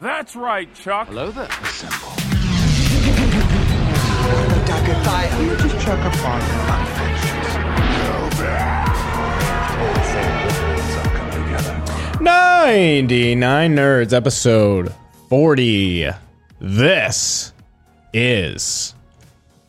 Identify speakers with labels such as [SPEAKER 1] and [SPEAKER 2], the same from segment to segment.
[SPEAKER 1] That's right, Chuck.
[SPEAKER 2] Hello there. Assemble.
[SPEAKER 3] You just chuck a
[SPEAKER 4] Ninety-nine nerds, episode forty. This is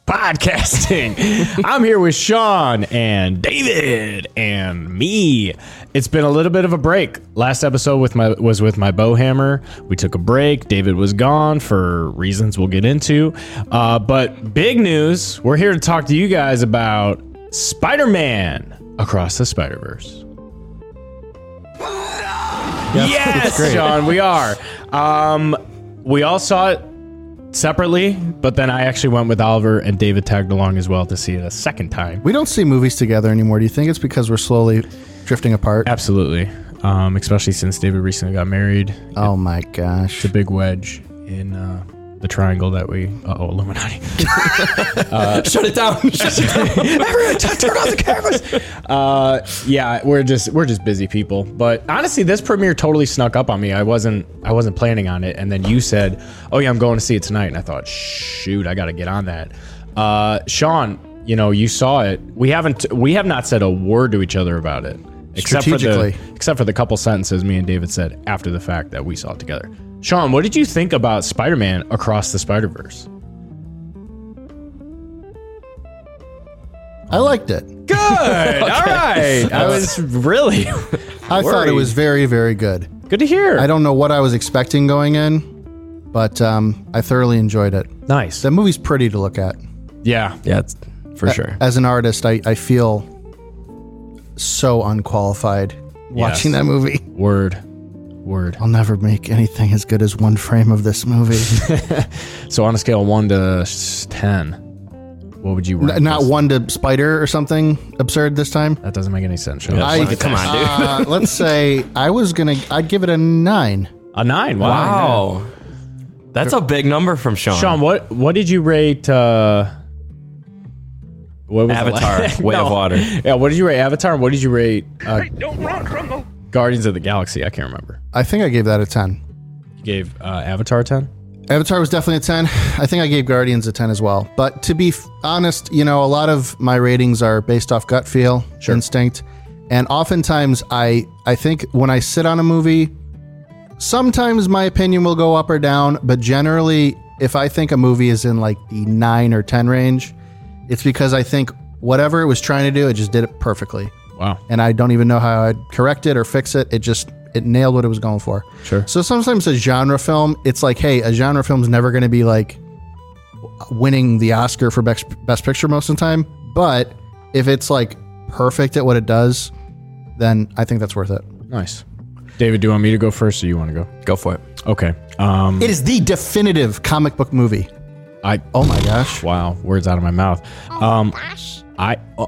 [SPEAKER 4] podcasting. I'm here with Sean and David and me. It's been a little bit of a break. Last episode with my was with my bow hammer. We took a break. David was gone for reasons we'll get into. Uh, but big news: we're here to talk to you guys about Spider-Man across the Spider-Verse. Yes, Sean, we are. Um, we all saw it separately, but then I actually went with Oliver and David tagged along as well to see it a second time.
[SPEAKER 5] We don't see movies together anymore. Do you think it's because we're slowly drifting apart?
[SPEAKER 4] Absolutely. Um, especially since David recently got married.
[SPEAKER 5] Oh my gosh.
[SPEAKER 4] Big wedge in uh, the triangle that we. Uh oh, Illuminati.
[SPEAKER 6] Shut it down. Shut it down.
[SPEAKER 4] Everyone, t- turn off the cameras. Uh, yeah, we're just we're just busy people. But honestly, this premiere totally snuck up on me. I wasn't I wasn't planning on it, and then you said, "Oh yeah, I'm going to see it tonight," and I thought, "Shoot, I got to get on that." Uh, Sean, you know, you saw it. We haven't we have not said a word to each other about it, except for the
[SPEAKER 5] Strategically.
[SPEAKER 4] except for the couple sentences me and David said after the fact that we saw it together. Sean, what did you think about Spider-Man across the Spider-Verse?
[SPEAKER 5] I liked it.
[SPEAKER 4] Good. All right. I was really
[SPEAKER 5] I thought it was very, very good.
[SPEAKER 4] Good to hear.
[SPEAKER 5] I don't know what I was expecting going in, but um, I thoroughly enjoyed it.
[SPEAKER 4] nice.
[SPEAKER 5] The movie's pretty to look at.
[SPEAKER 4] Yeah.
[SPEAKER 6] Yeah, it's for sure.
[SPEAKER 5] As an artist, I, I feel so unqualified watching that movie.
[SPEAKER 4] Word. Word.
[SPEAKER 5] I'll never make anything as good as one frame of this movie.
[SPEAKER 4] So on a scale of one to s- ten, what would you rank?
[SPEAKER 5] N- Not
[SPEAKER 4] this?
[SPEAKER 5] one to spider or something absurd this time.
[SPEAKER 4] That doesn't make any sense. Sean.
[SPEAKER 5] I,
[SPEAKER 6] Come on, dude.
[SPEAKER 5] uh, let's say I was gonna. I'd give it a nine.
[SPEAKER 4] a nine. Wow.
[SPEAKER 6] Wow. That's a big number from Sean.
[SPEAKER 4] Sean, what what did you rate? Uh, what was the
[SPEAKER 6] Avatar,
[SPEAKER 4] last-
[SPEAKER 6] Way of Water.
[SPEAKER 4] Yeah. What did you rate Avatar? And what did you rate uh,
[SPEAKER 1] Don't run from the.
[SPEAKER 4] Guardians of the Galaxy? I can't remember.
[SPEAKER 5] I think I gave that a ten.
[SPEAKER 4] You gave uh, Avatar a ten.
[SPEAKER 5] Avatar was definitely a ten. I think I gave Guardians a ten as well. But to be f- honest, you know, a lot of my ratings are based off gut feel, instinct, and oftentimes I I think when I sit on a movie, sometimes my opinion will go up or down, but generally, if I think a movie is in like the nine or ten range, it's because I think whatever it was trying to do, it just did it perfectly.
[SPEAKER 4] Wow.
[SPEAKER 5] and I don't even know how I'd correct it or fix it. It just it nailed what it was going for.
[SPEAKER 4] Sure.
[SPEAKER 5] So sometimes a genre film, it's like, hey, a genre film's never going to be like winning the Oscar for best, best picture most of the time, but if it's like perfect at what it does, then I think that's worth it.
[SPEAKER 4] Nice. David, do you want me to go first, or you want to go?
[SPEAKER 6] Go for it.
[SPEAKER 4] Okay. Um,
[SPEAKER 5] It is the definitive comic book movie.
[SPEAKER 4] I
[SPEAKER 5] Oh my gosh.
[SPEAKER 4] Wow, words out of my mouth. um, I. oh.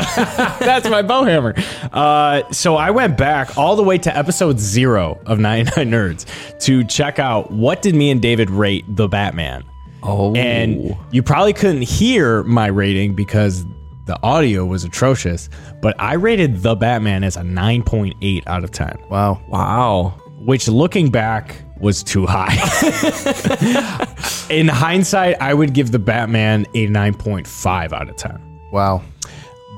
[SPEAKER 4] That's my bow hammer. Uh, so I went back all the way to episode zero of 99 Nerds to check out what did me and David rate the Batman.
[SPEAKER 6] Oh.
[SPEAKER 4] And you probably couldn't hear my rating because the audio was atrocious, but I rated the Batman as a 9.8 out of 10
[SPEAKER 5] Wow.
[SPEAKER 6] wow.
[SPEAKER 4] which looking back was too high. In hindsight, I would give the Batman a 9.5 out of 10
[SPEAKER 5] Wow.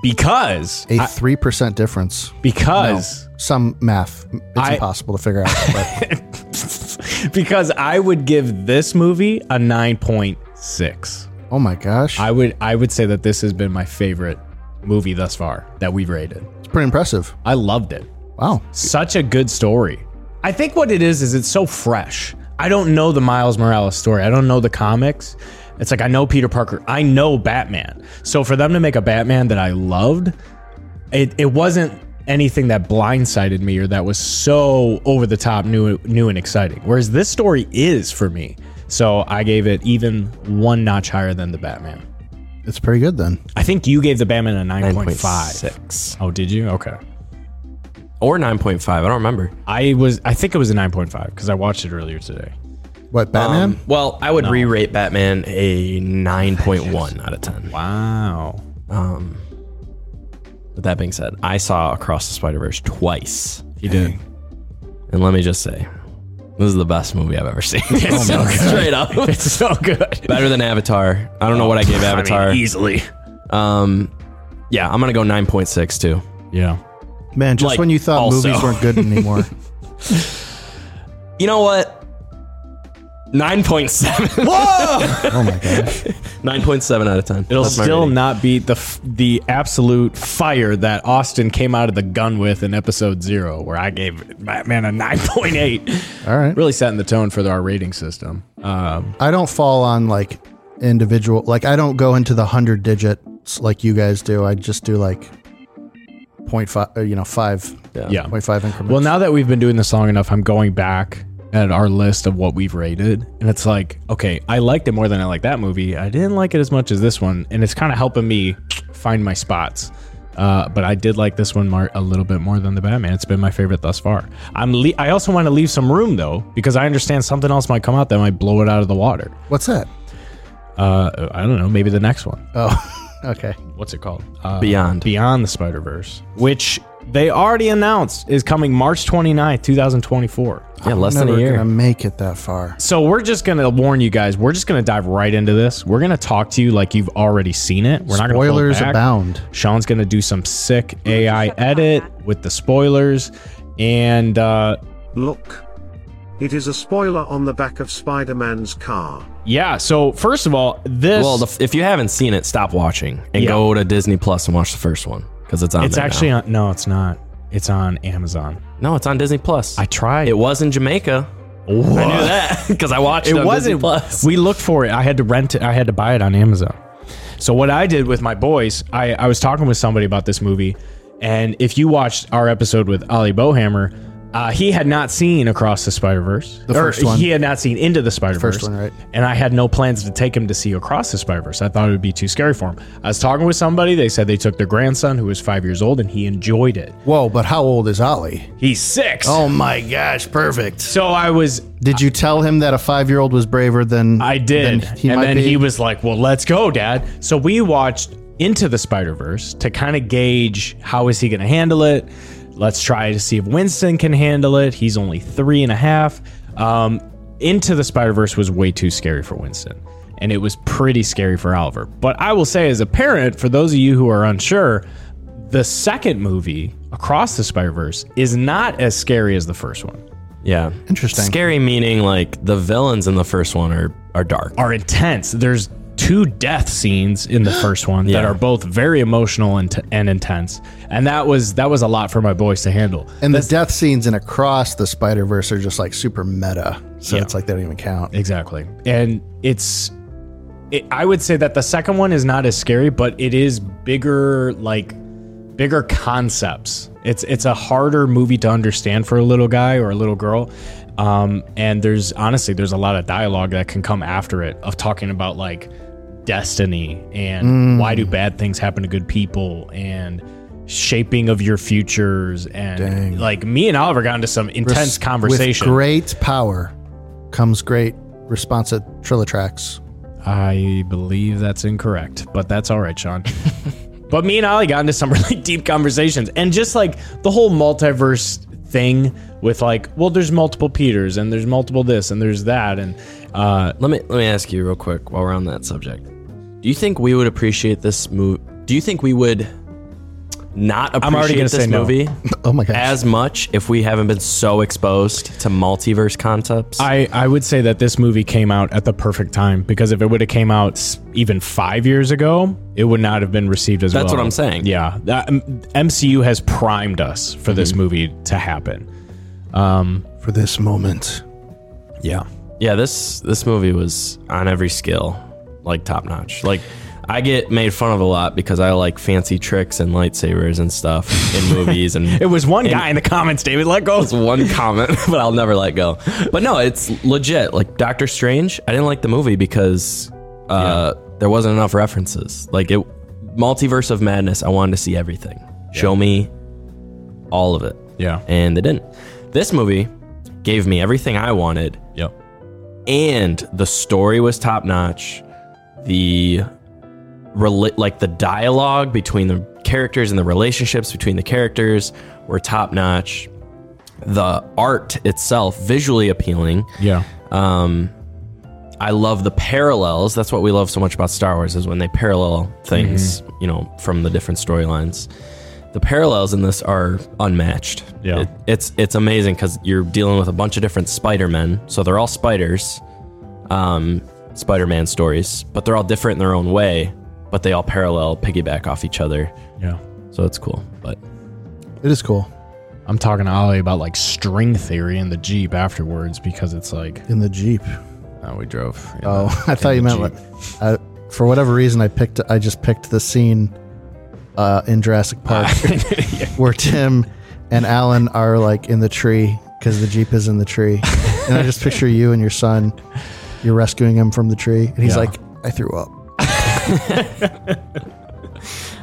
[SPEAKER 4] because
[SPEAKER 5] A 3% difference.
[SPEAKER 4] because
[SPEAKER 5] Some math. It's
[SPEAKER 4] I-
[SPEAKER 5] impossible to figure out. But
[SPEAKER 4] because I would give this movie a 9.6.
[SPEAKER 5] oh my gosh.
[SPEAKER 4] I would I would say that this has been my favorite movie thus far that we've rated.
[SPEAKER 5] it's pretty impressive.
[SPEAKER 4] I loved it.
[SPEAKER 5] Wow.
[SPEAKER 4] Such a good story. I think what it is is it's so fresh. I don't know the Miles Morales story. I don't know the comics. It's like I know Peter Parker. I know Batman. So for them to make a Batman that I loved, it, it wasn't anything that blindsided me or that was so over the top new new and exciting. Whereas this story is for me. So I gave it even one notch higher than the Batman.
[SPEAKER 5] It's pretty good then.
[SPEAKER 4] I think you gave the Batman a 9.5.
[SPEAKER 6] 9.6.
[SPEAKER 4] Oh, did you? Okay.
[SPEAKER 6] Or 9.5. I don't remember.
[SPEAKER 4] I was I think it was a 9.5 because I watched it earlier today.
[SPEAKER 5] What Batman?
[SPEAKER 6] Um, well, I would re rate Batman a 9.1 out of 10.
[SPEAKER 4] Wow.
[SPEAKER 6] With that being said, I saw Across the Spider Verse twice.
[SPEAKER 4] He did.
[SPEAKER 6] And let me just say, This is the best movie I've ever seen. So Straight up.
[SPEAKER 4] Oh It's so good.
[SPEAKER 6] Better than Avatar. I don't know what I gave Avatar.
[SPEAKER 4] easily.
[SPEAKER 6] um, yeah, I'm gonna go 9.6 too.
[SPEAKER 4] Yeah.
[SPEAKER 5] Man, just
[SPEAKER 6] Like,
[SPEAKER 5] when you thought
[SPEAKER 6] also.
[SPEAKER 5] movies weren't good anymore.
[SPEAKER 6] You know what? 9.7.
[SPEAKER 5] oh my gosh.
[SPEAKER 6] 9.7 out of 10.
[SPEAKER 4] It'll
[SPEAKER 6] That's my
[SPEAKER 4] still
[SPEAKER 6] rating.
[SPEAKER 4] not beat the f- the absolute fire that Austin came out of the gun with in episode zero, where I gave Batman a nine point eight.
[SPEAKER 5] All right.
[SPEAKER 4] Really setting the tone for our rating system. Um,
[SPEAKER 5] I don't fall on like individual like I don't go into the hundred digits like you guys do. I just do like point five or, you know, five
[SPEAKER 4] yeah.
[SPEAKER 5] point five increments.
[SPEAKER 4] Well, now that we've been doing this long enough, I'm going back at our list of what we've rated, and it's like, okay, I liked it more than I liked that movie. I didn't like it as much as this one, and it's kind of helping me find my spots. Uh, but I did like this one mar- a little bit more than the Batman. It's been my favorite thus far. I'm le- I also want to leave some room though because I understand something else might come out that might blow it out of the water.
[SPEAKER 5] What's that?
[SPEAKER 4] Uh, I don't know, maybe the next one. Uh,
[SPEAKER 5] Oh okay.
[SPEAKER 4] What's it called? Uh,
[SPEAKER 6] Beyond.
[SPEAKER 4] Beyond the Spider Verse, which they already announced is coming March 29th, 2024.
[SPEAKER 6] Yeah, less
[SPEAKER 5] Never
[SPEAKER 6] than a year.
[SPEAKER 5] gonna make it that far.
[SPEAKER 4] So we're just gonna warn you guys. We're just gonna dive right into this. We're gonna talk to you like you've already seen it. We're not gonna hold
[SPEAKER 5] Spoilers
[SPEAKER 4] back.
[SPEAKER 5] abound.
[SPEAKER 4] Sean's gonna do some sick AI edit with the spoilers, and uh,
[SPEAKER 1] Look. It is a spoiler on the back of Spider Man's car.
[SPEAKER 4] yeah. So first of all, this
[SPEAKER 6] Well, the, f- if you haven't seen it, stop watching and
[SPEAKER 4] Yeah.
[SPEAKER 6] go to Disney Plus and watch the first one because it's on.
[SPEAKER 4] it's
[SPEAKER 6] there now.
[SPEAKER 4] actually on, no, it's not. It's on Amazon.
[SPEAKER 6] no, it's on Disney Plus.
[SPEAKER 4] I tried.
[SPEAKER 6] it was in Jamaica. I knew that because I watched it.
[SPEAKER 4] it
[SPEAKER 6] on Disney
[SPEAKER 4] wasn't.
[SPEAKER 6] Plus.
[SPEAKER 4] We looked for it. I had to rent it. I had to buy it on Amazon. So what I did with my boys, I, I was talking with somebody about this movie, and if you watched our episode with Ollie Bohammer, uh, he had not seen Across the Spider Verse. The
[SPEAKER 5] first one.
[SPEAKER 4] He had not seen Into the Spider Verse.
[SPEAKER 5] first one, right.
[SPEAKER 4] And I had no plans to take him to see Across the Spider Verse. I thought it would be too scary for him. I was talking with somebody. They said they took their grandson, who was five years old, and he enjoyed it.
[SPEAKER 5] Whoa, but how old is Ollie?
[SPEAKER 4] He's six.
[SPEAKER 5] Oh my gosh, perfect.
[SPEAKER 4] So I was
[SPEAKER 5] Did you tell him that a five year old was braver than
[SPEAKER 4] I did.
[SPEAKER 5] than he
[SPEAKER 4] and
[SPEAKER 5] might
[SPEAKER 4] then
[SPEAKER 5] be?
[SPEAKER 4] he was like, "Well, let's go, dad." So we watched Into the Spider-Verse to kind of gauge how is he going to handle it. Let's try to see if Winston can handle it. He's only three and a half. Um, Into the Spider-Verse was way too scary for Winston. And it was pretty scary for Oliver. But I will say, as a parent, for those of you who are unsure, the second movie, Across the Spider Verse, is not as scary as the first one.
[SPEAKER 6] yeah,
[SPEAKER 5] Interesting.
[SPEAKER 6] Scary meaning like the villains in the first one are are dark.
[SPEAKER 4] are intense. There's two death scenes in the first one that
[SPEAKER 6] Yeah.
[SPEAKER 4] are both very emotional and, and intense, and that was that was a lot for my boys to handle.
[SPEAKER 5] And the death scenes in Across the Spider Verse are just like super meta. So
[SPEAKER 4] Yeah.
[SPEAKER 5] it's like they don't even count.
[SPEAKER 4] Exactly, and it's. It, I would say that the second one is not as scary, but it is bigger, like bigger concepts. It's it's a harder movie to understand for a little guy or a little girl. Um, and there's honestly there's a lot of dialogue that can come after it of talking about like destiny and why do bad things happen to good people and shaping of your futures and like me and Oliver got into some intense conversation.
[SPEAKER 5] With great power comes great responsive Trillatrax.
[SPEAKER 4] I believe that's incorrect, but that's all right, Sean. but me and Ollie got into some really deep conversations, and just like the whole multiverse thing with like, well, there's multiple Peters, and there's multiple this, and there's that, and uh,
[SPEAKER 6] Let me let me ask you real quick while we're on that subject. Do you think we would appreciate this movie? Do you think we would not appreciate
[SPEAKER 4] already gonna
[SPEAKER 6] this
[SPEAKER 4] say no.
[SPEAKER 6] movie
[SPEAKER 5] Oh my gosh.
[SPEAKER 6] as much if we haven't been so exposed to multiverse concepts?
[SPEAKER 4] I I would say that this movie came out at the perfect time because if it would have came out s- even five years ago, it would not have been received as well.
[SPEAKER 6] That's what I'm saying.
[SPEAKER 4] Yeah, that, um, MCU has primed us for
[SPEAKER 6] Mm-hmm.
[SPEAKER 4] this movie to happen.
[SPEAKER 5] For this moment.
[SPEAKER 4] Yeah.
[SPEAKER 6] Yeah, this this movie was on every scale, like top notch. Like I get made fun of a lot because I like fancy tricks and lightsabers and stuff in movies and
[SPEAKER 4] It was one guy in the comments, David. Let go.
[SPEAKER 6] was one comment, but I'll never let go. But no, it's legit. Like Doctor Strange, I didn't like the movie because uh, there wasn't enough references. Like it, multiverse of madness. I wanted to see everything. Show me all of it,
[SPEAKER 4] Yeah.
[SPEAKER 6] and they didn't. This movie gave me everything I wanted,
[SPEAKER 4] Yep.
[SPEAKER 6] and the story was top notch. The rela- like the dialogue between the characters and the relationships between the characters were top notch. the art itself visually appealing.
[SPEAKER 4] Yeah.
[SPEAKER 6] I love the parallels. That's what we love so much about Star Wars is when they parallel things,
[SPEAKER 4] Mm-hmm.
[SPEAKER 6] you know, from the different storylines. The parallels in this are unmatched.
[SPEAKER 4] Yeah.
[SPEAKER 6] It- it's it's amazing because you're dealing with a bunch of different Spider-Men, so they're all spiders, um, Spider-Man stories, but they're all different in their own way, but they all parallel, piggyback off each other.
[SPEAKER 4] Yeah.
[SPEAKER 6] So it's cool. But
[SPEAKER 5] It is cool
[SPEAKER 4] I'm talking to Ollie about like string theory in the Jeep afterwards because it's like,
[SPEAKER 5] in the Jeep.
[SPEAKER 4] oh, we drove. in
[SPEAKER 5] Oh,
[SPEAKER 4] the-
[SPEAKER 5] I
[SPEAKER 4] in
[SPEAKER 5] thought
[SPEAKER 4] the
[SPEAKER 5] you meant
[SPEAKER 4] Jeep.
[SPEAKER 5] what? I, for whatever reason, I picked. I just picked the scene uh, in Jurassic Park where Tim and Alan are like in the tree because the jeep is in the tree, and I just picture you and your son. You're rescuing him from the tree, and he's
[SPEAKER 4] Yeah.
[SPEAKER 5] like, "I threw up."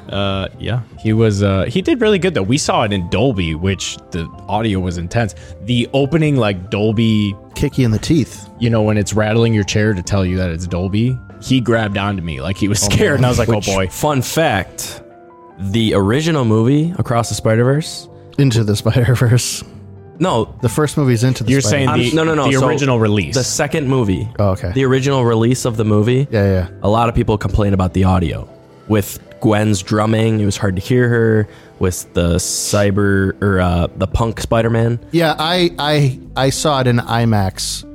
[SPEAKER 6] uh, yeah.
[SPEAKER 4] He was uh he did really good though. We saw it in Dolby, which the audio was intense. The opening like Dolby,
[SPEAKER 5] Kick you in the teeth.
[SPEAKER 4] you know, when it's rattling your chair to tell you that it's Dolby, he grabbed onto me like he was scared and I was like, "Oh boy."
[SPEAKER 6] Fun fact: the original movie Across the Spider Verse.
[SPEAKER 5] Into the Spider Verse.
[SPEAKER 6] No,
[SPEAKER 5] The first movie's into the
[SPEAKER 4] You're
[SPEAKER 5] Spider-
[SPEAKER 4] saying
[SPEAKER 6] I'm-
[SPEAKER 4] the,
[SPEAKER 6] no, no, no.
[SPEAKER 4] the
[SPEAKER 6] So
[SPEAKER 4] original release.
[SPEAKER 6] The second movie.
[SPEAKER 5] Oh, okay.
[SPEAKER 6] The original release of the movie.
[SPEAKER 5] Yeah, yeah.
[SPEAKER 6] A lot of people complain about the audio. With Gwen's drumming, it was hard to hear her. With the cyber or uh, the punk Spider Man.
[SPEAKER 5] Yeah, I I I saw it in IMAX,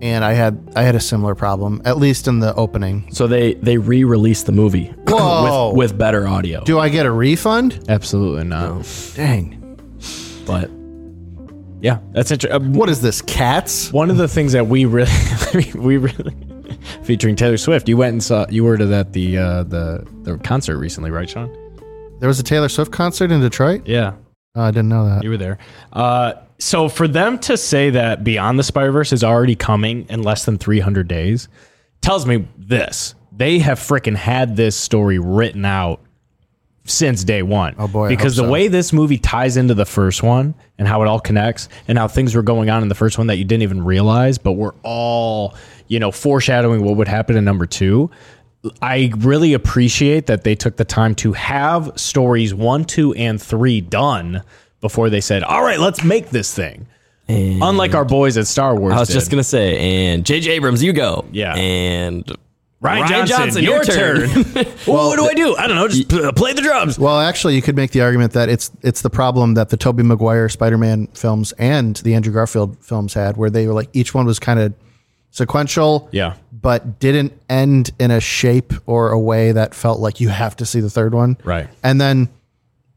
[SPEAKER 5] and I had I had a similar problem, at least in the opening.
[SPEAKER 6] So they they re released the movie
[SPEAKER 5] Whoa.
[SPEAKER 6] with, with better audio.
[SPEAKER 5] Do I get a refund?
[SPEAKER 4] Absolutely not.
[SPEAKER 5] Dang.
[SPEAKER 6] But
[SPEAKER 4] Yeah, that's uh, interesting.
[SPEAKER 5] What is this, cats?
[SPEAKER 4] One of the things that we really, we really, featuring Taylor Swift. You went and saw. You were to that the uh, the the concert recently, right, Sean?
[SPEAKER 5] There was a Taylor Swift concert in Detroit?
[SPEAKER 4] Yeah,
[SPEAKER 5] Oh, I didn't know that.
[SPEAKER 4] you were there. Uh, so for them to say that Beyond the Spider Verse is already coming in less than 300 days tells me this: they have freaking had this story written out since day one. Oh
[SPEAKER 5] boy, I
[SPEAKER 4] Because
[SPEAKER 5] hope
[SPEAKER 4] the
[SPEAKER 5] so.
[SPEAKER 4] way this movie ties into the first one and how it all connects and how things were going on in the first one that you didn't even realize, but we're all, you know, foreshadowing what would happen in number two. I really appreciate that they took the time to have stories one, two, and three done before they said, all right, let's make this thing. Unlike our boys at Star Wars.
[SPEAKER 6] I was
[SPEAKER 4] did.
[SPEAKER 6] just gonna say, and J.J. Abrams, you go.
[SPEAKER 4] Yeah.
[SPEAKER 6] And
[SPEAKER 4] Ryan
[SPEAKER 6] Ryan
[SPEAKER 4] Johnson,
[SPEAKER 6] Johnson,
[SPEAKER 4] your,
[SPEAKER 6] your
[SPEAKER 4] turn. well, what do I do? I don't know. Just pl- play the drums.
[SPEAKER 5] Well, actually, you could make the argument that it's it's the problem that the Tobey Maguire Spider-Man films and the Andrew Garfield films had, where they were like each one was kind of sequential,
[SPEAKER 4] Yeah.
[SPEAKER 5] but didn't end in a shape or a way that felt like you have to see the third one,
[SPEAKER 4] Right.
[SPEAKER 5] And then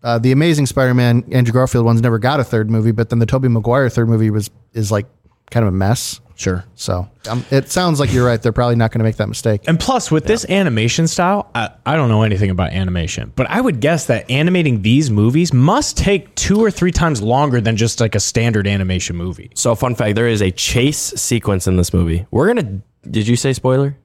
[SPEAKER 5] uh, the Amazing Spider-Man Andrew Garfield ones never got a third movie, but then the Tobey Maguire third movie was is like kind of a mess.
[SPEAKER 4] Sure.
[SPEAKER 5] So um, it sounds like you're right. They're probably not going to make that mistake.
[SPEAKER 4] And plus, with this animation style, I, I don't know anything about animation, but I would guess that animating these movies must take two or three times longer than just like a standard animation movie.
[SPEAKER 6] so fun fact: there is a chase sequence in this movie. We're gonna. Did you say spoiler?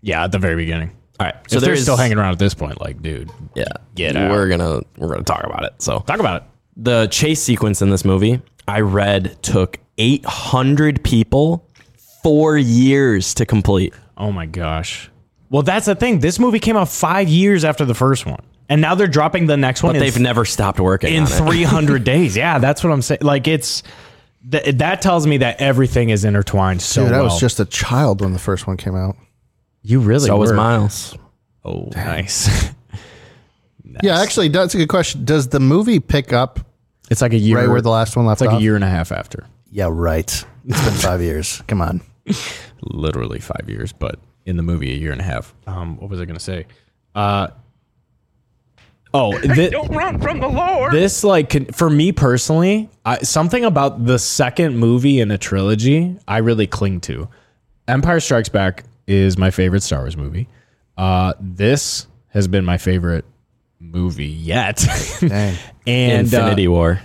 [SPEAKER 4] Yeah, at the very beginning.
[SPEAKER 6] All right.
[SPEAKER 4] So
[SPEAKER 6] So
[SPEAKER 4] if they're
[SPEAKER 6] there is-
[SPEAKER 4] still hanging around at this point, like, dude,
[SPEAKER 6] Yeah.
[SPEAKER 4] Get out.
[SPEAKER 6] We're gonna we're gonna talk about it. So
[SPEAKER 4] talk about it.
[SPEAKER 6] the chase sequence in this movie, I read took 800 people 4 years to complete.
[SPEAKER 4] Oh my gosh. Well, that's the thing. This movie came out five years after the first one, and now they're dropping the next one.
[SPEAKER 6] But
[SPEAKER 4] in
[SPEAKER 6] they've never stopped working
[SPEAKER 4] in
[SPEAKER 6] on it.
[SPEAKER 4] 300 days. Yeah, that's what I'm saying. Like, it's th- that tells me that everything is intertwined so
[SPEAKER 5] Dude, I
[SPEAKER 4] well.
[SPEAKER 5] was just a child when the first one came out.
[SPEAKER 4] you really
[SPEAKER 6] So was
[SPEAKER 4] were.
[SPEAKER 6] Miles.
[SPEAKER 4] Oh, nice.
[SPEAKER 5] Yeah, actually, that's a good question. Does the movie pick up
[SPEAKER 4] it's like a year
[SPEAKER 5] right where the last one left
[SPEAKER 4] It's like
[SPEAKER 5] off?
[SPEAKER 4] a year and a half after.
[SPEAKER 5] Yeah, right. It's been five years. Come on.
[SPEAKER 4] Literally five years, but in the movie, a year and a half. Um, what was I going to say? Uh, oh, thi-
[SPEAKER 2] Don't run from the Lord.
[SPEAKER 4] this like can, for me personally, I, something about the second movie in a trilogy I really cling to. Empire Strikes Back is my favorite Star Wars movie. Uh, this has been my favorite movie yet,
[SPEAKER 5] Dang.
[SPEAKER 4] and uh,
[SPEAKER 6] Infinity War.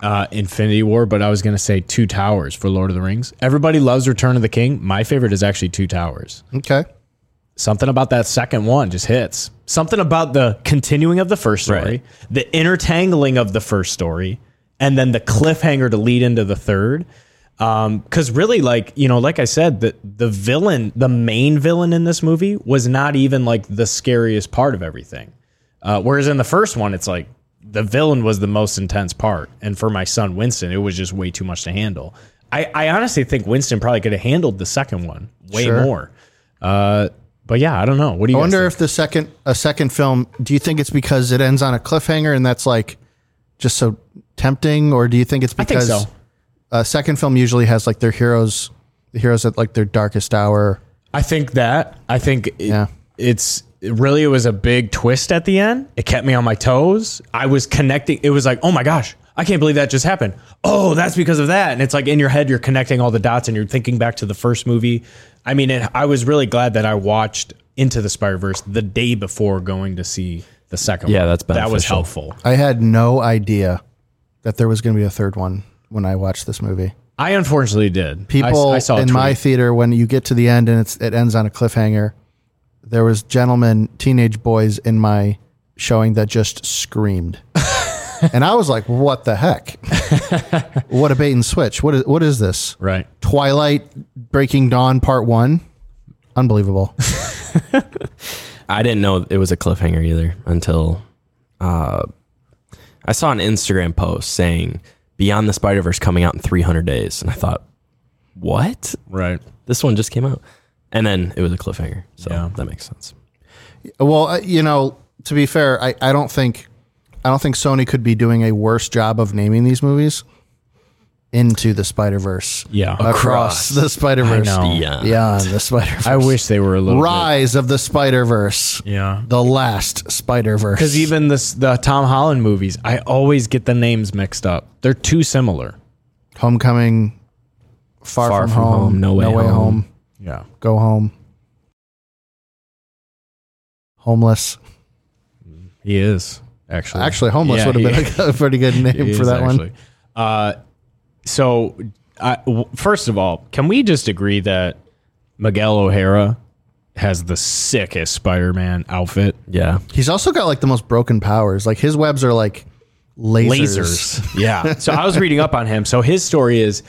[SPEAKER 4] uh, Infinity War, but I was going to say Two Towers for Lord of the Rings. Everybody loves Return of the King. My favorite is actually Two Towers.
[SPEAKER 5] Okay.
[SPEAKER 4] Something about that second one just hits. Something about the continuing of the first story,
[SPEAKER 6] Right.
[SPEAKER 4] the intertangling of the first story, and then the cliffhanger to lead into the third. Because really, like you know, like I said, the the villain, the main villain in this movie, was not even like the scariest part of everything. Uh, whereas in the first one, it's like the villain was the most intense part, and for my son Winston, it was just way too much to handle. I, I honestly think Winston probably could have handled the second one way
[SPEAKER 5] Sure.
[SPEAKER 4] more. Uh, but yeah, I don't know. What do you
[SPEAKER 5] I
[SPEAKER 4] guys
[SPEAKER 5] wonder
[SPEAKER 4] think?
[SPEAKER 5] if the second a second film. Do you think it's because it ends on a cliffhanger and that's like just so tempting, or do you think it's
[SPEAKER 4] think
[SPEAKER 5] because
[SPEAKER 4] so.
[SPEAKER 5] a second film usually has like their heroes, the heroes at like their darkest hour?
[SPEAKER 4] I think that. I think it,
[SPEAKER 5] Yeah.
[SPEAKER 4] it's it really it was a big twist at the end. It kept me on my toes. I was connecting. It was like, oh my gosh, I can't believe that just happened. Oh, that's because of that. And it's like in your head, you're connecting all the dots and you're thinking back to the first movie. I mean, it, I was really glad that I watched Into the Spider Verse the day before going to see the second
[SPEAKER 6] Yeah,
[SPEAKER 4] one.
[SPEAKER 6] that's
[SPEAKER 4] That was
[SPEAKER 6] beneficial.
[SPEAKER 4] helpful.
[SPEAKER 5] I had no idea that there was going to be a third one when I watched this movie.
[SPEAKER 4] I unfortunately did. I s-
[SPEAKER 5] People
[SPEAKER 4] I, saw a
[SPEAKER 5] in my
[SPEAKER 4] tweet.
[SPEAKER 5] theater when you get to the end and it's, it ends on a cliffhanger. There was gentlemen, teenage boys in my showing that just screamed, and I was like, "What the heck? what a bait and switch! What is what is this?
[SPEAKER 4] right.
[SPEAKER 5] Twilight Breaking Dawn Part One? Unbelievable!
[SPEAKER 6] I didn't know it was a cliffhanger either until uh, I saw an Instagram post saying Beyond the Spider Verse coming out in 300 days, and I thought, what?
[SPEAKER 4] Right.
[SPEAKER 6] This one just came out, and then it was a cliffhanger. So
[SPEAKER 4] Yeah.
[SPEAKER 6] that makes sense.
[SPEAKER 5] well, uh, you know, to be fair, I, I don't think I don't think Sony could be doing a worse job of naming these movies." Into the Spider Verse,
[SPEAKER 4] Yeah.
[SPEAKER 5] across the Spider Verse,
[SPEAKER 4] I know.
[SPEAKER 6] Yeah.
[SPEAKER 5] Beyond the Spider Verse.
[SPEAKER 4] I wish they were a little bit-
[SPEAKER 5] Rise of the Spider Verse.
[SPEAKER 4] Yeah.
[SPEAKER 5] The last Spider Verse.
[SPEAKER 4] Because even this, the Tom Holland movies, I always get the names mixed up. They're too similar.
[SPEAKER 5] Homecoming, Far,
[SPEAKER 6] Far
[SPEAKER 5] from,
[SPEAKER 6] From
[SPEAKER 5] home,
[SPEAKER 6] Home, No Way Home.
[SPEAKER 4] Yeah.
[SPEAKER 5] Go Home, Homeless.
[SPEAKER 4] He is, actually.
[SPEAKER 5] Actually, Homeless
[SPEAKER 4] Yeah,
[SPEAKER 5] would have
[SPEAKER 4] he-
[SPEAKER 5] been a pretty good name
[SPEAKER 4] he
[SPEAKER 5] for
[SPEAKER 4] is,
[SPEAKER 5] that one.
[SPEAKER 4] actually. Uh, so, I, w- first of all, can we just agree that Miguel O'Hara has the sickest Spider Man outfit?
[SPEAKER 6] Yeah,
[SPEAKER 5] He's also got like the most broken powers. Like his webs are like lasers.
[SPEAKER 4] lasers. Yeah. So I was reading up on him. So his story is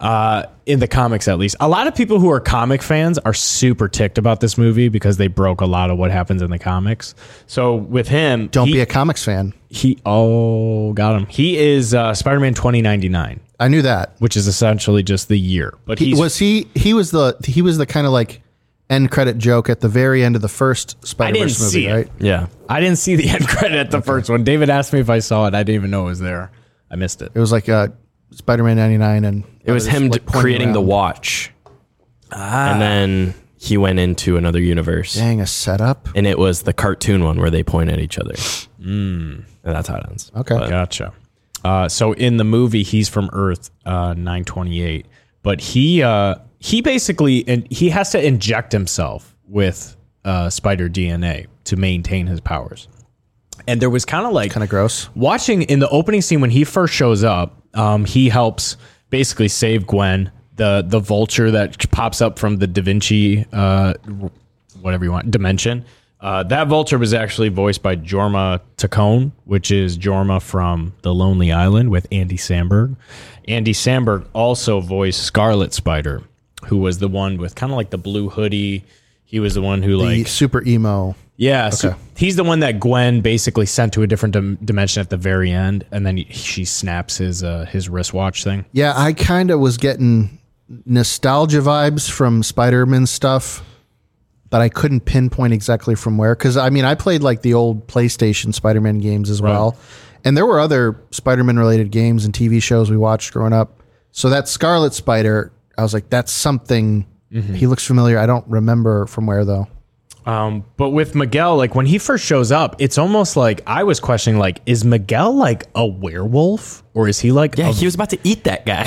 [SPEAKER 4] uh, in the comics, at least. A lot of people who are comic fans are super ticked about this movie because they broke a lot of what happens in the comics. So with him,
[SPEAKER 5] Don't
[SPEAKER 4] he,
[SPEAKER 5] be a comics fan.
[SPEAKER 4] he. Oh, got him. He is uh, Spider Man twenty ninety nine,
[SPEAKER 5] I knew that.
[SPEAKER 4] which is essentially just the year. But
[SPEAKER 5] He,
[SPEAKER 4] he's
[SPEAKER 5] was he? He was the he was the kind of like end credit joke at the very end of the first Spider Verse movie,
[SPEAKER 4] see it.
[SPEAKER 5] right?
[SPEAKER 6] yeah.
[SPEAKER 4] I didn't see the end credit at the first one. David asked me if I saw it. I didn't even know it was there. I missed it.
[SPEAKER 5] It was like uh, Spider Man '99, and
[SPEAKER 6] It was him d- creating the
[SPEAKER 5] wall.
[SPEAKER 6] watch, and then he went into another universe,
[SPEAKER 5] Ah. Dang, a setup.
[SPEAKER 6] and it was the cartoon one where they point at each other. And that's how it ends.
[SPEAKER 5] Hmm. Okay,
[SPEAKER 4] Gotcha. Uh, so in the movie, he's from Earth uh, 928, but he uh, he basically and he has to inject himself with uh, spider DNA to maintain his powers. And there was kind of like
[SPEAKER 5] kind of gross.
[SPEAKER 4] watching in the opening scene when he first shows up. Um, he helps basically save Gwen, the the vulture that pops up from the Da Vinci uh, whatever you want dimension. Uh, that vulture was actually voiced by Jorma Tacone, which is Jorma from The Lonely Island with Andy Samberg. Andy Samberg also voiced Scarlet Spider, who was the one with kind of like the blue hoodie. He was the one who
[SPEAKER 5] The
[SPEAKER 4] like
[SPEAKER 5] super emo.
[SPEAKER 4] yeah, so he's the one that Gwen basically sent to a different dim- dimension at the very end, and then he- she snaps his uh, his wristwatch thing.
[SPEAKER 5] Yeah, I kind of was getting nostalgia vibes from Spider Man stuff, but I couldn't pinpoint exactly from where. Because I mean, I played like the old PlayStation Spider Man games as well, and there were other Spider Man related games and TV shows we watched growing up. So that Scarlet Spider, I was like, that's something.
[SPEAKER 4] Mm-hmm.
[SPEAKER 5] He looks familiar. I don't remember from where though.
[SPEAKER 4] But with Miguel, like when he first shows up, it's almost like I was questioning, like, is Miguel like a werewolf or is he like
[SPEAKER 6] Yeah,
[SPEAKER 4] a
[SPEAKER 6] he was about to eat that guy.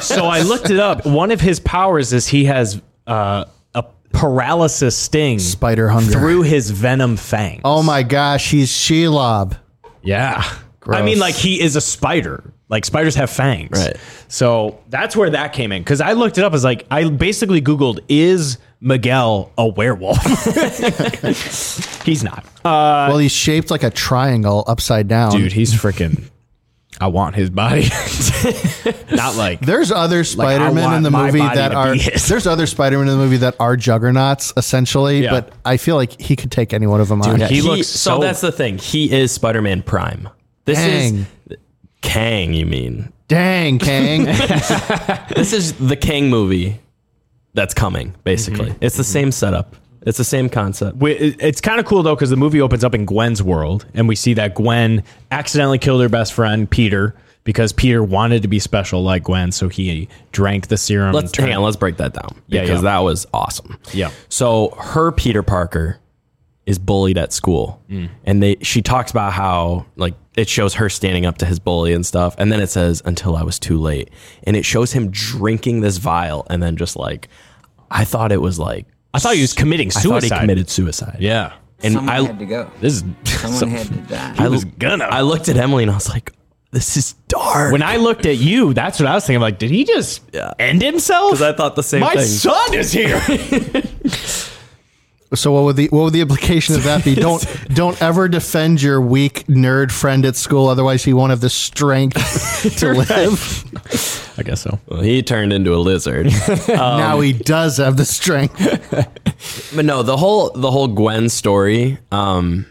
[SPEAKER 4] so I looked it up. One of his powers is he has uh, a paralysis sting
[SPEAKER 5] Spider hunger.
[SPEAKER 4] through his venom fangs.
[SPEAKER 5] Oh my gosh, he's Shelob.
[SPEAKER 4] Yeah. I mean, like he is a spider. Like spiders have fangs.
[SPEAKER 6] Right.
[SPEAKER 4] So that's where that came in. Because I looked it up as like I basically Googled, is Miguel a werewolf? he's not. Uh,
[SPEAKER 5] well, he's shaped like a triangle upside down.
[SPEAKER 4] dude, he's freaking I want his body. not like
[SPEAKER 5] There's other
[SPEAKER 4] I
[SPEAKER 5] Spider-Men
[SPEAKER 4] want
[SPEAKER 5] in the
[SPEAKER 4] my
[SPEAKER 5] movie
[SPEAKER 4] body
[SPEAKER 5] that
[SPEAKER 4] to
[SPEAKER 5] are
[SPEAKER 4] be his.
[SPEAKER 5] there's other Spider-Men in the movie that are juggernauts essentially,
[SPEAKER 4] Yeah.
[SPEAKER 5] but I feel like he could take any one of them on.
[SPEAKER 4] he looks
[SPEAKER 6] so,
[SPEAKER 4] so-
[SPEAKER 6] That's the thing. He is Spider Man Prime. This
[SPEAKER 5] Kang.
[SPEAKER 6] is Kang. You mean
[SPEAKER 5] Dang, Kang.
[SPEAKER 6] this is the Kang movie that's coming? Basically,
[SPEAKER 5] Mm-hmm.
[SPEAKER 6] it's the same setup. It's the same concept.
[SPEAKER 4] We- it- It's kind of cool though because the movie opens up in Gwen's world, and we see that Gwen accidentally killed her best friend Peter because Peter wanted to be special like Gwen, so he drank the serum.
[SPEAKER 6] Let's
[SPEAKER 4] and turned-
[SPEAKER 6] hang on. Let's break that down
[SPEAKER 4] Yeah,
[SPEAKER 6] because
[SPEAKER 4] yeah.
[SPEAKER 6] that was awesome.
[SPEAKER 4] Yeah.
[SPEAKER 6] So her Peter Parker is bullied at school,
[SPEAKER 4] Mm.
[SPEAKER 6] and they she talks about how like it shows her standing up to his bully and stuff, and then it says until I was too late, and it shows him drinking this vial, and then just like I thought it was like
[SPEAKER 4] I thought he was committing
[SPEAKER 6] I thought he
[SPEAKER 4] suicide.
[SPEAKER 6] committed suicide.
[SPEAKER 4] yeah,
[SPEAKER 6] And
[SPEAKER 2] Someone
[SPEAKER 6] I
[SPEAKER 2] had to go.
[SPEAKER 4] this is
[SPEAKER 2] Someone
[SPEAKER 4] so-
[SPEAKER 2] had to die.
[SPEAKER 6] I
[SPEAKER 4] was
[SPEAKER 6] l-
[SPEAKER 4] gonna.
[SPEAKER 6] I looked at Emily and I was like, this is dark.
[SPEAKER 4] when I looked at you. That's what I was thinking. I'm like, did he just
[SPEAKER 6] Yeah.
[SPEAKER 4] end himself?
[SPEAKER 6] 'Cause I thought the same
[SPEAKER 4] My
[SPEAKER 6] thing.
[SPEAKER 4] son is here.
[SPEAKER 5] so what would the what would the implication of that be? Don't don't ever defend your weak nerd friend at school, otherwise he won't have the strength to live.
[SPEAKER 4] I guess so.
[SPEAKER 6] Well, he turned into a lizard.
[SPEAKER 4] Um,
[SPEAKER 5] now he does have the strength.
[SPEAKER 6] But no, the whole the whole Gwen story, um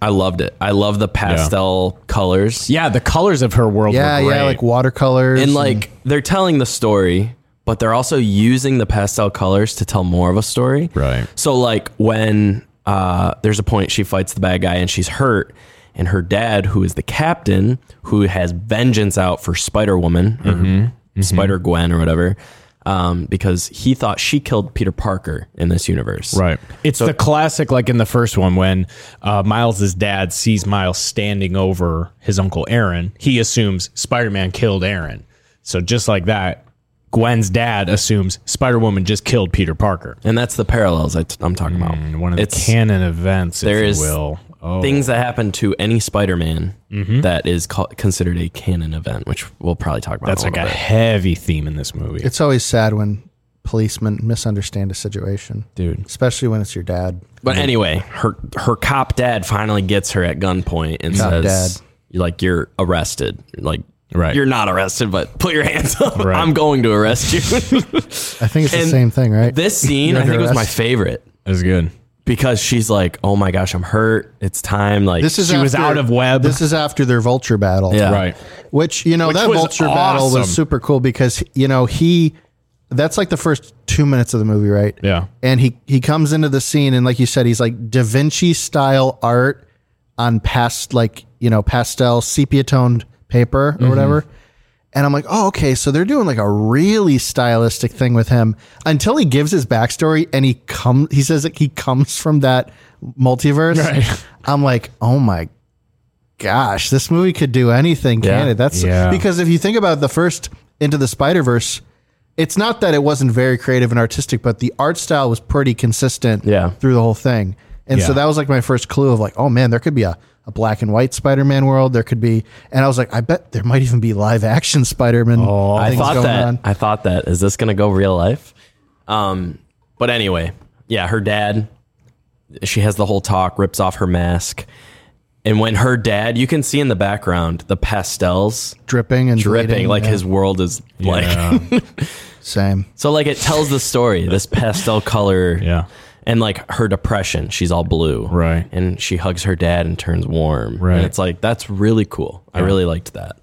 [SPEAKER 6] I loved it. I love the pastel colors.
[SPEAKER 4] Yeah, the colors of her world.
[SPEAKER 5] Yeah,
[SPEAKER 4] were great.
[SPEAKER 5] yeah, like watercolors
[SPEAKER 6] And like they're telling the story, but they're also using the pastel colors to tell more of a story.
[SPEAKER 4] Right.
[SPEAKER 6] So like when uh there's a point she fights the bad guy and she's hurt and her dad who is the captain who has vengeance out for Spider-Woman or Spider Gwen or whatever um because he thought she killed Peter Parker in this universe.
[SPEAKER 4] Right. It's the classic, like in the first one, when uh, Miles' dad sees Miles standing over his uncle Aaron, he assumes Spider Man killed Aaron. So just like that, Gwen's dad assumes Spider Woman just killed Peter Parker.
[SPEAKER 6] And that's the parallels I t- I'm talking about.
[SPEAKER 4] And one of the
[SPEAKER 6] It's-
[SPEAKER 4] canon events, if
[SPEAKER 6] there
[SPEAKER 4] you
[SPEAKER 6] is
[SPEAKER 4] will. Oh,
[SPEAKER 6] Things that happen to any Spider-Man
[SPEAKER 4] Mm-hmm.
[SPEAKER 6] that is co- considered a canon event, which we'll probably talk about.
[SPEAKER 4] that's
[SPEAKER 6] in a
[SPEAKER 4] like a
[SPEAKER 6] little
[SPEAKER 4] heavy theme in this movie.
[SPEAKER 5] It's always sad when policemen misunderstand a situation,
[SPEAKER 4] Dude.
[SPEAKER 5] Especially when it's your dad.
[SPEAKER 6] bit.
[SPEAKER 4] Mm-hmm.
[SPEAKER 6] But anyway, her her cop dad finally gets her at gunpoint and
[SPEAKER 5] Cop
[SPEAKER 6] says,
[SPEAKER 5] dad.
[SPEAKER 6] "Like you're arrested. Like
[SPEAKER 4] Right.
[SPEAKER 6] you're not arrested, but put your hands up.
[SPEAKER 4] Right.
[SPEAKER 6] I'm going to arrest you."
[SPEAKER 5] I think it's the
[SPEAKER 6] And
[SPEAKER 5] same thing, right?
[SPEAKER 6] this scene,
[SPEAKER 5] You're
[SPEAKER 6] I
[SPEAKER 5] under
[SPEAKER 6] think, was my
[SPEAKER 5] arrest.
[SPEAKER 6] favorite
[SPEAKER 4] That's good.
[SPEAKER 6] because she's like, "Oh my gosh, I'm hurt. It's time." Like
[SPEAKER 5] This is
[SPEAKER 4] She was out of web.
[SPEAKER 5] This is after their vulture battle,
[SPEAKER 6] Yeah.
[SPEAKER 4] Right.
[SPEAKER 5] Which you know that
[SPEAKER 4] was
[SPEAKER 5] vulture battle
[SPEAKER 4] awesome.
[SPEAKER 5] was super cool because you know he, that's like the first two minutes of the movie, right?
[SPEAKER 4] Yeah.
[SPEAKER 5] And he he comes into the scene and like you said, he's like Da Vinci style art on past like you know pastel sepia toned paper or whatever. And I'm like, oh, okay. So they're doing like a really stylistic thing with him until he gives his backstory and he come. He says that he comes from that multiverse. I'm like, oh my gosh, this movie could do anything, can
[SPEAKER 6] Yeah.
[SPEAKER 5] it? That's
[SPEAKER 4] Yeah.
[SPEAKER 5] because if you think about the first Into the Spider Verse, it's not that it wasn't very creative and artistic, but the art style was pretty consistent
[SPEAKER 6] Yeah.
[SPEAKER 5] through the whole thing. And so
[SPEAKER 4] Yeah.
[SPEAKER 5] that was like my first clue of like, oh man, there could be a, a black and white Spider Man world. There could be, and I was like, I bet there might even be live action Spider Man. Oh,
[SPEAKER 6] I thought that. I thought that. Is this gonna go real life? Um, but anyway, yeah, her dad. She has the whole talk, rips off her mask, and when her dad, you can see in the background the pastels
[SPEAKER 5] dripping and
[SPEAKER 6] dripping,
[SPEAKER 5] bleeding,
[SPEAKER 6] like
[SPEAKER 5] yeah,
[SPEAKER 6] his world is like.
[SPEAKER 5] same.
[SPEAKER 6] So like it tells the story. This pastel color,
[SPEAKER 4] Yeah.
[SPEAKER 6] and like her depression, she's all blue,
[SPEAKER 4] Right.
[SPEAKER 6] And she hugs her dad and turns warm,
[SPEAKER 4] Right.
[SPEAKER 6] And it's like that's really cool. I really liked that.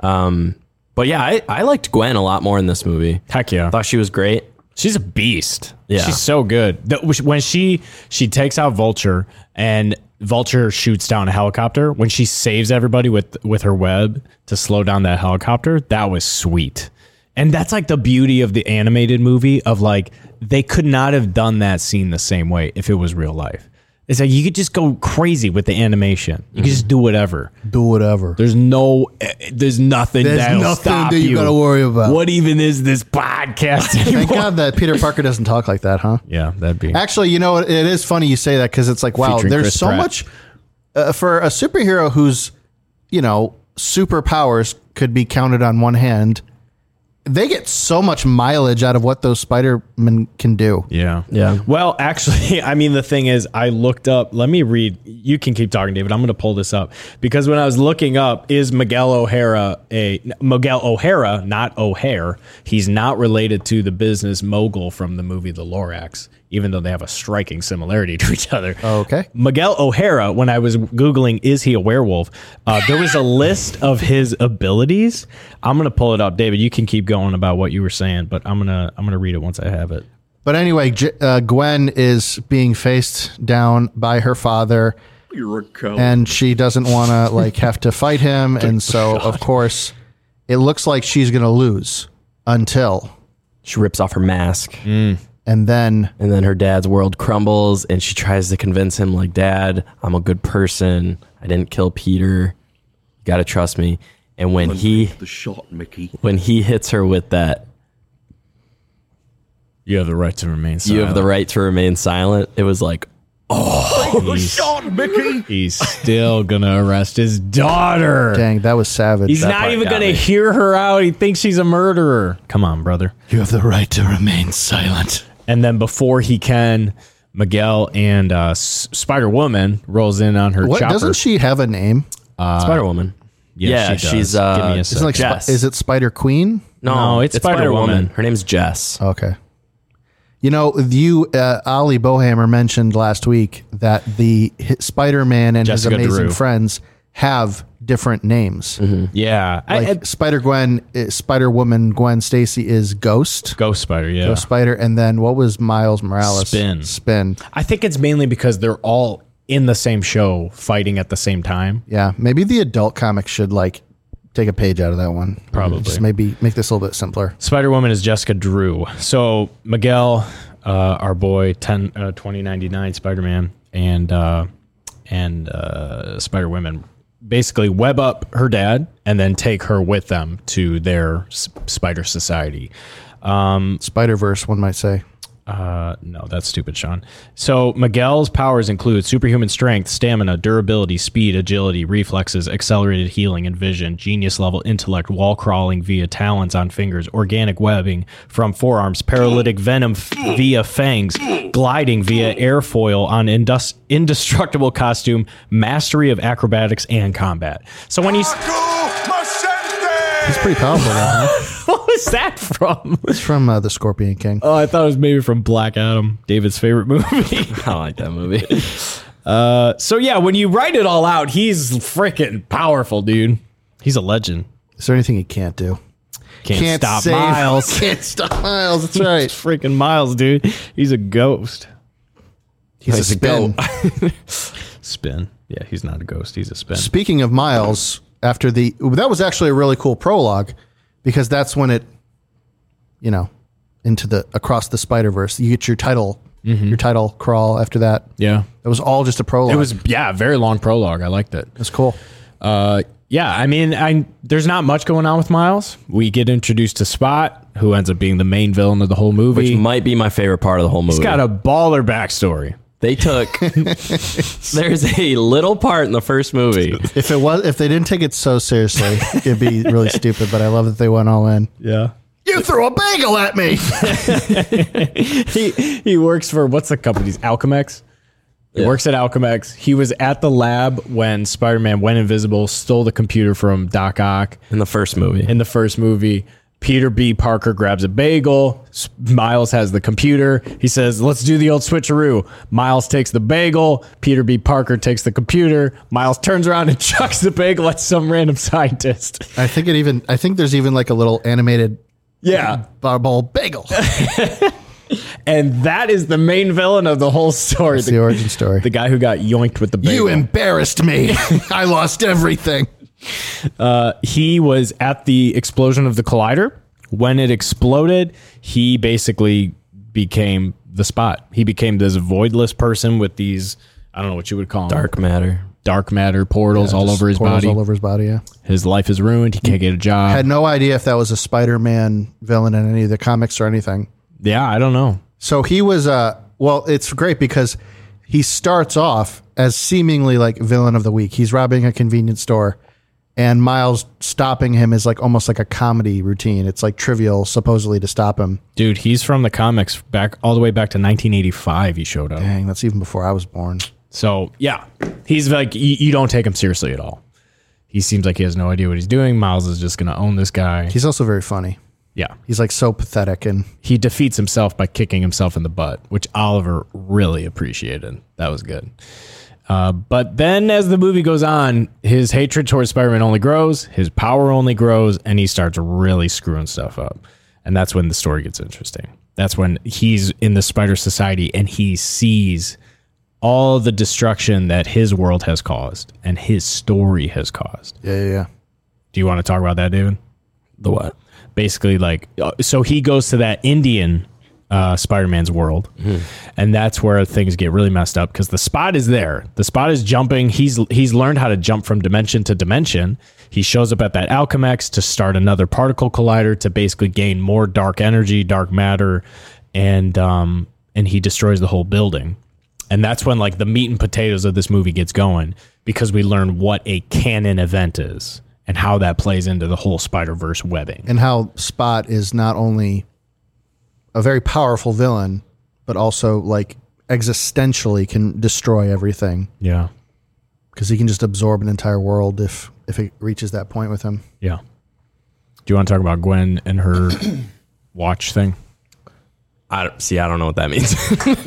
[SPEAKER 6] Um, but yeah, I, I liked Gwen a lot more in this movie.
[SPEAKER 4] Heck yeah.
[SPEAKER 6] I thought she was great.
[SPEAKER 4] She's a beast.
[SPEAKER 6] Yeah.
[SPEAKER 4] She's so good. The- when she she takes out Vulture and Vulture shoots down a helicopter, when she saves everybody with with her web to slow down that helicopter, that was sweet. And that's like the beauty of the animated movie of like they could not have done that scene the same way if it was real life. It's like you could just go crazy with the animation. You could just do whatever.
[SPEAKER 5] Do whatever.
[SPEAKER 4] There's no, eh, there's nothing.
[SPEAKER 5] There's
[SPEAKER 4] that'll
[SPEAKER 5] nothing
[SPEAKER 4] stop
[SPEAKER 5] that you gotta worry about.
[SPEAKER 4] What even is this podcast?
[SPEAKER 5] Thank
[SPEAKER 4] anymore?
[SPEAKER 5] God that Peter Parker doesn't talk like that, huh?
[SPEAKER 4] Yeah, that'd be.
[SPEAKER 5] Actually, you know, what? it is funny you say that because it's like, wow,
[SPEAKER 4] Featuring
[SPEAKER 5] there's
[SPEAKER 4] Chris
[SPEAKER 5] so
[SPEAKER 4] Pratt.
[SPEAKER 5] much uh, for a superhero whose, you know, superpowers could be counted on one hand. they get so much mileage out of what those Spider-Men can do.
[SPEAKER 4] Yeah.
[SPEAKER 6] Yeah.
[SPEAKER 4] Well, actually, I mean, the thing is, I looked up. Let me read. You can keep talking, David. I'm going to pull this up because when I was looking up, is Miguel O'Hara a Miguel O'Hara, not O'Hare? He's not related to the business mogul from the movie The Lorax, even though they have a striking similarity to each other.
[SPEAKER 5] Oh, Okay.
[SPEAKER 4] Miguel O'Hara, when I was Googling, is he a werewolf? Uh, there was a list of his abilities. I'm going to pull it up. David, you can keep going about what you were saying, but I'm going to, I'm going to read it once I have it.
[SPEAKER 5] But anyway, J- uh, Gwen is being faced down by her father, and she doesn't want to like have to fight him, and so of course, it looks like she's gonna lose until,
[SPEAKER 6] She rips off her mask,
[SPEAKER 5] and then
[SPEAKER 6] and then her dad's world crumbles, and she tries to convince him, like, "Dad, I'm a good person. I didn't kill Peter. You gotta trust me." And when he
[SPEAKER 2] the shot, Mickey.
[SPEAKER 6] when he hits her with that,
[SPEAKER 4] You have the right to remain silent.
[SPEAKER 6] you have the right to remain silent. It was like,
[SPEAKER 2] Shot, Mickey.
[SPEAKER 4] He's still gonna arrest his daughter.
[SPEAKER 5] dang, that was savage.
[SPEAKER 4] He's
[SPEAKER 6] That
[SPEAKER 4] not
[SPEAKER 6] part
[SPEAKER 4] even
[SPEAKER 6] got
[SPEAKER 4] gonna
[SPEAKER 6] me.
[SPEAKER 4] hear her out. He thinks she's a murderer. Come on, brother.
[SPEAKER 5] you have the right to remain silent.
[SPEAKER 4] And then before he can, Miguel and uh, S- Spider Woman rolls in on her
[SPEAKER 5] What
[SPEAKER 4] chopper.
[SPEAKER 5] doesn't she have a name?
[SPEAKER 6] Spider Woman.
[SPEAKER 4] Yes,
[SPEAKER 6] yeah,
[SPEAKER 4] Uh, she does.
[SPEAKER 6] she's, uh,
[SPEAKER 4] Give me a
[SPEAKER 6] it's
[SPEAKER 5] Isn't
[SPEAKER 4] sec.
[SPEAKER 5] it like Spi-
[SPEAKER 6] Jess.
[SPEAKER 5] is it Spider Queen?
[SPEAKER 6] No,
[SPEAKER 4] No, it's Spider-Woman. Uh,
[SPEAKER 6] Her name's Jess.
[SPEAKER 5] Okay. You know, you uh, Ollie Bohammer mentioned last week that the hit Spider-Man and
[SPEAKER 4] Jessica
[SPEAKER 5] his amazing
[SPEAKER 4] Drew. Mm-hmm.
[SPEAKER 5] friends have different names.
[SPEAKER 4] yeah, I-
[SPEAKER 5] Like
[SPEAKER 4] I-
[SPEAKER 5] Spider Gwen, Spider Woman, Gwen Stacy is Ghost,
[SPEAKER 4] Ghost Spider. Yeah,
[SPEAKER 5] Ghost Spider, and then what was Miles Morales?
[SPEAKER 4] Spin.
[SPEAKER 5] Spin.
[SPEAKER 4] I think it's mainly because they're all in the same show fighting at the same time.
[SPEAKER 5] Yeah, maybe the adult comic should like take a page out of that one.
[SPEAKER 4] Probably.
[SPEAKER 5] just maybe make this a little bit simpler.
[SPEAKER 4] Spider Woman is Jessica Drew. So Miguel, uh, our boy, 10, uh, 2099 Spider Man, and uh, and uh, Spider Woman basically web up her dad and then take her with them to their s- spider society.
[SPEAKER 5] Spider Verse, one might say.
[SPEAKER 4] Uh, no, that's stupid, Sean. So Miguel's powers include superhuman strength, stamina, durability, speed, agility, reflexes, accelerated healing and vision, genius level intellect, wall crawling via talons on fingers, organic webbing from forearms, paralytic venom f- via fangs, gliding via airfoil on indus- indestructible costume, mastery of acrobatics and combat. So when he's
[SPEAKER 5] It's pretty powerful. that, huh?
[SPEAKER 4] what was that from?
[SPEAKER 5] It's from uh, the Scorpion King.
[SPEAKER 4] Oh, I thought it was maybe from Black Adam, David's favorite movie. Uh,
[SPEAKER 6] I like that movie.
[SPEAKER 4] So yeah, when you write it all out, he's freaking powerful, dude. He's a legend.
[SPEAKER 5] Is there anything he can't do?
[SPEAKER 4] Can't,
[SPEAKER 5] Can't
[SPEAKER 4] stop
[SPEAKER 5] save-
[SPEAKER 4] Miles.
[SPEAKER 5] Can't stop Miles. That's right.
[SPEAKER 4] freaking Miles, dude. He's a ghost.
[SPEAKER 5] He's a
[SPEAKER 6] He's a
[SPEAKER 5] spin.
[SPEAKER 4] Spin. Yeah, he's not a ghost. He's a spin.
[SPEAKER 5] Speaking of Miles, after the that was actually a really cool prologue because that's when it, you know, into the across the Spider Verse. You get your title, your title crawl after that.
[SPEAKER 4] Yeah.
[SPEAKER 5] Mm-hmm. It was all just a prologue.
[SPEAKER 4] It was yeah, very long prologue. I liked it.
[SPEAKER 5] It's cool.
[SPEAKER 4] Uh, yeah, I mean, I there's not much going on with Miles. We get introduced to Spot, who ends up being the main villain of the whole movie.
[SPEAKER 6] Which might be my favorite part of the whole movie.
[SPEAKER 4] he's got a baller backstory.
[SPEAKER 6] they took. there's a little part in the first movie.
[SPEAKER 5] If it was, if they didn't take it so seriously, it'd be really stupid. But I love that they went all in.
[SPEAKER 4] Yeah.
[SPEAKER 5] You threw a bagel at me.
[SPEAKER 4] he he works for what's the company's Alchemex. He works at Alchemex. He was at the lab when Spider-Man went invisible, stole the computer from Doc Ock
[SPEAKER 6] In the first movie.
[SPEAKER 4] in the first movie. Peter B. Parker grabs a bagel. S- Miles has the computer. He says, "Let's do the old switcheroo." Miles takes the bagel. Peter B. Parker takes the computer. Miles turns around and chucks the bagel at some random scientist.
[SPEAKER 5] I think it even. I think there's even like a little animated
[SPEAKER 4] Yeah,
[SPEAKER 5] bubble bagel.
[SPEAKER 4] and that is the main villain of the whole story.
[SPEAKER 5] It's the
[SPEAKER 4] The,
[SPEAKER 5] origin story.
[SPEAKER 4] the guy who got yoinked with the bagel.
[SPEAKER 5] You embarrassed me. I lost everything.
[SPEAKER 4] he was at the explosion of the collider. When it exploded, he basically became the spot. He became this voidless person with these I don't know what you would call them,
[SPEAKER 6] Dark Matter.
[SPEAKER 4] dark matter portals all over his
[SPEAKER 5] Portals
[SPEAKER 4] body.
[SPEAKER 5] All over his body. Yeah.
[SPEAKER 4] his life is ruined. He can't get a job.
[SPEAKER 5] Had no idea if that was a Spider-Man villain in any of the comics or anything.
[SPEAKER 4] yeah, I don't know.
[SPEAKER 5] So he was. Uh, well, it's great because he starts off as seemingly like villain of the week. He's robbing a convenience store, and Miles stopping him is like almost like a comedy routine. It's like trivial, supposedly, to stop him.
[SPEAKER 4] Dude, he's from the comics back all the way back to 1985. He showed up.
[SPEAKER 5] Dang, that's even before I was born.
[SPEAKER 4] So yeah, he's like you, you don't take him seriously at all. He seems like he has no idea what he's doing. Miles is just gonna own this guy.
[SPEAKER 5] He's also very funny.
[SPEAKER 4] Yeah,
[SPEAKER 5] He's like so pathetic and
[SPEAKER 4] he defeats himself by kicking himself in the butt, which Oliver really appreciated. That was good. Uh, but then, as the movie goes on, his hatred towards Spider Man only grows, his power only grows, and he starts really screwing stuff up. And that's when the story gets interesting. That's when he's in the Spider Society and he sees all the destruction that his world has caused and his story has caused.
[SPEAKER 5] yeah, yeah, yeah.
[SPEAKER 4] Do you want to talk about that, David?
[SPEAKER 6] The what?
[SPEAKER 4] basically like uh, so he goes to that Indian uh, Spider-Man's world, and that's where things get really messed up because the spot is there. The spot is jumping. He's he's learned how to jump from dimension to dimension. He shows up at that Alchemex to start another particle collider to basically gain more dark energy, dark matter, and um and he destroys the whole building. And that's when like the meat and potatoes of this movie gets going because we learn what a canon event is and how that plays into the whole Spider-Verse webbing.
[SPEAKER 5] And how Spot is not only a very powerful villain, but also like existentially can destroy everything
[SPEAKER 4] Yeah.
[SPEAKER 5] because he can just absorb an entire world if if it reaches that point with him.
[SPEAKER 4] Yeah. Do you want to talk about Gwen and her watch thing?
[SPEAKER 6] I don't, see. I don't know what that means.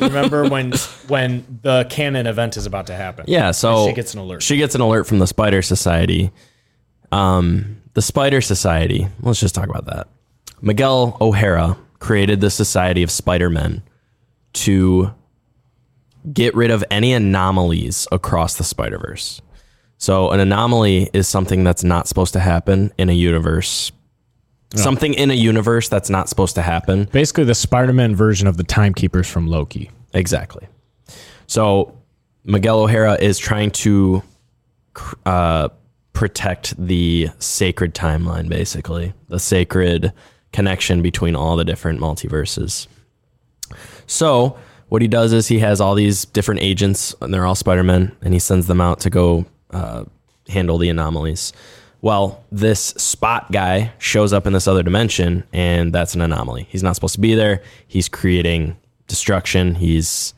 [SPEAKER 4] Remember when when the canon event is about to happen?
[SPEAKER 6] yeah. So
[SPEAKER 4] She gets an alert.
[SPEAKER 6] She gets an alert from the Spider Society. Um, the Spider Society. Let's just talk about that. Miguel O'Hara created the Society of Spider Men to get rid of any anomalies across the Spider Verse. So an anomaly is something that's not supposed to happen in a universe. Something in a universe that's not supposed to happen.
[SPEAKER 4] Basically the Spider-Man version of the timekeepers from Loki.
[SPEAKER 6] Exactly. So Miguel O'Hara is trying to cr- uh, protect the sacred timeline, basically, the sacred connection between all the different multiverses. So what he does is he has all these different agents, and they're all Spider Men, and he sends them out to go uh, handle the anomalies. Well, this spot guy shows up in this other dimension, and that's an anomaly. He's not supposed to be there. He's creating destruction. He's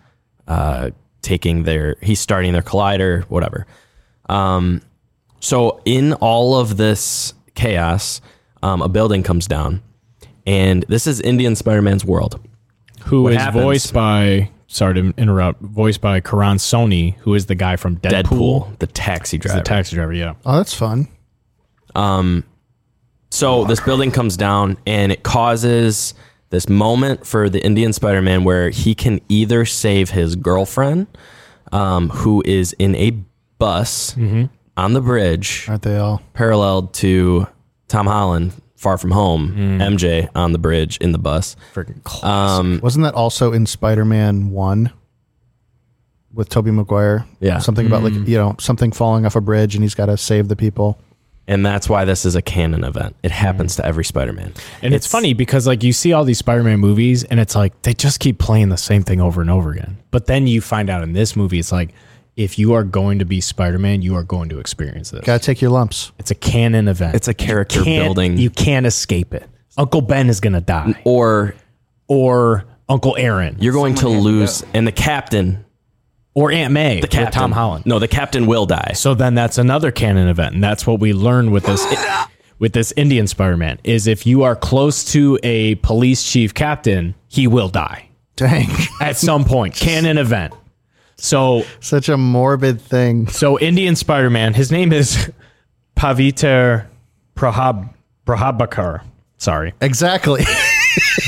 [SPEAKER 6] uh, taking their, he's starting their collider, whatever. Um, so in all of this chaos, um, a building comes down, and this is Indian Spider Man's world.
[SPEAKER 4] Who is
[SPEAKER 6] What happens-
[SPEAKER 4] voiced by sorry to interrupt, voiced by Karan Sony, who is the guy from Deadpool.
[SPEAKER 6] Deadpool, the taxi
[SPEAKER 4] He's
[SPEAKER 6] driver.
[SPEAKER 4] The taxi driver, yeah.
[SPEAKER 5] Oh, that's fun.
[SPEAKER 6] So this building comes down and it causes this moment for the Indian Spider Man where he can either save his girlfriend, um, who is in a bus
[SPEAKER 4] Mm-hmm.
[SPEAKER 6] on the bridge,
[SPEAKER 5] Aren't they all?
[SPEAKER 6] paralleled to Tom Holland, far from home, MJ on the bridge in the bus.
[SPEAKER 4] Mm. Freaking cl-
[SPEAKER 6] Um,
[SPEAKER 5] Wasn't that also in Spider Man One with Tobey Maguire?
[SPEAKER 6] Yeah.
[SPEAKER 5] something about like you know something falling off a bridge and he's got to save the people.
[SPEAKER 6] and that's why this is a canon event. It happens to every Spider Man.
[SPEAKER 4] Mm. and it's, funny because like you see all these Spider-Man movies and it's like they just keep playing the same thing over and over again. But then you find out in this movie it's like if you are going to be Spider-Man, you are going to experience this.
[SPEAKER 5] Got to take your lumps.
[SPEAKER 4] It's a canon event.
[SPEAKER 6] It's a character
[SPEAKER 4] Can't-
[SPEAKER 6] building.
[SPEAKER 4] You can't escape it. Uncle Ben is gonna die,
[SPEAKER 6] or
[SPEAKER 4] or Uncle Aaron,
[SPEAKER 6] you're going to lose, and the captain,
[SPEAKER 4] or Aunt May,
[SPEAKER 6] the captain,
[SPEAKER 4] Tom Holland.
[SPEAKER 6] No, the captain will die.
[SPEAKER 4] So then that's another canon event, and that's what we learn with this with this Indian Spider-Man is if you are close to a police chief captain, he will die
[SPEAKER 5] Dang,
[SPEAKER 4] at some point. canon event. So
[SPEAKER 5] such a morbid thing.
[SPEAKER 4] So Indian Spider-Man, his name is Paviter Prahab Prahabakar. Sorry.
[SPEAKER 5] Exactly.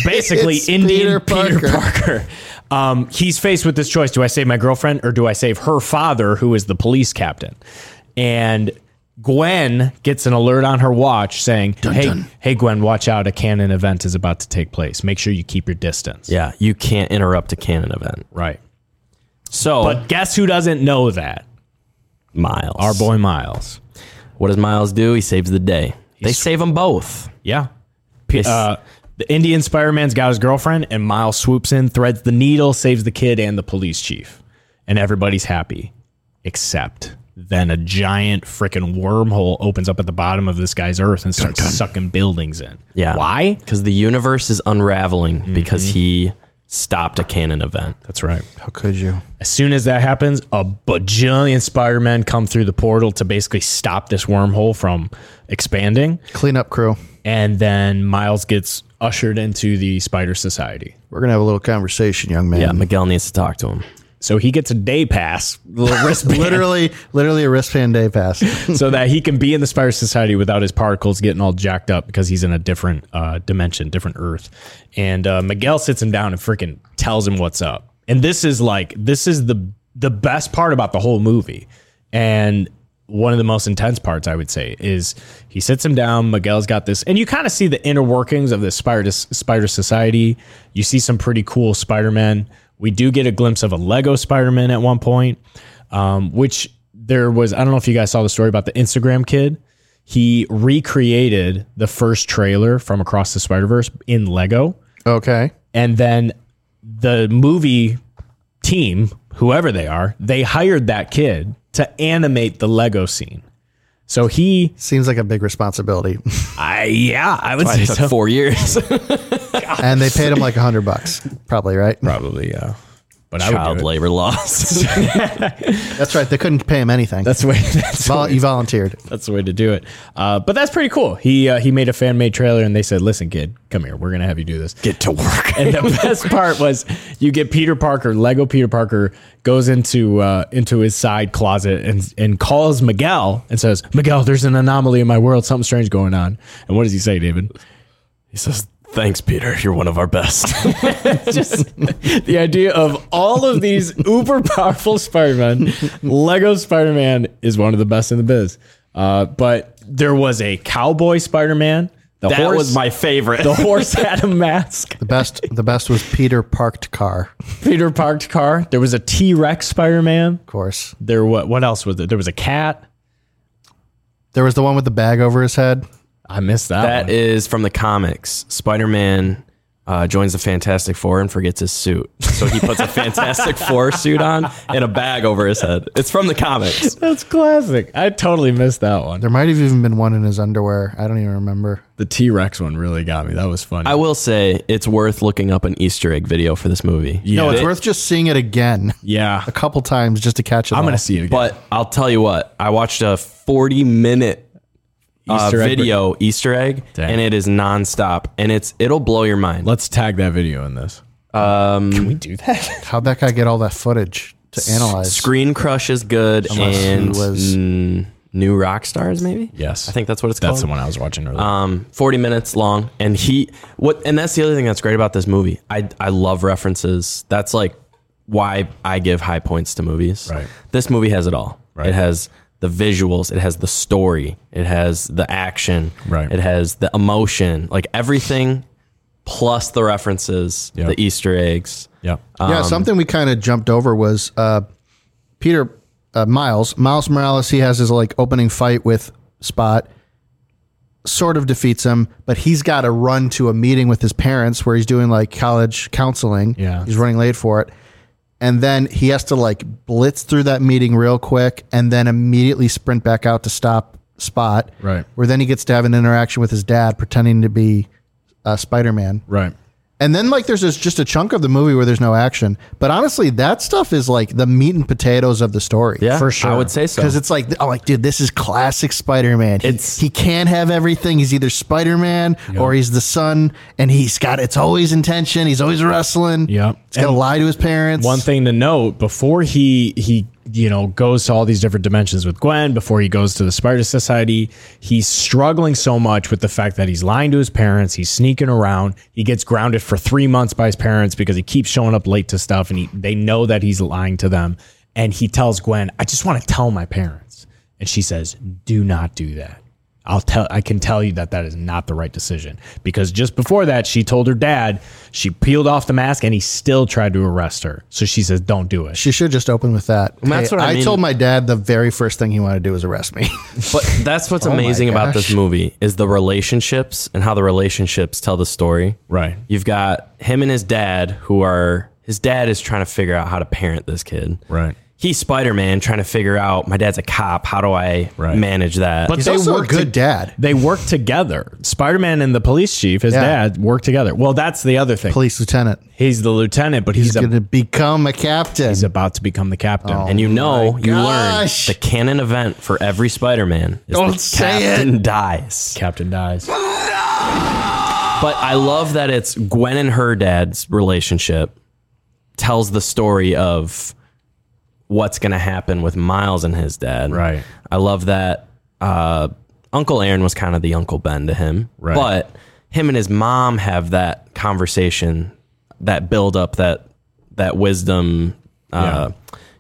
[SPEAKER 4] Basically
[SPEAKER 5] It's
[SPEAKER 4] Indian Peter
[SPEAKER 5] Peter
[SPEAKER 4] Parker.
[SPEAKER 5] Parker.
[SPEAKER 4] Um, he's faced with this choice. Do I save my girlfriend or do I save her father, who is the police captain? And Gwen gets an alert on her watch saying, Hey, hey Gwen, watch out. A canon event is about to take place. Make sure you keep your distance.
[SPEAKER 6] Yeah, you can't interrupt a canon event.
[SPEAKER 4] Right.
[SPEAKER 6] So,
[SPEAKER 4] But guess who doesn't know that?
[SPEAKER 6] Miles,
[SPEAKER 4] Our boy Miles.
[SPEAKER 6] What does Miles do? He saves the day. They save them both.
[SPEAKER 4] Yeah. P-
[SPEAKER 6] It's-
[SPEAKER 4] uh, the Indian Spider Man's got his girlfriend, and Miles swoops in, threads the needle, saves the kid and the police chief. And everybody's happy except then a giant freaking wormhole opens up at the bottom of this guy's earth and starts sucking buildings in.
[SPEAKER 6] Yeah.
[SPEAKER 4] Why?
[SPEAKER 6] Because the universe is unraveling because he stopped a canon event.
[SPEAKER 4] That's right.
[SPEAKER 5] How could you?
[SPEAKER 4] As soon as that happens, a bajillion Spider-Men come through the portal to basically stop this wormhole from expanding.
[SPEAKER 5] Cleanup crew.
[SPEAKER 4] And then Miles gets ushered into the Spider Society.
[SPEAKER 5] We're gonna have a little conversation, young man.
[SPEAKER 6] Yeah, Miguel needs to talk to him.
[SPEAKER 4] So he gets a day pass, little wristband,
[SPEAKER 5] literally, literally a wristband day pass.
[SPEAKER 4] so that he can be in the Spider Society without his particles getting all jacked up because he's in a different uh, dimension, different Earth. And uh, Miguel sits him down and freaking tells him what's up. And this is like this is the the best part about the whole movie, and one of the most intense parts I would say is he sits him down. Miguel's got this, and you kind of see the inner workings of the Spider Spider Society. You see some pretty cool Spider Man. We do get a glimpse of a Lego Spider Man at one point, um, which there was I don't know if you guys saw the story about the Instagram kid. He recreated the first trailer from Across the Spider Verse in Lego,
[SPEAKER 5] okay.
[SPEAKER 4] and then the movie team, whoever they are, they hired that kid to animate the Lego scene. So he,
[SPEAKER 5] Seems like a big responsibility.
[SPEAKER 4] I yeah, I would
[SPEAKER 6] It
[SPEAKER 4] say
[SPEAKER 6] took
[SPEAKER 4] so.
[SPEAKER 6] four years.
[SPEAKER 5] and they paid him like a hundred bucks, probably, right?
[SPEAKER 4] Probably yeah, but I would
[SPEAKER 6] Child
[SPEAKER 4] do it.
[SPEAKER 6] labor laws.
[SPEAKER 5] That's right. They couldn't pay him anything.
[SPEAKER 4] That's the way. That's the
[SPEAKER 5] Vol-
[SPEAKER 4] way-
[SPEAKER 5] you volunteered.
[SPEAKER 4] that's the way to do it. Uh, but that's pretty cool. He uh, he made a fan made trailer, and they said, "Listen, kid, come here. We're gonna have you do this. Get to work." and the best part was you get Peter Parker, Lego Peter Parker, goes into uh, into his side closet and and calls Miguel and says, "Miguel, there's an anomaly in my world. Something strange going on." And what does he say, David?
[SPEAKER 6] he says, Thanks, Peter. You're one of our best.
[SPEAKER 4] the idea of all of these uber powerful Spider-Man, Lego Spider-Man is one of the best in the biz. Uh, but there was a cowboy Spider-Man. The
[SPEAKER 6] that
[SPEAKER 4] horse-
[SPEAKER 6] was my favorite.
[SPEAKER 4] The horse had a mask.
[SPEAKER 5] The best. The best was Peter parked car, of
[SPEAKER 4] Peter parked car. There was a T Rex Spider Man.
[SPEAKER 5] course.
[SPEAKER 4] There what? What else was there? There was a cat.
[SPEAKER 5] There was the one with the bag over his head.
[SPEAKER 4] I missed that.
[SPEAKER 6] That
[SPEAKER 4] one.
[SPEAKER 6] is from the comics. Spider Man uh, joins the Fantastic Four and forgets his suit. So he puts a Fantastic Four suit on and a bag over his head. It's from the comics.
[SPEAKER 4] That's classic. I totally missed that one.
[SPEAKER 5] There might have even been one in his underwear. I don't even remember.
[SPEAKER 4] The T Rex one really got me. That was funny.
[SPEAKER 6] I will say it's worth looking up an Easter egg video for this movie.
[SPEAKER 4] yeah.
[SPEAKER 5] No, Oh, it's worth just seeing it again
[SPEAKER 4] yeah.
[SPEAKER 5] a couple times just to catch it.
[SPEAKER 4] I'm
[SPEAKER 5] all.
[SPEAKER 4] gonna see it again.
[SPEAKER 6] But I'll tell you what, I watched a 40 minute uh,
[SPEAKER 4] Easter egg
[SPEAKER 6] video Easter egg,
[SPEAKER 4] Dang.
[SPEAKER 6] and it is nonstop, and it's it'll blow your mind.
[SPEAKER 4] Let's tag that video in this. Um, Can we do that?
[SPEAKER 5] How'd that guy get all that footage to analyze?
[SPEAKER 6] Screen Crush is good,
[SPEAKER 5] Unless he
[SPEAKER 6] and
[SPEAKER 5] was-
[SPEAKER 6] mm, New Rock Stars maybe.
[SPEAKER 4] yes.
[SPEAKER 6] I think that's what it's
[SPEAKER 4] that's the
[SPEAKER 6] called.
[SPEAKER 4] one I was watching earlier.
[SPEAKER 6] um, 40 minutes long and he what and that's the other thing that's great about this movie i i love references that's like why i give high points to movies
[SPEAKER 4] Right.
[SPEAKER 6] this movie has it all.
[SPEAKER 4] Right.
[SPEAKER 6] it has the visuals it has the story it has the action
[SPEAKER 4] Right.
[SPEAKER 6] it has the emotion like everything plus the references
[SPEAKER 4] Yep.
[SPEAKER 6] the easter eggs
[SPEAKER 4] yeah.
[SPEAKER 6] uh,
[SPEAKER 5] Yeah, something we kind of jumped over was uh, Peter uh, Miles Miles Morales. He has his like opening fight with Spot, sort of defeats him, but he's got to run to a meeting with his parents where he's doing like college counseling.
[SPEAKER 4] Yeah.
[SPEAKER 5] he's running late for it, and then he has to like blitz through that meeting real quick, and then immediately sprint back out to stop Spot.
[SPEAKER 4] Right.
[SPEAKER 5] where then he gets to have an interaction with his dad, pretending to be uh, Spider Man.
[SPEAKER 4] right.
[SPEAKER 5] And then like there's this, just a chunk of the movie where there's no action. But honestly, that stuff is like the meat and potatoes of the story.
[SPEAKER 6] yeah
[SPEAKER 4] For sure.
[SPEAKER 6] i would say so
[SPEAKER 5] Because it's like, oh, like, dude, this is classic Spider-Man. He,
[SPEAKER 6] It's-
[SPEAKER 5] he can't have everything. He's either Spider-Man or he's the son, and he's got it's always intention. He's always wrestling.
[SPEAKER 4] Yeah.
[SPEAKER 5] he's gonna
[SPEAKER 4] And
[SPEAKER 5] lie to his parents.
[SPEAKER 4] One thing to note before he he you know goes to all these different dimensions with Gwen, before he goes to the Spider Society, he's struggling so much with the fact that he's lying to his parents, he's sneaking around, he gets grounded for three months by his parents because he keeps showing up late to stuff, and he, they know that he's lying to them, and he tells Gwen, "I just want to tell my parents," and she says, "Do not do that." I'll tell I can tell you that that is not the right decision because just before that she told her dad she peeled off the mask and he still tried to arrest her. So she says don't do it.
[SPEAKER 5] She should just open with that.
[SPEAKER 6] that's what I mean.
[SPEAKER 5] told my dad the very first thing he wanted to do was arrest me.
[SPEAKER 6] But that's what's
[SPEAKER 5] my
[SPEAKER 6] amazing about this
[SPEAKER 5] gosh.
[SPEAKER 6] movie is the relationships and how the relationships tell the story.
[SPEAKER 4] Right.
[SPEAKER 6] You've got him and his dad who are his dad is trying to figure out how to parent this kid.
[SPEAKER 4] Right.
[SPEAKER 6] he's Spider Man trying to figure out my dad's a cop. How do I
[SPEAKER 4] Right.
[SPEAKER 6] manage that?
[SPEAKER 4] But
[SPEAKER 5] He's
[SPEAKER 4] they
[SPEAKER 5] also a
[SPEAKER 4] work
[SPEAKER 5] good
[SPEAKER 4] to-
[SPEAKER 5] dad.
[SPEAKER 4] They work together. Spider Man and the police chief, his
[SPEAKER 5] Yeah.
[SPEAKER 4] dad, work together. Well, that's the other thing.
[SPEAKER 5] Police lieutenant.
[SPEAKER 4] He's the lieutenant, but he's Oh.
[SPEAKER 5] He's
[SPEAKER 4] a-
[SPEAKER 5] going to become a captain.
[SPEAKER 4] he's about to become the captain.
[SPEAKER 6] and you know, you learn
[SPEAKER 5] gosh.
[SPEAKER 6] the canon event for every Spider Man is
[SPEAKER 5] Don't
[SPEAKER 6] the
[SPEAKER 5] say
[SPEAKER 6] captain dies.
[SPEAKER 4] captain dies.
[SPEAKER 6] But I love that it's Gwen and her dad's relationship tells the story of what's going to happen with Miles and his dad.
[SPEAKER 4] Right.
[SPEAKER 6] I love that uh, Uncle Aaron was kind of the Uncle Ben to him.
[SPEAKER 4] Right.
[SPEAKER 6] But him and his mom have that conversation, that build up, that that wisdom. Uh,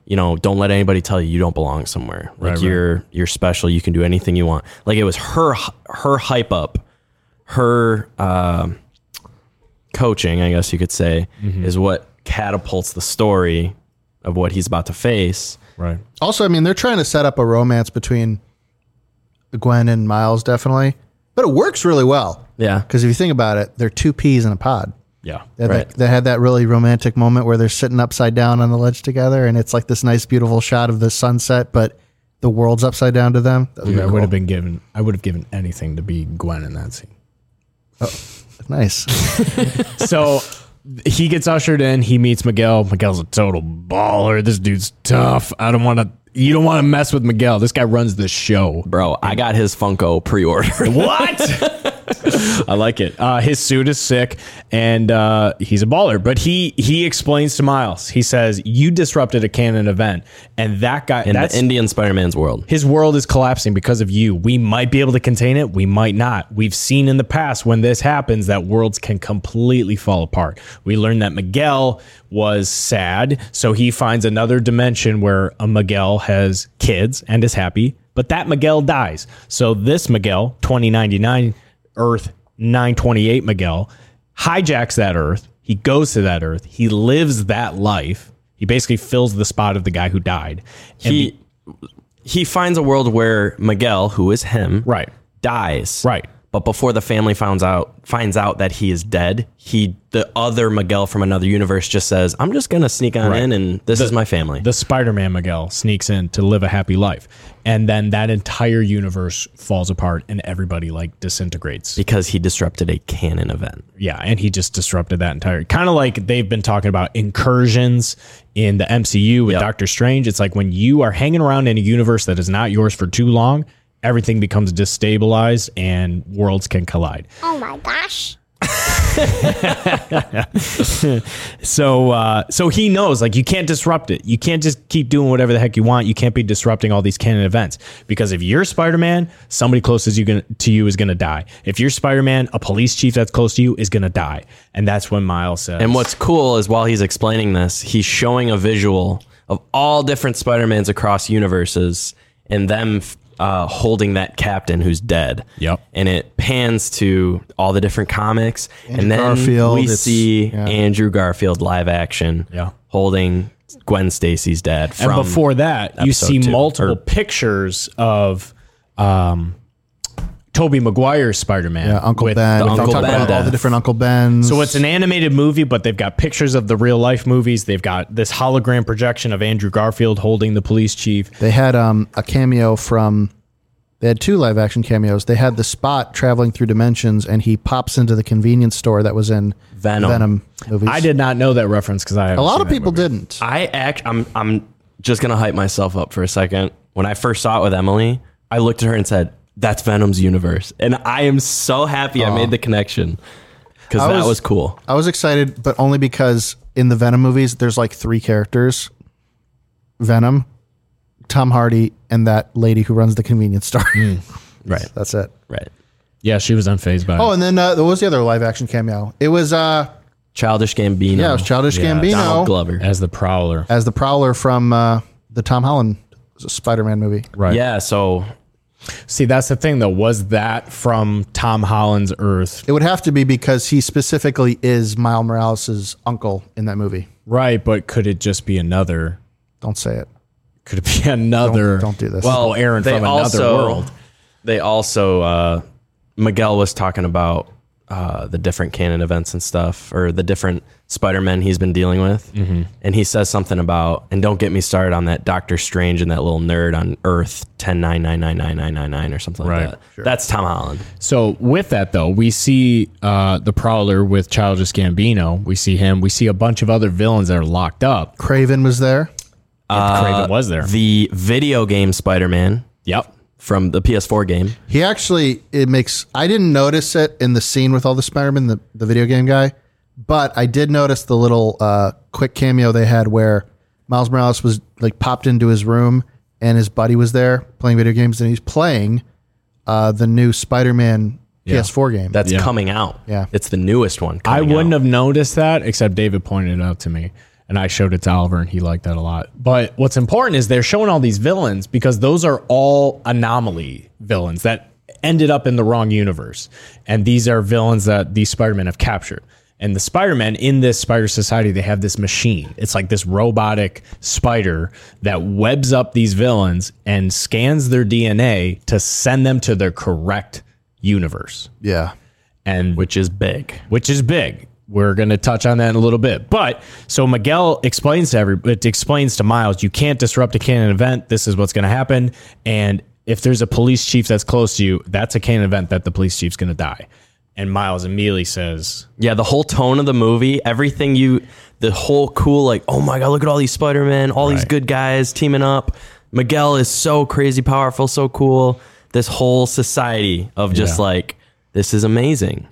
[SPEAKER 6] You know, don't let anybody tell you you don't belong somewhere. Like
[SPEAKER 4] right.
[SPEAKER 6] you're you're special. You can do anything you want. Like it was her her hype up, her um coaching, I guess you could say,
[SPEAKER 4] Mm-hmm.
[SPEAKER 6] is what catapults the story of what he's about to face.
[SPEAKER 4] Right.
[SPEAKER 5] Also, I mean, they're trying to set up a romance between Gwen and Miles, definitely, but it works really well.
[SPEAKER 6] Yeah.
[SPEAKER 5] Because if you think about it, they're two peas in a pod.
[SPEAKER 4] Yeah.
[SPEAKER 5] They had,
[SPEAKER 6] Right.
[SPEAKER 5] that, they had that really romantic moment where they're sitting upside down on the ledge together, and it's like this nice, beautiful shot of the sunset, but the world's upside down to them. That was
[SPEAKER 4] I would have been given. I would have given anything to be Gwen in that scene.
[SPEAKER 5] nice.
[SPEAKER 4] So he gets ushered in. He meets Miguel. Miguel's a total baller. This dude's tough. I don't want to. You don't want to mess with Miguel. This guy runs the show.
[SPEAKER 6] Bro, I got his Funko pre-order.
[SPEAKER 4] What? I like it. Uh, his suit is sick, and uh, he's a baller. But he he explains to Miles. He says, "You disrupted a canon event, and that guy.
[SPEAKER 6] in
[SPEAKER 4] that's
[SPEAKER 6] the Indian Spider-Man's world.
[SPEAKER 4] his world is collapsing because of you. We might be able to contain it, we might not. We've seen in the past when this happens that worlds can completely fall apart. We learned that Miguel was sad, so he finds another dimension where a Miguel has kids and is happy, but that Miguel dies. So this Miguel, 2099 Earth 928 Miguel, hijacks that Earth. He goes to that Earth. He lives that life. He basically fills the spot of the guy who died. And be-
[SPEAKER 6] He he finds a world where Miguel, who is him,
[SPEAKER 4] Right.
[SPEAKER 6] dies.
[SPEAKER 4] Right.
[SPEAKER 6] But before the family finds out finds out that he is dead, he the other Miguel from another universe just says, "I'm just gonna sneak on
[SPEAKER 4] Right.
[SPEAKER 6] in, and this is my family."
[SPEAKER 4] the Spider-Man Miguel sneaks in to live a happy life, and then that entire universe falls apart and everybody like disintegrates.
[SPEAKER 6] because he disrupted a canon event.
[SPEAKER 4] Yeah, and he just disrupted that entire kind of like they've been talking about incursions in the MCU with
[SPEAKER 6] Yep.
[SPEAKER 4] Doctor Strange. It's like when you are hanging around in a universe that is not yours for too long, everything becomes destabilized and worlds can collide.
[SPEAKER 7] Oh my gosh.
[SPEAKER 4] So uh, so he knows like you can't disrupt it. You can't just keep doing whatever the heck you want. You can't be disrupting all these canon events because if you're Spider-Man, somebody closest you gonna, to you is going to die. If you're Spider-Man, a police chief that's close to you is going to die. And that's when Miles says
[SPEAKER 6] And what's cool is while he's explaining this, he's showing a visual of all different Spider-Mans across universes and them uh, holding that captain who's dead.
[SPEAKER 4] Yep.
[SPEAKER 6] And it pans to all the different comics. and then
[SPEAKER 5] Garfield,
[SPEAKER 6] we
[SPEAKER 5] it's-
[SPEAKER 6] see
[SPEAKER 5] yeah.
[SPEAKER 6] Andrew Garfield live action
[SPEAKER 4] Yeah.
[SPEAKER 6] holding Gwen Stacy's dad from
[SPEAKER 4] and before that, you
[SPEAKER 6] episode
[SPEAKER 4] see
[SPEAKER 6] two,
[SPEAKER 4] multiple
[SPEAKER 6] or-
[SPEAKER 4] pictures of um Toby Maguire's Spider-Man.
[SPEAKER 5] Yeah, Uncle
[SPEAKER 4] with
[SPEAKER 5] Ben.
[SPEAKER 6] the
[SPEAKER 5] They
[SPEAKER 6] Uncle
[SPEAKER 5] talk
[SPEAKER 6] Ben
[SPEAKER 5] about all the
[SPEAKER 6] death.
[SPEAKER 5] different Uncle Bens.
[SPEAKER 4] So it's an animated movie, but they've got pictures of the real life movies. They've got this hologram projection of Andrew Garfield holding the police chief.
[SPEAKER 5] They had um, a cameo from. They had two live action cameos. They had the spot traveling through dimensions, and he pops into the convenience store that was in
[SPEAKER 6] Venom.
[SPEAKER 5] Venom movies.
[SPEAKER 4] I did not know that reference because I
[SPEAKER 5] A lot of people didn't.
[SPEAKER 6] I act I'm I'm just gonna hype myself up for a second. When I first saw it with Emily, I looked at her and said, That's Venom's universe. And I am so happy I made the connection. Because
[SPEAKER 5] I
[SPEAKER 6] that
[SPEAKER 5] was-
[SPEAKER 6] was, cool.
[SPEAKER 5] I was excited, but only because in the Venom movies, there's like three characters: Venom, Tom Hardy, and that lady who runs the convenience store.
[SPEAKER 6] Right.
[SPEAKER 5] That's it.
[SPEAKER 6] Right.
[SPEAKER 4] Yeah, she was unfazed by.
[SPEAKER 5] Oh,
[SPEAKER 4] it.
[SPEAKER 5] and then uh, what was the other live action cameo? It was uh,
[SPEAKER 6] Childish Gambino.
[SPEAKER 5] yeah, it was Childish
[SPEAKER 6] Oh, Donald
[SPEAKER 5] Gambino
[SPEAKER 6] Glover.
[SPEAKER 4] as the
[SPEAKER 6] Uh,
[SPEAKER 4] Prowler,
[SPEAKER 5] as the Prowler from uh, the Tom Holland Spider-Man movie.
[SPEAKER 4] right?
[SPEAKER 6] Yeah, so
[SPEAKER 4] See, that's the thing though. Was that from Tom Holland's Earth?
[SPEAKER 5] It would have to be because he specifically is Miles Morales' uncle in that movie.
[SPEAKER 4] Right, but could it just be another?
[SPEAKER 5] Don't say it.
[SPEAKER 4] Could it be another?
[SPEAKER 5] Don't do this.
[SPEAKER 4] Well, Aaron
[SPEAKER 6] Oh, they
[SPEAKER 4] from another
[SPEAKER 6] also,
[SPEAKER 4] world.
[SPEAKER 6] They also uh Miguel was talking about uh, the different canon events and stuff, or the different Spider Men he's been dealing with,
[SPEAKER 4] Mm-hmm.
[SPEAKER 6] and he says something about, and don't get me started on that Doctor Strange and that little nerd on Earth ten nine nine nine nine nine nine nine or something
[SPEAKER 4] Right.
[SPEAKER 6] like that. That's Tom Holland.
[SPEAKER 4] So with that though, we see uh, the Prowler with Childish Gambino. We see him. We see a bunch of other villains that are locked up.
[SPEAKER 5] Craven was there.
[SPEAKER 4] Uh, Craven was there.
[SPEAKER 6] The video game Spider Man
[SPEAKER 4] yep.
[SPEAKER 6] from the PS4 game.
[SPEAKER 5] He actually, it makes, I didn't notice it in the scene with all the Spider-Man, the, the video game guy, but I did notice the little uh, quick cameo they had where Miles Morales was like popped into his room and his buddy was there playing video games and he's playing uh, the new Spider-Man PS4 game.
[SPEAKER 6] That's coming out.
[SPEAKER 5] Yeah.
[SPEAKER 6] It's the newest one.
[SPEAKER 4] I
[SPEAKER 6] coming
[SPEAKER 4] wouldn't
[SPEAKER 6] out.
[SPEAKER 4] have noticed that except David pointed it out to me. And I showed it to Oliver and he liked that a lot. But what's important is they're showing all these villains because those are all anomaly villains that ended up in the wrong universe. And these are villains that these Spider-Men have captured. And the Spider-Men in this spider society, they have this machine. It's like this robotic spider that webs up these villains and scans their DNA to send them to their correct universe.
[SPEAKER 5] yeah.
[SPEAKER 4] And
[SPEAKER 6] which is big.
[SPEAKER 4] which is big. We're going to touch on that in a little bit. But so Miguel explains to every it explains to Miles, you can't disrupt a canon event. This is what's going to happen. And if there's a police chief that's close to you, that's a canon event that the police chief's going to die. And Miles immediately says,
[SPEAKER 6] Yeah, the whole tone of the movie, everything you, the whole cool, like, oh my God, look at all these Spider Men, all these
[SPEAKER 4] Right.
[SPEAKER 6] good guys teaming up. Miguel is so crazy powerful, so cool. This whole society of just
[SPEAKER 4] Yeah.
[SPEAKER 6] like, this is amazing.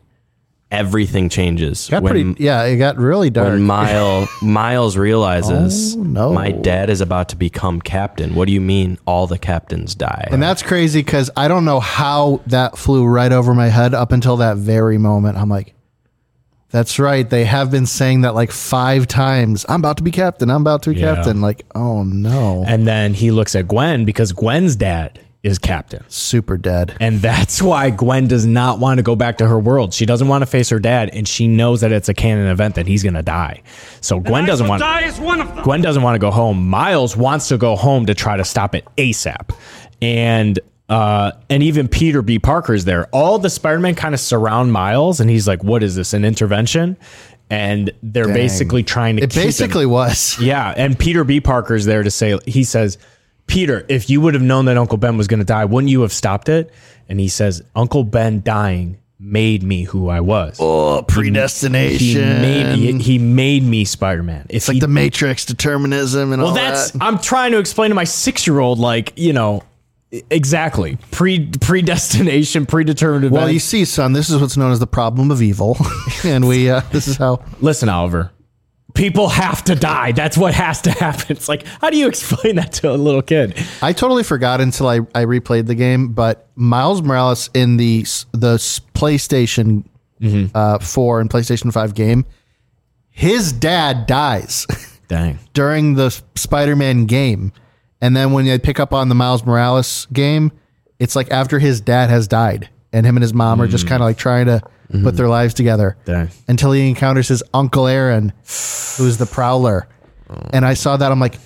[SPEAKER 6] Everything changes.
[SPEAKER 5] Got pretty, yeah, it got really dark. Oh,
[SPEAKER 6] when Miles, Miles realizes,
[SPEAKER 5] no.
[SPEAKER 6] my dad is about to become captain. What do you mean all the captains die?
[SPEAKER 5] And that's crazy because I don't know how that flew right over my head up until that very moment. I'm like, that's right. They have been saying that like five times. I'm about to be captain. I'm about to be
[SPEAKER 4] Yeah.
[SPEAKER 5] captain. Like, oh no.
[SPEAKER 4] and then he looks at Gwen because Gwen's dad is captain.
[SPEAKER 5] Super dead.
[SPEAKER 4] And that's why Gwen does not want to go back to her world. She doesn't want to face her dad, and she knows that it's a canon event that he's going to die. So Gwen doesn't want
[SPEAKER 7] die as one of them.
[SPEAKER 4] Gwen doesn't want to go home. Miles wants to go home to try to stop it ASAP. And uh, and even Peter B. Parker is there. All the Spider-Man kind of surround Miles, and he's like, "What is this? An intervention?" And they're basically trying to.
[SPEAKER 5] It
[SPEAKER 4] keep him-
[SPEAKER 5] basically was.
[SPEAKER 4] yeah, and Peter B. Parker is there to say he says, "Peter, if you would have known that Uncle Ben was going to die, wouldn't you have stopped it?" And he says, "Uncle Ben dying made me who I was.
[SPEAKER 5] Oh, predestination.
[SPEAKER 4] he made he, he made me Spider-Man. If
[SPEAKER 5] it's like
[SPEAKER 4] he
[SPEAKER 5] the Matrix determinism and
[SPEAKER 4] well,
[SPEAKER 5] all
[SPEAKER 4] that's
[SPEAKER 5] that.
[SPEAKER 4] I'm trying to explain to my six year old, like you know, e- exactly pre predestination, predetermined.
[SPEAKER 5] Well,
[SPEAKER 4] event.
[SPEAKER 5] you see, son, this is what's known as the problem of evil. and we, uh, this is how.
[SPEAKER 4] listen, Oliver. People have to die. That's what has to happen. It's like, how do you explain that to a little kid?
[SPEAKER 5] I totally forgot until I, I replayed the game, but Miles Morales in the s- the s- PlayStation uh, 4 and PlayStation 5 game, his dad dies
[SPEAKER 4] Dang.
[SPEAKER 5] during the Spider Man game. And then when they pick up on the Miles Morales game, it's like after his dad has died and him and his mom are just kind of like trying to put their lives together
[SPEAKER 4] Dang.
[SPEAKER 5] until he encounters his uncle Aaron, who's the Prowler. And I saw that. I'm like,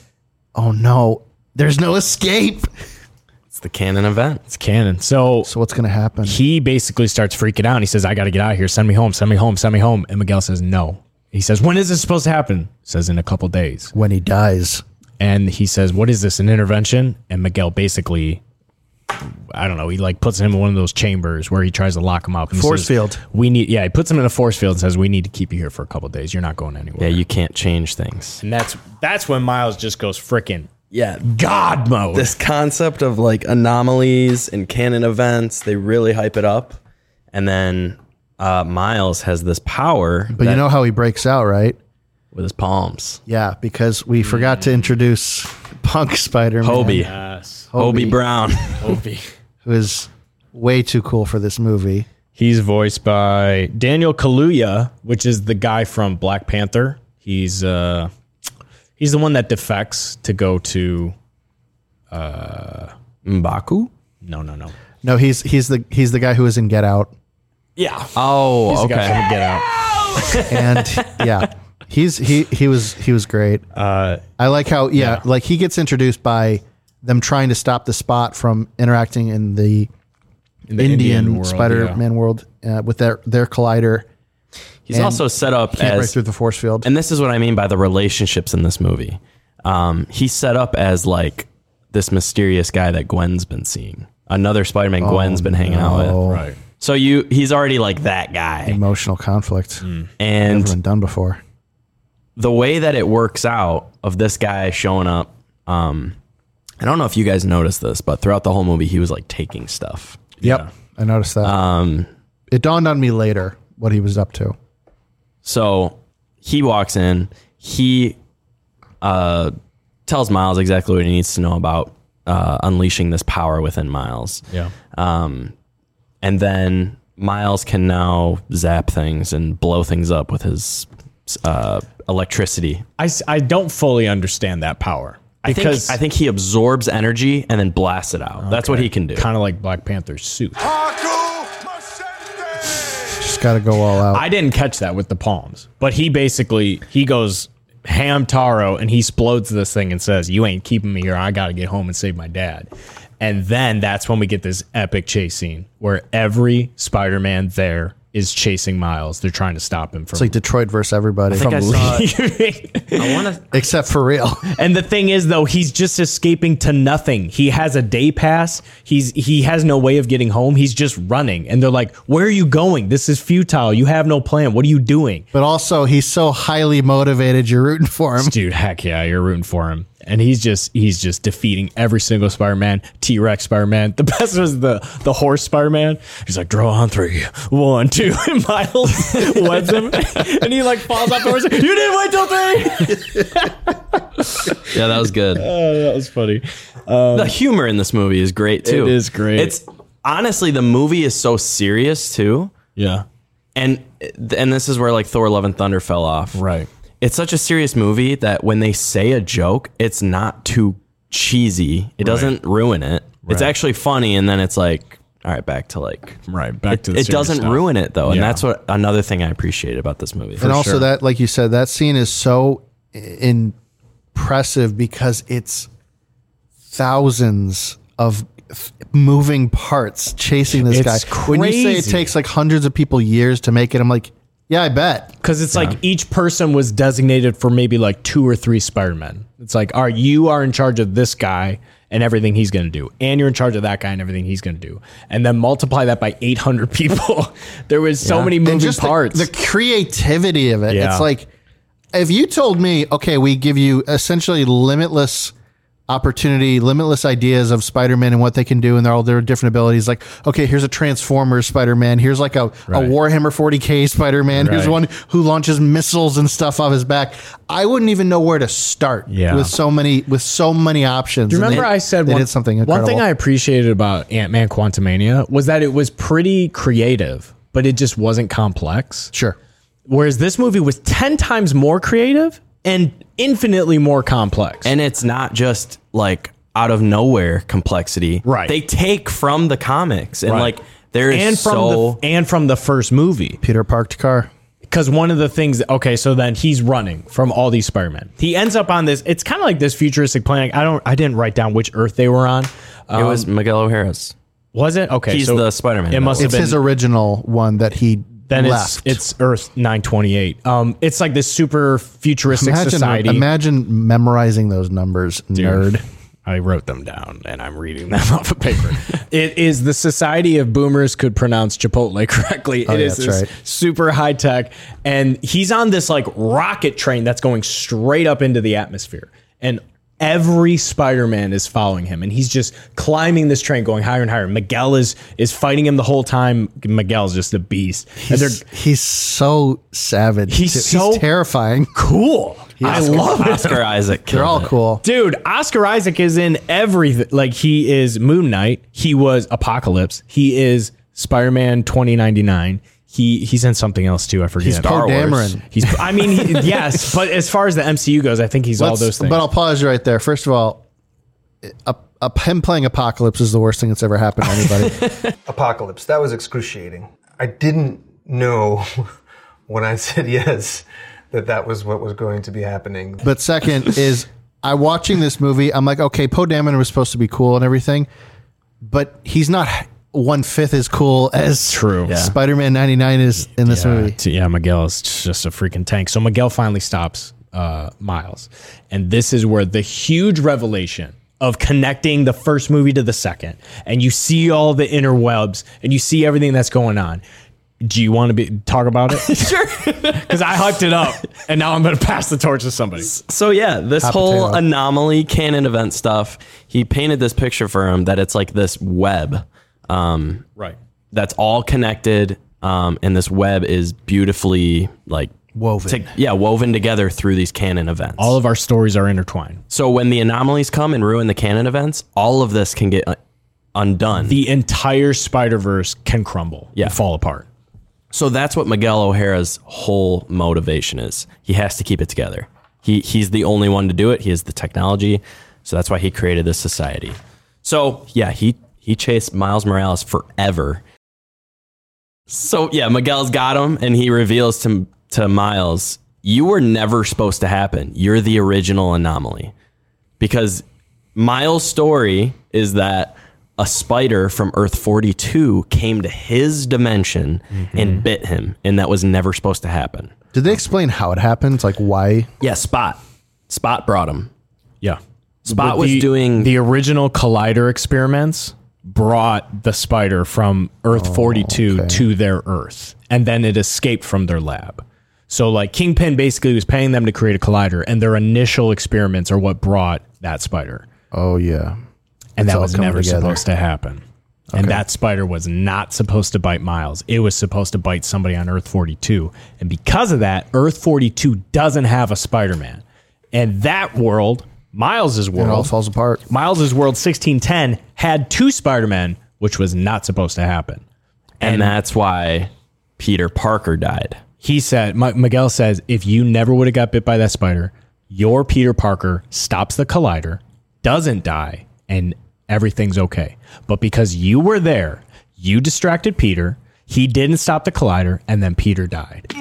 [SPEAKER 5] oh no, there's no escape.
[SPEAKER 6] it's the canon event.
[SPEAKER 4] It's canon. So
[SPEAKER 5] So what's gonna happen?
[SPEAKER 4] he basically starts freaking out. He says, I got to get out of here. Send me home. Send me home. Send me home. And Miguel says, no. He says, when is this supposed to happen? Says in a couple days.
[SPEAKER 5] When he dies.
[SPEAKER 4] and he says, "What is this? An intervention?" And Miguel basically, I don't know, he like puts him in one of those chambers where he tries to lock him up. And he
[SPEAKER 5] Force
[SPEAKER 4] says,
[SPEAKER 5] field.
[SPEAKER 4] We need, yeah, he puts him in a force field and says, "We need to keep you here for a couple days. You're not going anywhere."
[SPEAKER 6] Yeah, you can't change things.
[SPEAKER 4] And that's that's when Miles just goes freaking
[SPEAKER 6] Yeah,
[SPEAKER 4] God mode.
[SPEAKER 6] this concept of like anomalies and canon events they really hype it up and then uh, miles has this power
[SPEAKER 5] But you know how he breaks out, right?
[SPEAKER 6] with his palms
[SPEAKER 5] Yeah, because we forgot to introduce Punk Spider Man.
[SPEAKER 6] hobie hobie
[SPEAKER 5] Hobie.
[SPEAKER 6] brown
[SPEAKER 5] Who is way too cool for this movie.
[SPEAKER 4] He's voiced by Daniel Kaluuya, which is the guy from Black Panther. He's uh he's the one that defects to go to uh,
[SPEAKER 6] mbaku
[SPEAKER 4] no no no.
[SPEAKER 5] No, he's he's the he's the guy who was in Get Out.
[SPEAKER 4] Yeah.
[SPEAKER 6] oh
[SPEAKER 4] He's the guy
[SPEAKER 6] okay
[SPEAKER 4] from Get Out.
[SPEAKER 5] And yeah. He's he he was he was great. Uh, I like how yeah, like he gets introduced by them trying to stop the spot from interacting in the,
[SPEAKER 4] the
[SPEAKER 5] Indian,
[SPEAKER 4] Indian world,
[SPEAKER 5] Spider Man world uh, with their their collider.
[SPEAKER 6] He's
[SPEAKER 5] And
[SPEAKER 6] also set up
[SPEAKER 5] Can't break
[SPEAKER 6] as
[SPEAKER 5] through the force field.
[SPEAKER 6] and this is what I mean by the relationships in this movie. Um, he's set up as like this mysterious guy that Gwen's been seeing. Another Spider-Man
[SPEAKER 5] Oh,
[SPEAKER 6] Gwen's been hanging out with.
[SPEAKER 5] right.
[SPEAKER 6] So you, he's already like that guy,
[SPEAKER 5] Emotional conflict.
[SPEAKER 6] and
[SPEAKER 5] Never been done before.
[SPEAKER 6] the way that it works out of this guy showing up. Um, I don't know if you guys noticed this, but throughout the whole movie, he was like taking stuff.
[SPEAKER 5] Yep. I noticed that.
[SPEAKER 6] Um,
[SPEAKER 5] it dawned on me later what he was up to.
[SPEAKER 6] So he walks in. He uh, tells Miles exactly what he needs to know about uh, unleashing this power within Miles.
[SPEAKER 4] Yeah.
[SPEAKER 6] And then Miles can now zap things and blow things up with his uh, electricity.
[SPEAKER 4] I, s- I don't fully understand that power because
[SPEAKER 6] I think, I think he absorbs energy and then blasts it out. That's what he can do.
[SPEAKER 4] kind of like Black Panther's suit.
[SPEAKER 5] Just got to go all out.
[SPEAKER 4] I didn't catch that with the palms, but he basically he goes ham taro and he explodes this thing and says, "You ain't keeping me here. I got to get home and save my dad." And then that's when we get this epic chase scene where every Spider-Man there is chasing Miles. They're trying to stop him
[SPEAKER 5] it's
[SPEAKER 4] from
[SPEAKER 5] like Detroit versus everybody,
[SPEAKER 6] I saw it.
[SPEAKER 4] leaving.
[SPEAKER 6] I want to.
[SPEAKER 5] except for real.
[SPEAKER 4] And the thing is, though, he's just escaping to nothing. He has a day pass. He's he has no way of getting home. He's just running, and they're like, "Where are you going? This is futile. You have no plan. What are you doing?"
[SPEAKER 5] but also, he's so highly motivated. You're rooting for him.
[SPEAKER 4] Dude, heck yeah, you're rooting for him, and he's just he's just defeating every single Spider-Man, T-Rex Spider-Man. The best was the the horse Spider-Man. He's like, "Draw on three, one, two, and Miles weds him, and he like falls off the horse. You didn't wait till three.
[SPEAKER 6] Yeah, that was good.
[SPEAKER 4] Oh, that was funny.
[SPEAKER 6] the humor in this movie is great too.
[SPEAKER 4] It is great.
[SPEAKER 6] It's honestly the movie is so serious too.
[SPEAKER 4] Yeah,
[SPEAKER 6] and and this is where like Thor: Love and Thunder fell off.
[SPEAKER 4] right.
[SPEAKER 6] It's such a serious movie that when they say a joke, it's not too cheesy. It doesn't ruin it. It's actually funny, and then it's like, all right, back to like.
[SPEAKER 4] Right. Back to the
[SPEAKER 6] It
[SPEAKER 4] serious
[SPEAKER 6] doesn't
[SPEAKER 4] stuff.
[SPEAKER 6] ruin it though, and
[SPEAKER 4] Yeah.
[SPEAKER 6] that's what another thing I appreciate about this movie.
[SPEAKER 5] and also that, like you said, that scene is so i- impressive because it's thousands of th- moving parts chasing this
[SPEAKER 4] It's
[SPEAKER 5] guy. When you say it
[SPEAKER 4] crazy.
[SPEAKER 5] takes like hundreds of people years to make it, I'm like, yeah, I bet.
[SPEAKER 4] Because it's like each person was designated for maybe like two or three Spider Men. It's like, all right, you are in charge of this guy and everything he's going to do, and you're in charge of that guy and everything he's going to do, and then multiply that by 800 people. there was so many moving
[SPEAKER 5] and just the-
[SPEAKER 4] parts.
[SPEAKER 5] The, creativity of it.
[SPEAKER 4] Yeah.
[SPEAKER 5] It's like if you told me, okay, we give you essentially limitless opportunity, limitless ideas of Spider-Man and what they can do and all their different abilities. Like, okay, here's a Transformers Spider-Man. Here's like a, a Warhammer 40K Spider-Man. Here's
[SPEAKER 4] Right.
[SPEAKER 5] one who launches missiles and stuff off his back. I wouldn't even know where to start
[SPEAKER 4] Yeah.
[SPEAKER 5] with so many with so many options.
[SPEAKER 4] Do you
[SPEAKER 5] And
[SPEAKER 4] remember
[SPEAKER 5] they-
[SPEAKER 4] I said
[SPEAKER 5] they
[SPEAKER 4] one,
[SPEAKER 5] did something
[SPEAKER 4] one
[SPEAKER 5] incredible.
[SPEAKER 4] thing I appreciated about Ant Man Quantumania was that it was pretty creative, but it just wasn't complex.
[SPEAKER 5] sure.
[SPEAKER 4] Whereas this movie was 10 times more creative and infinitely more complex.
[SPEAKER 6] and it's not just like out of nowhere complexity.
[SPEAKER 4] Right.
[SPEAKER 6] They take from the comics and
[SPEAKER 4] Right.
[SPEAKER 6] like there is
[SPEAKER 4] and from
[SPEAKER 6] so
[SPEAKER 4] the and from the first movie.
[SPEAKER 5] Peter parked car.
[SPEAKER 4] because one of the things okay so then he's running from all these spider-men he ends up on this it's kind of like this futuristic planet i don't i didn't write down which earth they were on
[SPEAKER 6] it was Miguel O'Hara's.
[SPEAKER 4] was it Um, okay
[SPEAKER 6] He's
[SPEAKER 4] so
[SPEAKER 6] the Spider-Man.
[SPEAKER 4] it must have
[SPEAKER 5] It's
[SPEAKER 4] been
[SPEAKER 5] his original one that he
[SPEAKER 4] then
[SPEAKER 5] left.
[SPEAKER 4] it's it's earth 928 um it's like this super futuristic society
[SPEAKER 5] uh, Imagine memorizing those numbers, nerd.
[SPEAKER 4] I wrote them down and I'm reading them off of paper. it is the Society of Boomers could pronounce Chipotle correctly. It
[SPEAKER 5] yeah,
[SPEAKER 4] is
[SPEAKER 5] that's
[SPEAKER 4] this
[SPEAKER 5] right.
[SPEAKER 4] super high tech. And he's on this like rocket train that's going straight up into the atmosphere. And every Spider-Man is following him. And he's just climbing this train going higher and higher. Miguel is is fighting him the whole time. Miguel's just a beast. And they're
[SPEAKER 5] He's, he's so savage.
[SPEAKER 4] He's so-
[SPEAKER 5] terrifying.
[SPEAKER 4] cool. I love it.
[SPEAKER 6] Oscar Isaac.
[SPEAKER 5] They're
[SPEAKER 6] killed
[SPEAKER 5] all
[SPEAKER 6] it.
[SPEAKER 5] cool.
[SPEAKER 4] Dude, Oscar Isaac is in everything. Like he is Moon Knight. He was Apocalypse. He is Spider Man twenty ninety nine. He he's in something else too. I forget. He's
[SPEAKER 5] Poe Dameron.
[SPEAKER 4] He's. I mean, he, yes, but as far as the MCU goes, I think he's all
[SPEAKER 5] Let's-
[SPEAKER 4] those things.
[SPEAKER 5] But I'll pause you right there. First of all, a, a, him playing Apocalypse is the worst thing that's ever happened to anybody.
[SPEAKER 7] apocalypse. That was excruciating. I didn't know when I said yes that that was what was going to be happening.
[SPEAKER 5] but second is, I watching this movie. I'm like, okay, Poe Dameron was supposed to be cool and everything, but he's not. one fifth as cool as
[SPEAKER 4] True. Yeah.
[SPEAKER 5] Spider Man ninety nine is in this
[SPEAKER 4] Yeah,
[SPEAKER 5] movie.
[SPEAKER 4] t- yeah, Miguel is just a freaking tank. So Miguel finally stops uh, Miles, and this is where the huge revelation of connecting the first movie to the second, and you see all the interwebs, and you see everything that's going on. Do you want to be talk about it? sure, because I hyped it up, and now I'm going to pass the torch to somebody.
[SPEAKER 6] So yeah, this whole
[SPEAKER 5] potato.
[SPEAKER 6] anomaly canon event stuff. He painted this picture for him that it's like this web. Um,
[SPEAKER 4] Right.
[SPEAKER 6] that's all connected um, and this web is beautifully like
[SPEAKER 5] Woven.
[SPEAKER 6] to- yeah woven together through these canon events
[SPEAKER 4] All of our stories are intertwined.
[SPEAKER 6] so when the anomalies come and ruin the canon events all of this can get uh, undone
[SPEAKER 4] The entire Spider Verse can crumble,
[SPEAKER 6] Yeah.
[SPEAKER 4] and fall apart.
[SPEAKER 6] so that's what miguel o'hara's whole motivation is he has to keep it together he, he's the only one to do it he has the technology so that's why he created this society so yeah he he chased miles morales forever So yeah, Miguel's got him, and he reveals to to Miles, "You were never supposed to happen. You're the original anomaly," because Miles' story is that a spider from Earth 42 came to his dimension and bit him, and that was never supposed to happen.
[SPEAKER 5] Did they explain how it happens? Like why?
[SPEAKER 6] Yeah, Spot, Spot brought him.
[SPEAKER 4] Yeah.
[SPEAKER 6] Spot
[SPEAKER 4] But
[SPEAKER 6] was
[SPEAKER 4] the-
[SPEAKER 6] doing-
[SPEAKER 4] the original collider experiments brought the spider from
[SPEAKER 5] Oh,
[SPEAKER 4] Earth 42 to their Earth and then it escaped from their lab. So like Kingpin basically was paying them to create a collider and their initial experiments are what brought that spider.
[SPEAKER 5] Oh yeah. It's
[SPEAKER 4] And that
[SPEAKER 5] all
[SPEAKER 4] was
[SPEAKER 5] coming
[SPEAKER 4] never
[SPEAKER 5] together.
[SPEAKER 4] supposed to happen. And that spider was not supposed to bite Miles. It was supposed to bite somebody on Earth 42. And because of that, Earth 42 doesn't have a Spider-Man. And that world, Miles's
[SPEAKER 5] It all
[SPEAKER 4] world,
[SPEAKER 5] falls apart.
[SPEAKER 4] Miles's World 1610 had two Spider-Men, which was not supposed to happen.
[SPEAKER 6] And, that's why Peter Parker died.
[SPEAKER 4] He said, M- Miguel says, if you never would have got bit by that spider, your Peter Parker stops the collider, doesn't die, and everything's okay. But because you were there, you distracted Peter. He didn't stop the collider, and then Peter died.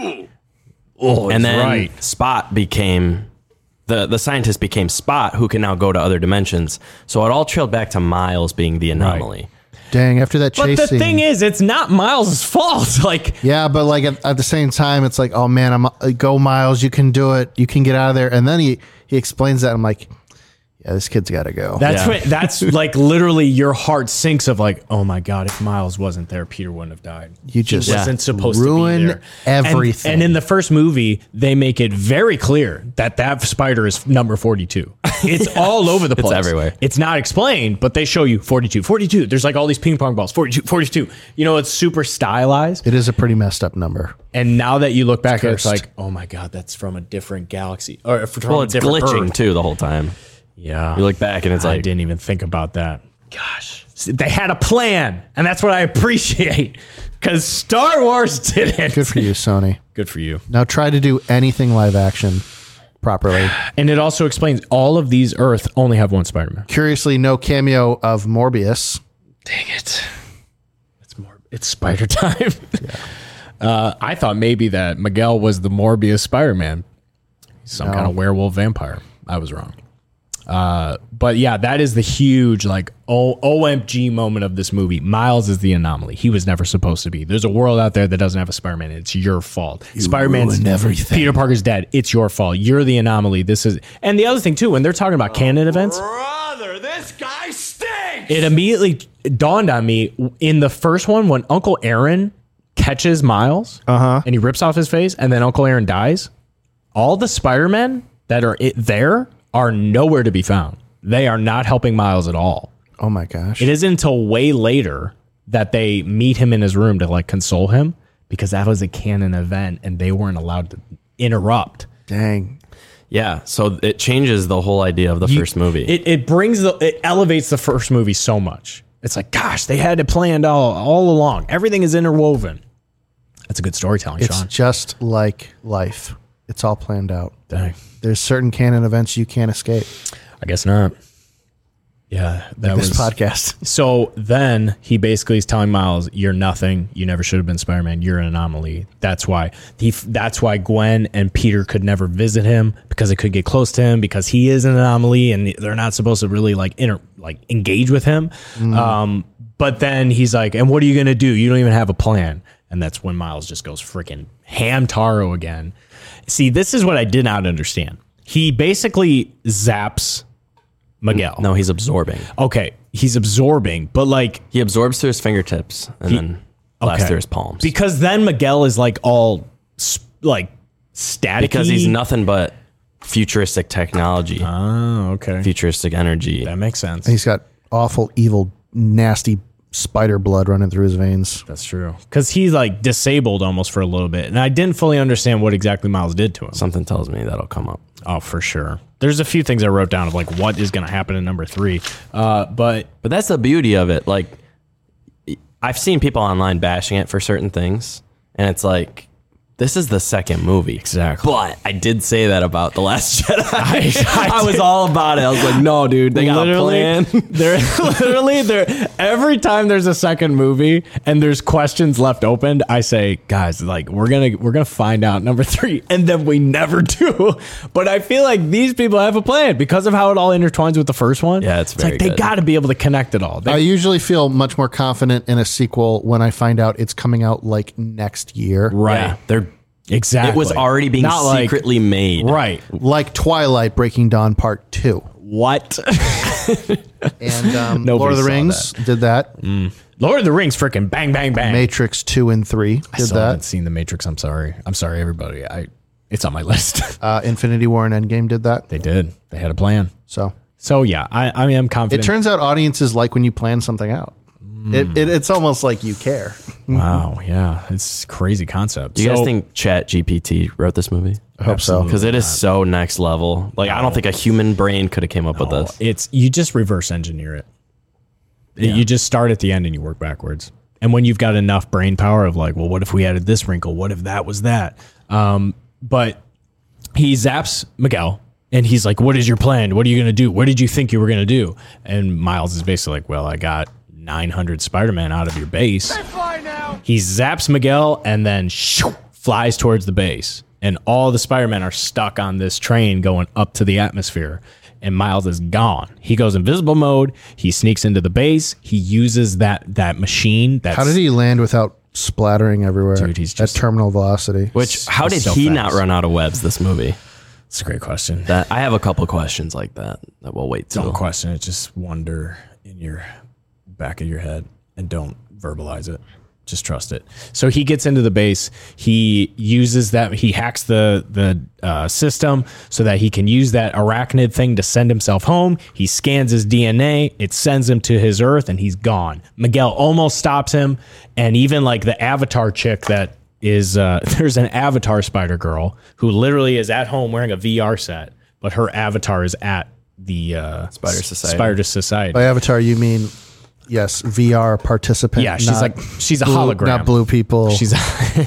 [SPEAKER 4] Oh,
[SPEAKER 6] and then
[SPEAKER 4] right.
[SPEAKER 6] Spot became the the scientist became Spot, who can now go to other dimensions. So it all trailed back to Miles being the anomaly.
[SPEAKER 5] Dang. After that
[SPEAKER 4] But
[SPEAKER 5] chase
[SPEAKER 4] the
[SPEAKER 5] scene.
[SPEAKER 4] thing is, it's not Miles' fault. Like,
[SPEAKER 5] yeah, but like at, at the same time, it's like, oh man, I'm uh, go Miles. You can do it. You can get out of there. And then he he explains that. I'm like, yeah, this kid's got to go.
[SPEAKER 4] That's
[SPEAKER 6] Yeah.
[SPEAKER 4] what, that's like literally your heart sinks of like, oh my god, if Miles wasn't there, Peter wouldn't have died.
[SPEAKER 5] You just
[SPEAKER 4] he wasn't supposed
[SPEAKER 5] ruin
[SPEAKER 4] to be there. And-
[SPEAKER 5] everything.
[SPEAKER 4] And, in the first movie, they make it very clear that that spider is number forty-two. It's all over the place.
[SPEAKER 6] everywhere.
[SPEAKER 4] It's not explained, but they show you 42, 42. There's like all these ping pong balls, 42, 42. You know, it's super stylized.
[SPEAKER 5] it is a pretty messed up number.
[SPEAKER 4] And now that you look back, it's,
[SPEAKER 5] cursed.
[SPEAKER 4] like, oh my god, that's from a different galaxy or from
[SPEAKER 6] Well,
[SPEAKER 4] a
[SPEAKER 6] it's
[SPEAKER 4] different
[SPEAKER 6] glitching
[SPEAKER 4] Earth.
[SPEAKER 6] too the whole time.
[SPEAKER 4] Yeah,
[SPEAKER 6] You look back and it's
[SPEAKER 4] I
[SPEAKER 6] like
[SPEAKER 4] didn't even think about that. Gosh, they had a plan, and that's what I appreciate because Star Wars didn't.
[SPEAKER 5] Good for you, Sony.
[SPEAKER 4] Good for you.
[SPEAKER 5] Now try to do anything live action properly.
[SPEAKER 4] And it also explains all of these Earth only have one Spider-Man.
[SPEAKER 5] Curiously, no cameo of Morbius.
[SPEAKER 4] Dang it! It's more. It's Spider time. Uh, I thought maybe that Miguel was the Morbius Spider-Man, some kind of werewolf vampire. I was wrong. Uh, but yeah, that is the huge like o- OMG moment of this movie. Miles is the anomaly. He was never supposed to be. There's a world out there that doesn't have a Spider-Man. It's your fault. Spider-Man's everything. Peter Parker's dead. It's your fault. You're the anomaly. This is and the other thing too. When they're talking about canon events,
[SPEAKER 2] Brother, this guy stinks!
[SPEAKER 4] it immediately dawned on me in the first one when Uncle Aaron catches Miles and he rips off his face, and then Uncle Aaron dies. All the Spider Men that are it there are nowhere to be found. They are not helping Miles at all.
[SPEAKER 5] Oh my gosh.
[SPEAKER 4] It isn't until way later that they meet him in his room to like console him because that was a canon event and they weren't allowed to interrupt.
[SPEAKER 5] Dang.
[SPEAKER 6] yeah. So it changes the whole idea of the first movie.
[SPEAKER 4] It, it brings the it elevates the first movie so much. It's like, gosh, they had it planned all all along. Everything is interwoven. That's a good storytelling,
[SPEAKER 5] It's
[SPEAKER 4] Sean.
[SPEAKER 5] just like life. It's all planned out.
[SPEAKER 4] Dang.
[SPEAKER 5] There's certain canon events you can't escape.
[SPEAKER 4] I guess not. Yeah, that
[SPEAKER 5] This
[SPEAKER 4] was
[SPEAKER 5] podcast.
[SPEAKER 4] so. Then he basically is telling Miles, "You're nothing. You never should have been Spider-Man. You're an anomaly. That's why he. f- That's why Gwen and Peter could never visit him because it could get close to him because he is an anomaly and they're not supposed to really like inter like engage with him. Um, But then he's like, and what are you going to do? You don't even have a plan. And that's when Miles just goes freaking ham taro again. See, this is what I did not understand. He basically zaps Miguel.
[SPEAKER 6] No, he's absorbing.
[SPEAKER 4] Okay. He's absorbing, but like,
[SPEAKER 6] He absorbs through his fingertips and then blasts
[SPEAKER 4] okay.
[SPEAKER 6] through his palms.
[SPEAKER 4] because then Miguel is like all sp- like static.
[SPEAKER 6] because he's nothing but futuristic technology,
[SPEAKER 4] Oh, okay.
[SPEAKER 6] futuristic energy.
[SPEAKER 4] That makes sense.
[SPEAKER 5] He's got awful, evil, nasty spider blood running through his veins.
[SPEAKER 4] That's true. Because he's like disabled almost for a little bit. And I didn't fully understand what exactly Miles did to him.
[SPEAKER 6] Something tells me that'll come up.
[SPEAKER 4] Oh, for sure. There's a few things I wrote down of like what is going to happen in number three. Uh, but
[SPEAKER 6] But that's the beauty of it. Like, I've seen people online bashing it for certain things, and it's like, this is the second movie. Exactly. But I did say that about The Last Jedi. I,
[SPEAKER 4] I
[SPEAKER 6] was
[SPEAKER 4] did.
[SPEAKER 6] all about it. I was like, no, dude, they got a plan.
[SPEAKER 4] there, literally, there. Every time there's a second movie and there's questions left open, I say, guys, like we're gonna we're gonna find out number three, and then we never do. But I feel like these people have a plan because of how it all intertwines with the first one.
[SPEAKER 6] Yeah, it's very
[SPEAKER 4] like they
[SPEAKER 6] good.
[SPEAKER 4] got to be able to connect it all. They-
[SPEAKER 5] I usually feel much more confident in a sequel when I find out it's coming out like next year.
[SPEAKER 4] right.
[SPEAKER 6] Yeah, they're,
[SPEAKER 4] Exactly.
[SPEAKER 6] it was already being
[SPEAKER 4] Not like-
[SPEAKER 6] secretly made.
[SPEAKER 4] right.
[SPEAKER 5] Like Twilight Breaking Dawn Part 2.
[SPEAKER 4] What?
[SPEAKER 5] And um,
[SPEAKER 4] Nobody
[SPEAKER 5] Lord of the
[SPEAKER 4] saw Mm.
[SPEAKER 5] Rings did that.
[SPEAKER 4] Lord of the Rings, freaking bang, bang, bang.
[SPEAKER 5] Matrix 2 and 3
[SPEAKER 4] I
[SPEAKER 5] did
[SPEAKER 4] still haven't
[SPEAKER 5] that.
[SPEAKER 4] seen The Matrix. I'm sorry. I'm sorry, everybody. I. It's on my list.
[SPEAKER 5] Uh, Infinity War and Endgame did that.
[SPEAKER 4] they did. They had a plan.
[SPEAKER 5] So
[SPEAKER 4] So yeah, I, I mean, I'm
[SPEAKER 5] it
[SPEAKER 4] confident.
[SPEAKER 5] turns out audiences like when you plan something out.
[SPEAKER 4] Hmm.
[SPEAKER 5] It, it, it's almost like you care.
[SPEAKER 4] wow. Yeah, it's a crazy concept.
[SPEAKER 6] Do you
[SPEAKER 4] So- Uh,
[SPEAKER 6] guys think Chat GPT wrote this movie?
[SPEAKER 5] I hope so.
[SPEAKER 6] Because it is so next level. Like, I don't think a human brain could have came up with
[SPEAKER 4] Oh,
[SPEAKER 6] this.
[SPEAKER 4] it's you just reverse engineer it. You just start at the end and you work backwards. And when you've got enough brain power of like, well, what if we added this wrinkle? What if that was that? Um, but he zaps Miguel and he's like, "What is your plan? What are you gonna do? What did you think you were gonna do?" And Miles is basically like, "Well, I got 900 Spider-Man out of your base." He zaps Miguel and then shoo, flies towards the base. And all the Spider-Men are stuck on this train going up to the atmosphere. And Miles is gone. He goes invisible mode. He sneaks into the base. He uses that that machine. That's,
[SPEAKER 5] How did he land without splattering everywhere
[SPEAKER 4] Dude, he's just-
[SPEAKER 5] at terminal velocity?
[SPEAKER 6] Which, how
[SPEAKER 4] it's
[SPEAKER 6] did
[SPEAKER 4] so
[SPEAKER 6] he
[SPEAKER 4] fast.
[SPEAKER 6] not run out of webs this movie?
[SPEAKER 4] That's a great question.
[SPEAKER 6] That I have a couple questions like that that we'll wait till.
[SPEAKER 4] Don't question it. Just wonder in your back of your head and don't verbalize it. Just trust it. So he gets into the base. He uses that. He hacks the the uh, system so that he can use that arachnid thing to send himself home. He scans his DNA. It sends him to his Earth, and he's gone. Miguel almost stops him, and even like the Avatar chick that is uh, there's an Avatar Spider Girl who literally is at home wearing a VR set, but her avatar is at the uh,
[SPEAKER 6] Spider Society.
[SPEAKER 4] Spider Society.
[SPEAKER 5] By avatar, you mean yes, VR participant.
[SPEAKER 4] Yeah, she's
[SPEAKER 5] not
[SPEAKER 4] like she's a
[SPEAKER 5] blue-
[SPEAKER 4] hologram.
[SPEAKER 5] not blue people.
[SPEAKER 4] She's
[SPEAKER 5] She's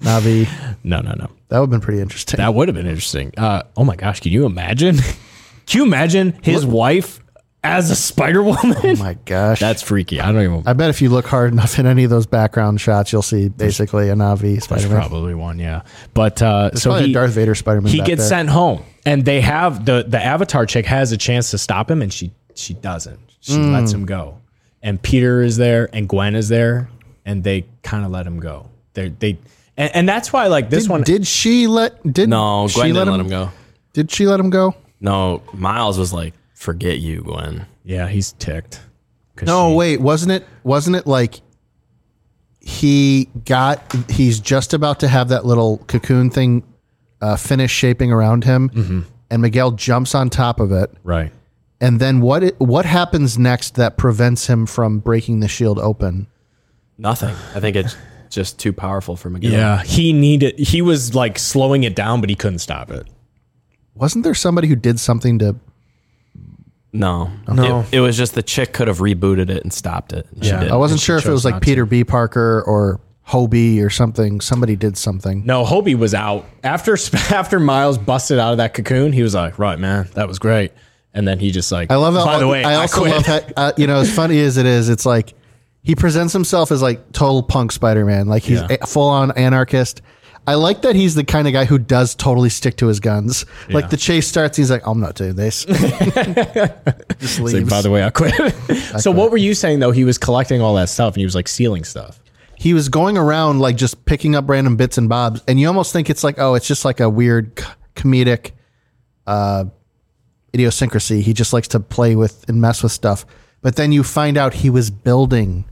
[SPEAKER 5] Navi.
[SPEAKER 4] no, no, no.
[SPEAKER 5] That would have been pretty interesting.
[SPEAKER 4] That would have been interesting. Uh, oh my gosh, can you imagine? can you imagine his wife as a Spider Woman?
[SPEAKER 5] oh my gosh,
[SPEAKER 4] That's freaky. I don't even.
[SPEAKER 5] I bet if you look hard enough in any of those background shots, you'll see basically a Navi
[SPEAKER 4] There's
[SPEAKER 5] Spider Man.
[SPEAKER 4] probably one, yeah. But uh, so
[SPEAKER 5] probably a
[SPEAKER 4] he,
[SPEAKER 5] Darth Vader Spider-Man
[SPEAKER 4] He
[SPEAKER 5] back
[SPEAKER 4] gets
[SPEAKER 5] there.
[SPEAKER 4] sent home, and they have the the Avatar chick has a chance to stop him, and she she doesn't. She
[SPEAKER 5] Hmm.
[SPEAKER 4] lets him go, and Peter is there, and Gwen is there, and they kind of let him go. They they and, and that's why like this
[SPEAKER 5] Did,
[SPEAKER 4] one
[SPEAKER 5] did she let? Did
[SPEAKER 6] No,
[SPEAKER 5] she
[SPEAKER 6] Oh, Gwen didn't let him go.
[SPEAKER 5] Did she let him go?
[SPEAKER 6] No, Miles was like, "Forget you, Gwen."
[SPEAKER 4] yeah he's ticked. 'Cause
[SPEAKER 5] No,
[SPEAKER 4] she-
[SPEAKER 5] wait, wasn't it? Wasn't it like he got? He's just about to have that little cocoon thing uh, finish shaping around him,
[SPEAKER 4] Mm-hmm.
[SPEAKER 5] and Miguel jumps on top of it.
[SPEAKER 4] right.
[SPEAKER 5] And then what? It, what happens next that prevents him from breaking the shield open?
[SPEAKER 6] Nothing. I think it's just too powerful for Miguel.
[SPEAKER 4] Yeah, he needed. He was like slowing it down, but he couldn't stop it.
[SPEAKER 5] Wasn't there somebody who did something to?
[SPEAKER 6] No, no. It, it was just the chick could have rebooted it and stopped it. and she
[SPEAKER 4] Yeah.
[SPEAKER 6] didn't.
[SPEAKER 5] I wasn't
[SPEAKER 4] she
[SPEAKER 5] sure if it
[SPEAKER 4] chose
[SPEAKER 5] was like
[SPEAKER 4] not to.
[SPEAKER 5] Peter B. Parker or Hobie or something. Somebody did something.
[SPEAKER 4] No, Hobie was out after after Miles busted out of that cocoon. He was like, "Right, man, that was great." And then he just like,
[SPEAKER 5] I love.
[SPEAKER 4] By
[SPEAKER 5] how,
[SPEAKER 4] the way,
[SPEAKER 5] I also
[SPEAKER 4] quit.
[SPEAKER 5] love. How, uh, you know, as funny as it is, it's like he presents himself as like total punk Spider Man. Like he's
[SPEAKER 4] Yeah.
[SPEAKER 5] a full on anarchist. I like that he's the kind of guy who does totally stick to his guns. Like the chase starts, he's like, I'm not doing this. Just
[SPEAKER 4] It's like,
[SPEAKER 5] leaves.
[SPEAKER 4] by the way, I quit. so what were you saying though? He was collecting all that stuff and he was like sealing stuff.
[SPEAKER 5] he was going around like just picking up random bits and bobs, and you almost think it's like, oh, it's just like a weird c- comedic uh, idiosyncrasy. He just likes to play with and mess with stuff. But then you find out he was building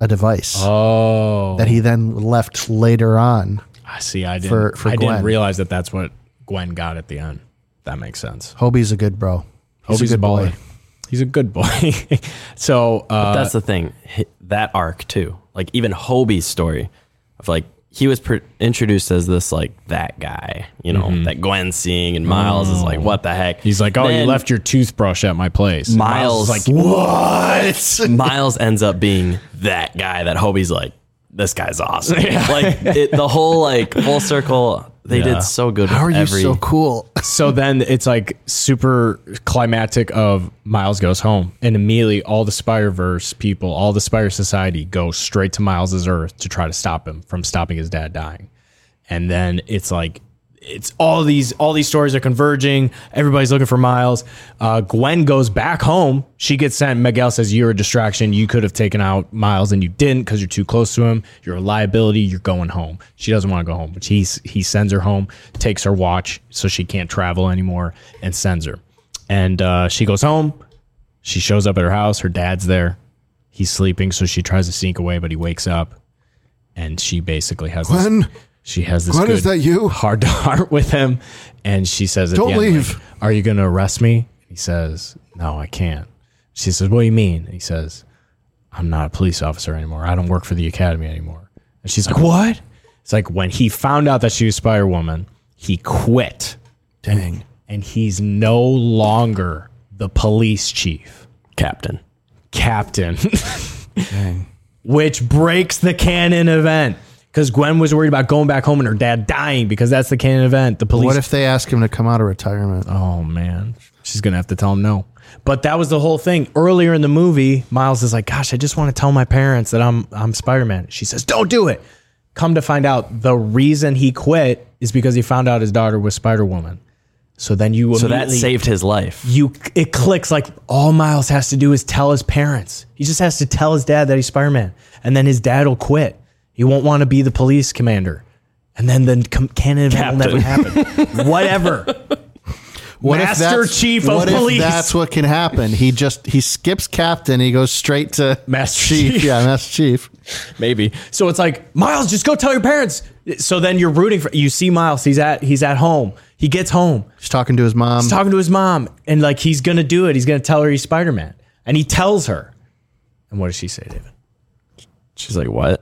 [SPEAKER 5] a device
[SPEAKER 4] Oh,
[SPEAKER 5] that he then left later on.
[SPEAKER 4] I see. I didn't.
[SPEAKER 5] For- for
[SPEAKER 4] I
[SPEAKER 5] Gwen.
[SPEAKER 4] didn't realize that that's what Gwen got at the end. That makes sense.
[SPEAKER 5] Hobie's a good bro.
[SPEAKER 4] Hope he's a,
[SPEAKER 5] good
[SPEAKER 4] baller. He's a good boy. so uh,
[SPEAKER 6] That's the thing. hi- That arc too. Like even Hobie's story of like he was pr introduced as this like that guy, you know, that Gwen's seeing, and Miles is like, what the heck?
[SPEAKER 4] Mm-hmm. he's like, oh, you
[SPEAKER 6] Then
[SPEAKER 4] left your toothbrush at my place. And
[SPEAKER 6] Miles,
[SPEAKER 4] is
[SPEAKER 6] like
[SPEAKER 4] like,
[SPEAKER 6] what? Miles ends up being that guy that Hobie's like, this guy's awesome. Like it, the whole like full circle. They
[SPEAKER 4] Yeah.
[SPEAKER 6] did so good.
[SPEAKER 5] How are
[SPEAKER 6] with
[SPEAKER 5] you
[SPEAKER 6] every,
[SPEAKER 5] so cool?
[SPEAKER 4] so then it's like super climactic of Miles goes home, and immediately all the Spireverse people, all the Spire Society, go straight to Miles's Earth to try to stop him from stopping his dad dying. And then it's like it's all these all these stories are converging. Everybody's looking for Miles. Uh, Gwen goes back home. She gets sent. Miguel says, "You're a distraction. You could have taken out Miles, and you didn't because you're too close to him. You're a liability. You're going home." She doesn't want to go home, but he's he sends her home, takes her watch so she can't travel anymore, and sends her. And uh, she goes home. She shows up at her house. Her dad's there. He's sleeping, so she tries to sneak away, but he wakes up, and she basically has this-
[SPEAKER 5] Gwen?
[SPEAKER 4] she has this
[SPEAKER 5] Glenn,
[SPEAKER 4] good
[SPEAKER 5] is that you?
[SPEAKER 4] hard to heart with him, and she says, at
[SPEAKER 5] Don't
[SPEAKER 4] the end, like,
[SPEAKER 5] leave.
[SPEAKER 4] Are you going to arrest me?" He says, "No, I can't." She says, "What do you mean?" He says, "I'm not a police officer anymore. I don't work for the academy anymore." And she's like, "What?" It's like when he found out that she was Spider Woman, he quit,
[SPEAKER 5] Dang.
[SPEAKER 4] and he's no longer the police chief
[SPEAKER 6] captain.
[SPEAKER 4] captain. Which breaks the canon event. Because Gwen was worried about going back home and her dad dying because that's the canon event. The police.
[SPEAKER 5] What if they ask him to come out of retirement?
[SPEAKER 4] oh, man. She's going to have to tell him no. But that was the whole thing. Earlier in the movie, Miles is like, gosh, I just want to tell my parents that I'm, I'm Spider Man. She says, don't do it. Come to find out, the reason he quit is because he found out his daughter was Spider Woman. So then you
[SPEAKER 6] So that
[SPEAKER 4] immediately-
[SPEAKER 6] saved his life.
[SPEAKER 4] you it clicks like all Miles has to do is tell his parents. He just has to tell his dad that he's Spider-Man and then his dad will quit. He won't want to be the police commander. And then the com- canon event will never happen. Whatever.
[SPEAKER 5] What
[SPEAKER 4] Master
[SPEAKER 5] that's-
[SPEAKER 4] Chief of
[SPEAKER 5] what if
[SPEAKER 4] Police.
[SPEAKER 5] that's what can happen. He just he skips captain. He goes straight to
[SPEAKER 4] Master Chief.
[SPEAKER 5] Yeah, Master Chief.
[SPEAKER 4] Maybe. So it's like, Miles, just go tell your parents. So then you're rooting for you see Miles, he's at he's at home. He gets home.
[SPEAKER 5] He's talking to his mom.
[SPEAKER 4] He's talking to his mom and like he's going to do it. He's going to tell her he's Spider-Man. And he tells her. And what does she say, David?
[SPEAKER 6] She's like, what?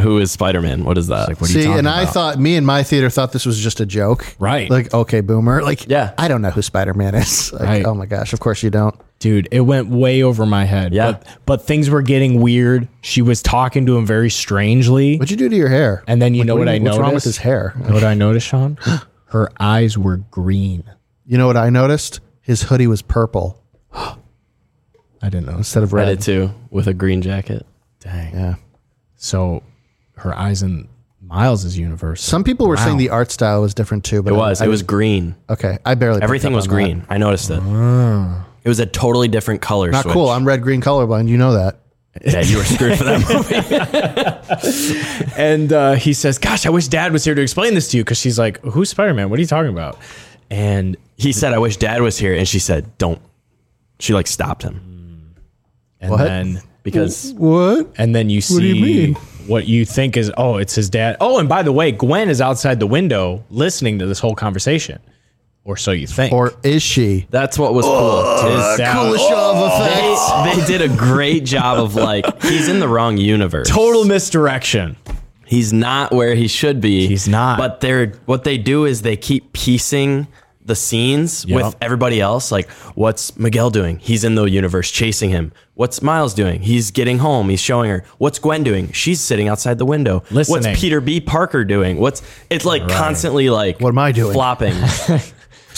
[SPEAKER 6] Who is Spider Man? What is
[SPEAKER 4] What
[SPEAKER 6] that?
[SPEAKER 4] are you
[SPEAKER 5] See,
[SPEAKER 4] talking
[SPEAKER 5] and
[SPEAKER 4] about?
[SPEAKER 5] I thought me and my theater thought this was just a joke.
[SPEAKER 4] Right.
[SPEAKER 5] Like, okay, boomer. Like,
[SPEAKER 6] Yeah.
[SPEAKER 5] I don't know who Spider Man is. Like,
[SPEAKER 4] Right.
[SPEAKER 5] Oh my gosh, of course you don't.
[SPEAKER 4] Dude, it went way over my head.
[SPEAKER 6] Yeah.
[SPEAKER 4] But, but things were getting weird. She was talking to him very strangely.
[SPEAKER 5] What'd you do to your hair?
[SPEAKER 4] and then you know what, I
[SPEAKER 5] What's
[SPEAKER 4] noticed?
[SPEAKER 5] wrong with his hair?
[SPEAKER 4] You know what I noticed, Sean? Her eyes were green.
[SPEAKER 5] You know what I noticed? His hoodie was purple
[SPEAKER 4] I didn't know.
[SPEAKER 5] instead of
[SPEAKER 6] I
[SPEAKER 5] red.
[SPEAKER 6] did too with a green jacket.
[SPEAKER 4] Dang.
[SPEAKER 5] Yeah.
[SPEAKER 4] So her eyes in Miles's universe.
[SPEAKER 5] Some people were saying
[SPEAKER 4] Wow.
[SPEAKER 5] the art style was different too, but
[SPEAKER 6] It was. It was green.
[SPEAKER 5] okay. I barely picked
[SPEAKER 6] Everything
[SPEAKER 5] up
[SPEAKER 6] was
[SPEAKER 5] on that. Ah.
[SPEAKER 6] green. I noticed it. It was a totally different color.
[SPEAKER 5] Not
[SPEAKER 6] switch.
[SPEAKER 5] cool. I'm red green colorblind. You know that.
[SPEAKER 6] yeah, you were screwed for that movie.
[SPEAKER 4] and uh, he says, Gosh, I wish dad was here to explain this to you. Cause she's like, Who's Spider Man? What are you talking about? And
[SPEAKER 6] He said, "I wish Dad was here," and she said, "Don't." She like stopped him
[SPEAKER 4] and
[SPEAKER 5] What?
[SPEAKER 4] then
[SPEAKER 6] because
[SPEAKER 5] What?
[SPEAKER 4] and then you see
[SPEAKER 5] do you mean?
[SPEAKER 4] what you think is oh it's his dad oh and by the way gwen is outside the window listening to this whole conversation or so you think
[SPEAKER 5] Or is she?
[SPEAKER 6] that's what was uh, cool.
[SPEAKER 4] Is that-
[SPEAKER 5] Oh,
[SPEAKER 4] Oh.
[SPEAKER 6] They, they did a great job of like he's in the wrong universe.
[SPEAKER 4] total misdirection
[SPEAKER 6] He's not where he should be.
[SPEAKER 4] He's not.
[SPEAKER 6] But they're what they do is they keep piecing the scenes
[SPEAKER 4] Yep.
[SPEAKER 6] with everybody else. Like, what's Miguel doing? He's in the universe chasing him. What's Miles doing? He's getting home. He's showing her. What's Gwen doing? She's sitting outside the window.
[SPEAKER 4] Listening.
[SPEAKER 6] What's Peter B. Parker doing? What's it's like constantly like what
[SPEAKER 5] am I doing?
[SPEAKER 6] Flopping.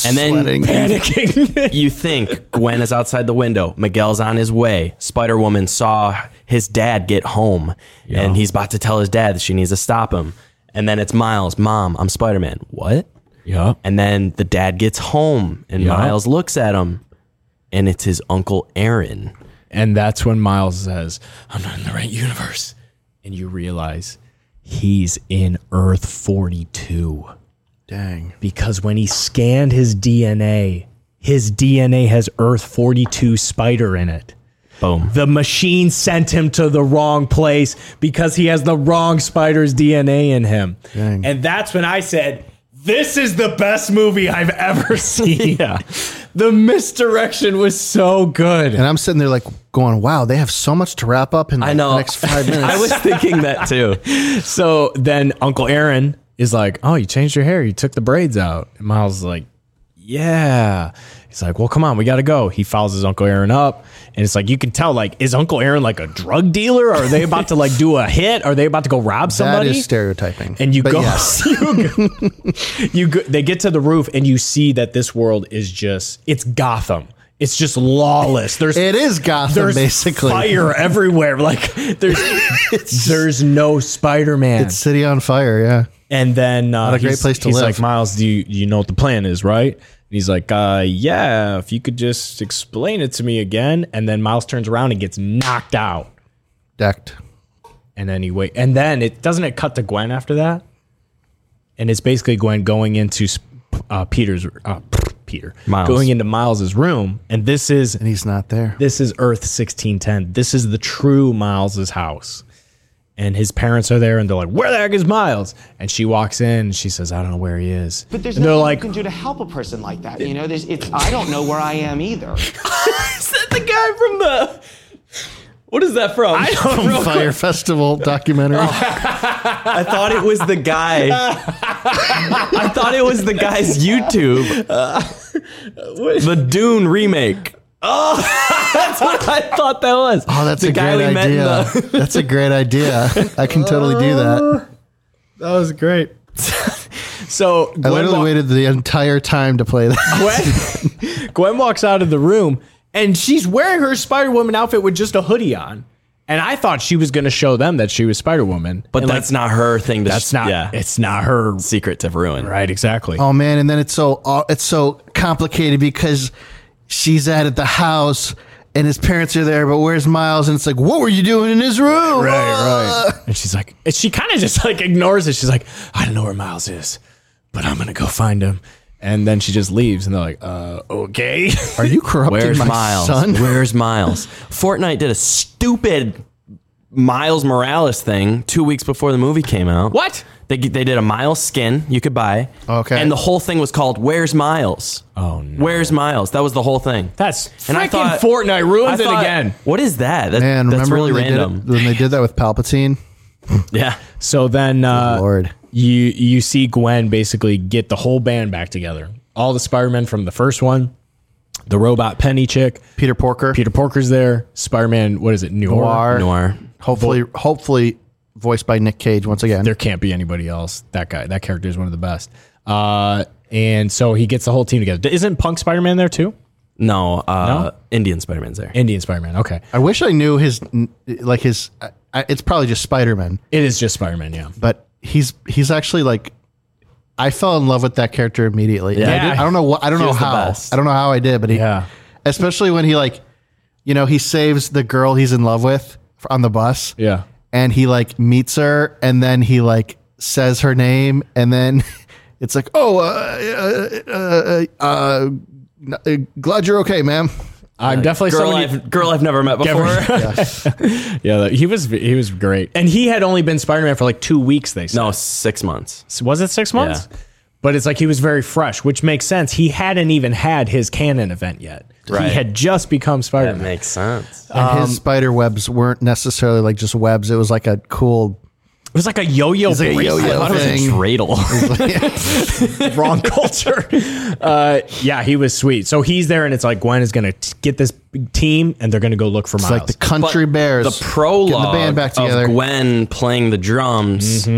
[SPEAKER 6] and then
[SPEAKER 5] Sweating.
[SPEAKER 4] panicking
[SPEAKER 6] you think Gwen is outside the window. Miguel's on his way. Spider Woman saw his dad get home and he's about to tell his dad that she needs to stop him. And then it's Miles, Mom, I'm Spider Man. What?
[SPEAKER 4] Yeah.
[SPEAKER 6] And then the dad gets home and
[SPEAKER 4] Yeah.
[SPEAKER 6] Miles looks at him and it's his uncle Aaron.
[SPEAKER 4] And that's when Miles says, I'm not in the right universe. And you realize he's in Earth 42.
[SPEAKER 5] Dang.
[SPEAKER 4] Because when he scanned his DNA, his DNA has Earth 42 spider in it.
[SPEAKER 6] Boom.
[SPEAKER 4] The machine sent him to the wrong place because he has the wrong spider's DNA in him.
[SPEAKER 5] Dang.
[SPEAKER 4] And that's when I said, This is the best movie I've ever seen. yeah. The misdirection was so good.
[SPEAKER 5] And I'm sitting there like going, wow, they have so much to wrap up in like,
[SPEAKER 6] I know.
[SPEAKER 5] the next five minutes.
[SPEAKER 6] I was thinking that too.
[SPEAKER 4] So then Uncle Aaron is like, "Oh, you changed your hair. You took the braids out." And Miles is like, "Yeah." He's like, "Well, come on, we got to go." He follows his Uncle Aaron up, and it's like you can tell like is Uncle Aaron like a drug dealer? Are they about to like do a hit? Are they about to go rob
[SPEAKER 5] that
[SPEAKER 4] somebody?
[SPEAKER 5] is stereotyping.
[SPEAKER 4] and you
[SPEAKER 5] But
[SPEAKER 4] go,
[SPEAKER 5] yes.
[SPEAKER 4] you go, you go, they get to the roof, and you see that this world is just it's Gotham. It's just lawless. There's
[SPEAKER 5] It is Gotham,
[SPEAKER 4] there's
[SPEAKER 5] basically.
[SPEAKER 4] fire everywhere. Like there's there's no Spider Man.
[SPEAKER 5] It's City on Fire, yeah.
[SPEAKER 4] And then uh,
[SPEAKER 5] a great
[SPEAKER 4] he's-
[SPEAKER 5] place to
[SPEAKER 4] he's
[SPEAKER 5] live.
[SPEAKER 4] like, Miles, do you, you know what the plan is, right? And he's like, uh, yeah, if you could just explain it to me again. And then Miles turns around and gets knocked out.
[SPEAKER 5] Decked.
[SPEAKER 4] And then he wait. And then it doesn't it cut to Gwen after that? And it's basically Gwen going into sp- uh, Peter's uh, Peter
[SPEAKER 6] Miles.
[SPEAKER 4] going into Miles's room, and this is
[SPEAKER 5] And he's not there.
[SPEAKER 4] this is Earth 1610. This is the true Miles's house. And his parents are there and they're like, Where the heck is Miles? And she walks in and she says, I don't know where he is.
[SPEAKER 8] But there's
[SPEAKER 4] and they're
[SPEAKER 8] nothing
[SPEAKER 4] like,
[SPEAKER 8] you can do to help a person like that. You know, there's it's I don't know where I am either.
[SPEAKER 6] is that the guy from the. What is that from? I,
[SPEAKER 5] From Fire Festival documentary.
[SPEAKER 6] thought it was the guy. I thought it was the guy's YouTube. the Dune remake. Oh, that's what I thought that was.
[SPEAKER 5] Oh, that's
[SPEAKER 6] the
[SPEAKER 5] a
[SPEAKER 6] guy
[SPEAKER 5] great
[SPEAKER 6] we met in
[SPEAKER 5] idea.
[SPEAKER 6] the-
[SPEAKER 5] that's a great idea. I can totally do that.
[SPEAKER 4] That was great. so
[SPEAKER 5] I
[SPEAKER 4] Gwen,
[SPEAKER 5] literally
[SPEAKER 4] wa-
[SPEAKER 5] waited the entire time to play that.
[SPEAKER 4] Gwen, Gwen walks out of the room and she's wearing her Spider Woman outfit with just a hoodie on. And I thought she was going to show them that she was Spider Woman.
[SPEAKER 6] But that's not her thing. To
[SPEAKER 4] That's not,
[SPEAKER 6] Yeah,
[SPEAKER 4] it's not her.
[SPEAKER 6] secret to ruin.
[SPEAKER 4] Right, exactly.
[SPEAKER 5] Oh man, and then it's so uh, it's so complicated because she's out at the house and his parents are there, but where's Miles? And it's like, what were you doing in his room?
[SPEAKER 4] right, right. And she's like, and she kind of just like ignores it. She's like, I don't know where Miles is, but I'm gonna go find him. And then she just leaves, and they're like, uh, okay.
[SPEAKER 5] Are you corrupting
[SPEAKER 6] Where's
[SPEAKER 5] my
[SPEAKER 6] Miles?
[SPEAKER 5] son?
[SPEAKER 6] Where's Miles? Fortnite did a stupid Miles Morales thing two weeks before the movie came out.
[SPEAKER 4] What?
[SPEAKER 6] They, they did a Miles skin you could buy.
[SPEAKER 5] Okay.
[SPEAKER 6] And the whole thing was called Where's Miles?
[SPEAKER 4] Oh, no.
[SPEAKER 6] Where's Miles? That was the whole thing.
[SPEAKER 4] That's
[SPEAKER 6] And I
[SPEAKER 4] freaking
[SPEAKER 6] thought-
[SPEAKER 4] Fortnite ruins
[SPEAKER 6] I thought,
[SPEAKER 4] it again.
[SPEAKER 6] What is that? That-
[SPEAKER 5] Man,
[SPEAKER 6] that's
[SPEAKER 5] remember
[SPEAKER 6] really
[SPEAKER 5] when, they Did
[SPEAKER 6] random.
[SPEAKER 5] it, when they did that with Palpatine?
[SPEAKER 6] Yeah.
[SPEAKER 4] So then, uh,
[SPEAKER 5] Lord.
[SPEAKER 4] you you see Gwen basically get the whole band back together, all the Spider-Men from the first one, the robot Penny chick,
[SPEAKER 5] Peter Porker.
[SPEAKER 4] Peter Porker's there, Spider-Man. What is it?
[SPEAKER 5] Noir.
[SPEAKER 4] Noir.
[SPEAKER 6] Noir.
[SPEAKER 5] Hopefully, hopefully voiced by Nick Cage once again.
[SPEAKER 4] there can't be anybody else. That guy, that character is one of the best. Uh, and so he gets the whole team together. Isn't Punk Spider Man there too?
[SPEAKER 6] No, uh,
[SPEAKER 4] No?
[SPEAKER 6] Indian Spider Man's there.
[SPEAKER 4] Indian Spider Man. Okay,
[SPEAKER 5] I wish I knew his n- like his. I, I, it's probably just Spider Man,
[SPEAKER 4] it is just Spider Man. Yeah.
[SPEAKER 5] but he's he's actually like. I fell in love with that character immediately. And I,
[SPEAKER 4] Yeah.
[SPEAKER 5] did- I don't know what. I don't know
[SPEAKER 6] was the
[SPEAKER 5] how.
[SPEAKER 6] best.
[SPEAKER 5] I don't know how I did, but he,
[SPEAKER 4] Yeah.
[SPEAKER 5] especially when he like, you know, he saves the girl he's in love with f- on the bus.
[SPEAKER 4] Yeah.
[SPEAKER 5] and he like meets her and then he like says her name and then it's like oh uh, uh, uh, uh, uh, n- uh, glad you're okay ma'am
[SPEAKER 4] I'm definitely
[SPEAKER 6] Girl
[SPEAKER 4] somebody.
[SPEAKER 6] I've, girl I've never met before.
[SPEAKER 4] yeah, that- he was he was great, and he had only been Spider Man for like two weeks. They said.
[SPEAKER 6] no, six months.
[SPEAKER 4] was it six months? But it's like he was very fresh, which makes sense. He hadn't even had his canon event yet.
[SPEAKER 6] Right.
[SPEAKER 4] He had just become Spider
[SPEAKER 6] That
[SPEAKER 4] Man.
[SPEAKER 6] makes sense.
[SPEAKER 5] and his spider webs weren't necessarily like just webs it was like a cool
[SPEAKER 4] It was like a yo-yo.
[SPEAKER 5] like a
[SPEAKER 4] bracelet.
[SPEAKER 5] yo-yo
[SPEAKER 4] I thought it was a
[SPEAKER 5] thing.
[SPEAKER 6] Dreidel.
[SPEAKER 4] wrong culture. Uh, yeah, he was sweet. So he's there, and it's like Gwen is gonna t- get this big team, and they're gonna go look for Miles.
[SPEAKER 5] like the country bears
[SPEAKER 6] the prologue
[SPEAKER 5] getting the band back together
[SPEAKER 6] of Gwen playing the drums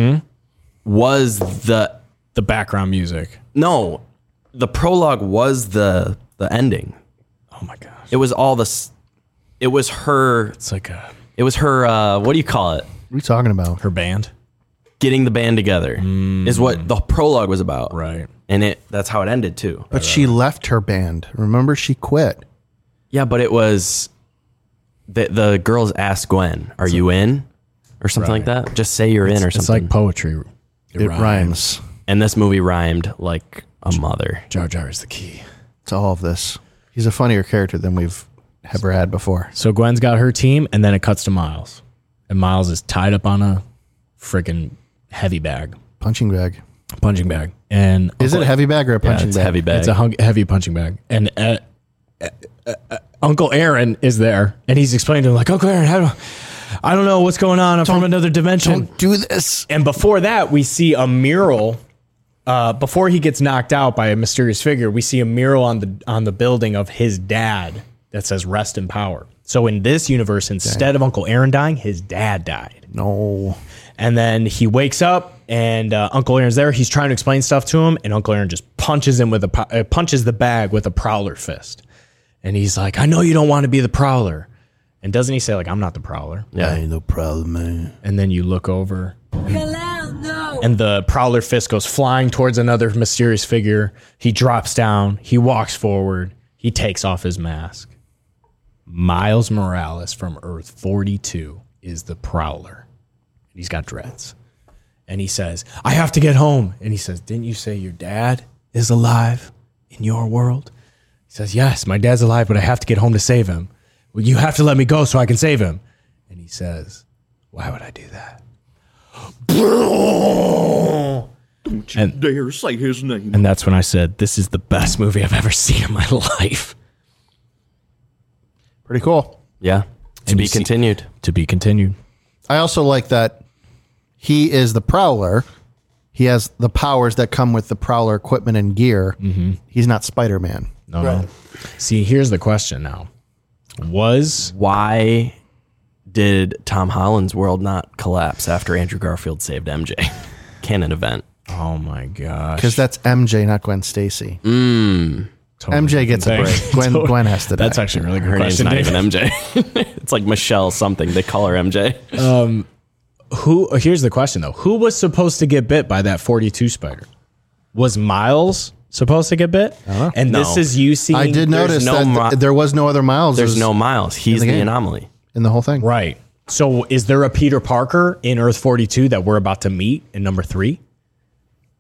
[SPEAKER 6] was the
[SPEAKER 4] the background music.
[SPEAKER 6] no, the prologue was the the ending.
[SPEAKER 4] Oh my gosh,
[SPEAKER 6] It was all this. It was her.
[SPEAKER 4] it's like a,
[SPEAKER 6] It was her. Uh, what do you call it?
[SPEAKER 5] what are you talking about
[SPEAKER 4] her band.
[SPEAKER 6] getting the band together is what the prologue was about.
[SPEAKER 9] Right.
[SPEAKER 6] And it that's how it ended too.
[SPEAKER 5] But she left her band. Remember, she quit.
[SPEAKER 6] Yeah, but it was the the girls asked Gwen, "Are you in?" or something like that. Just say you're in or
[SPEAKER 4] It's
[SPEAKER 6] something.
[SPEAKER 4] like poetry.
[SPEAKER 5] It, rhymes.
[SPEAKER 6] and this movie rhymed like a mother.
[SPEAKER 4] Jar Jar is the key.
[SPEAKER 5] to all of this. He's a funnier character than we've ever had before.
[SPEAKER 4] So Gwen's got her team, and then it cuts to Miles, and Miles is tied up on a freaking heavy bag,
[SPEAKER 5] Punching bag.
[SPEAKER 4] punching bag, and
[SPEAKER 5] Is it a heavy bag or a punching
[SPEAKER 6] It's
[SPEAKER 5] bag?
[SPEAKER 6] heavy bag.
[SPEAKER 4] It's a hung, heavy punching bag, and uh, uh, uh, uh, Uncle Aaron is there, and he's explaining to him like, Uncle Aaron, I don't, I don't know what's going on. I'm from another dimension.
[SPEAKER 5] Don't do this.
[SPEAKER 4] And before that, we see a mural. Uh, before he gets knocked out by a mysterious figure, we see a mural on the on the building of his dad that says "Rest in Power." So in this universe, instead of Uncle Aaron dying, his dad died.
[SPEAKER 5] No.
[SPEAKER 4] And then he wakes up, and uh, Uncle Aaron's there. He's trying to explain stuff to him, and Uncle Aaron just punches him with a po- uh, punches the bag with a prowler fist. And he's like, "I know you don't want to be the prowler." And doesn't he say like, "I'm not the prowler"?
[SPEAKER 6] yeah.
[SPEAKER 5] no problem, man.
[SPEAKER 4] And then you look over, and the prowler fist goes flying towards another mysterious figure. He drops down, he walks forward, he takes off his mask. Miles Morales from Earth 42 is the prowler. And he's got dreads. And he says, I have to get home. And he says, Didn't you say your dad is alive in your world? He says, Yes, my dad's alive, but I have to get home to save him. Well, you have to let me go so I can save him. And he says, Why would I do that?
[SPEAKER 9] Dare say his name.
[SPEAKER 4] And that's when I said, This is the best movie I've ever seen in my life.
[SPEAKER 5] Pretty cool.
[SPEAKER 6] yeah. To
[SPEAKER 4] And
[SPEAKER 6] be
[SPEAKER 4] you see-
[SPEAKER 6] continued.
[SPEAKER 4] To be continued.
[SPEAKER 5] I also like that he is the prowler. He has the powers that come with the prowler equipment and gear.
[SPEAKER 6] Mm-hmm.
[SPEAKER 5] He's not Spider Man.
[SPEAKER 4] No, no. See, here's the question now. Was
[SPEAKER 6] Why did Tom Holland's world not collapse after Andrew Garfield saved MJ? Canon event.
[SPEAKER 4] oh my gosh.
[SPEAKER 5] Because that's MJ, not Gwen Stacy.
[SPEAKER 6] Mm.
[SPEAKER 4] Totally
[SPEAKER 5] MJ gets a
[SPEAKER 4] different
[SPEAKER 5] break.
[SPEAKER 4] thing.
[SPEAKER 5] Gwen,
[SPEAKER 4] Totally.
[SPEAKER 5] Gwen has to die.
[SPEAKER 4] That's actually a really good
[SPEAKER 6] Her name's
[SPEAKER 4] question.
[SPEAKER 6] not
[SPEAKER 4] David.
[SPEAKER 6] even MJ. it's like Michelle something. They call her MJ.
[SPEAKER 4] Who here's the question though. Who was supposed to get bit by that 42 spider? Was Miles supposed to get bit? And this
[SPEAKER 6] No.
[SPEAKER 4] is you seeing
[SPEAKER 5] I did
[SPEAKER 6] There's
[SPEAKER 5] notice
[SPEAKER 6] no
[SPEAKER 5] that th-
[SPEAKER 6] mo-
[SPEAKER 5] there was no other Miles.
[SPEAKER 6] There's no Miles. He's
[SPEAKER 5] the
[SPEAKER 6] the,
[SPEAKER 5] game.
[SPEAKER 6] anomaly.
[SPEAKER 5] in the whole thing.
[SPEAKER 4] Right. So is there a Peter Parker in Earth 42 that we're about to meet in number 3?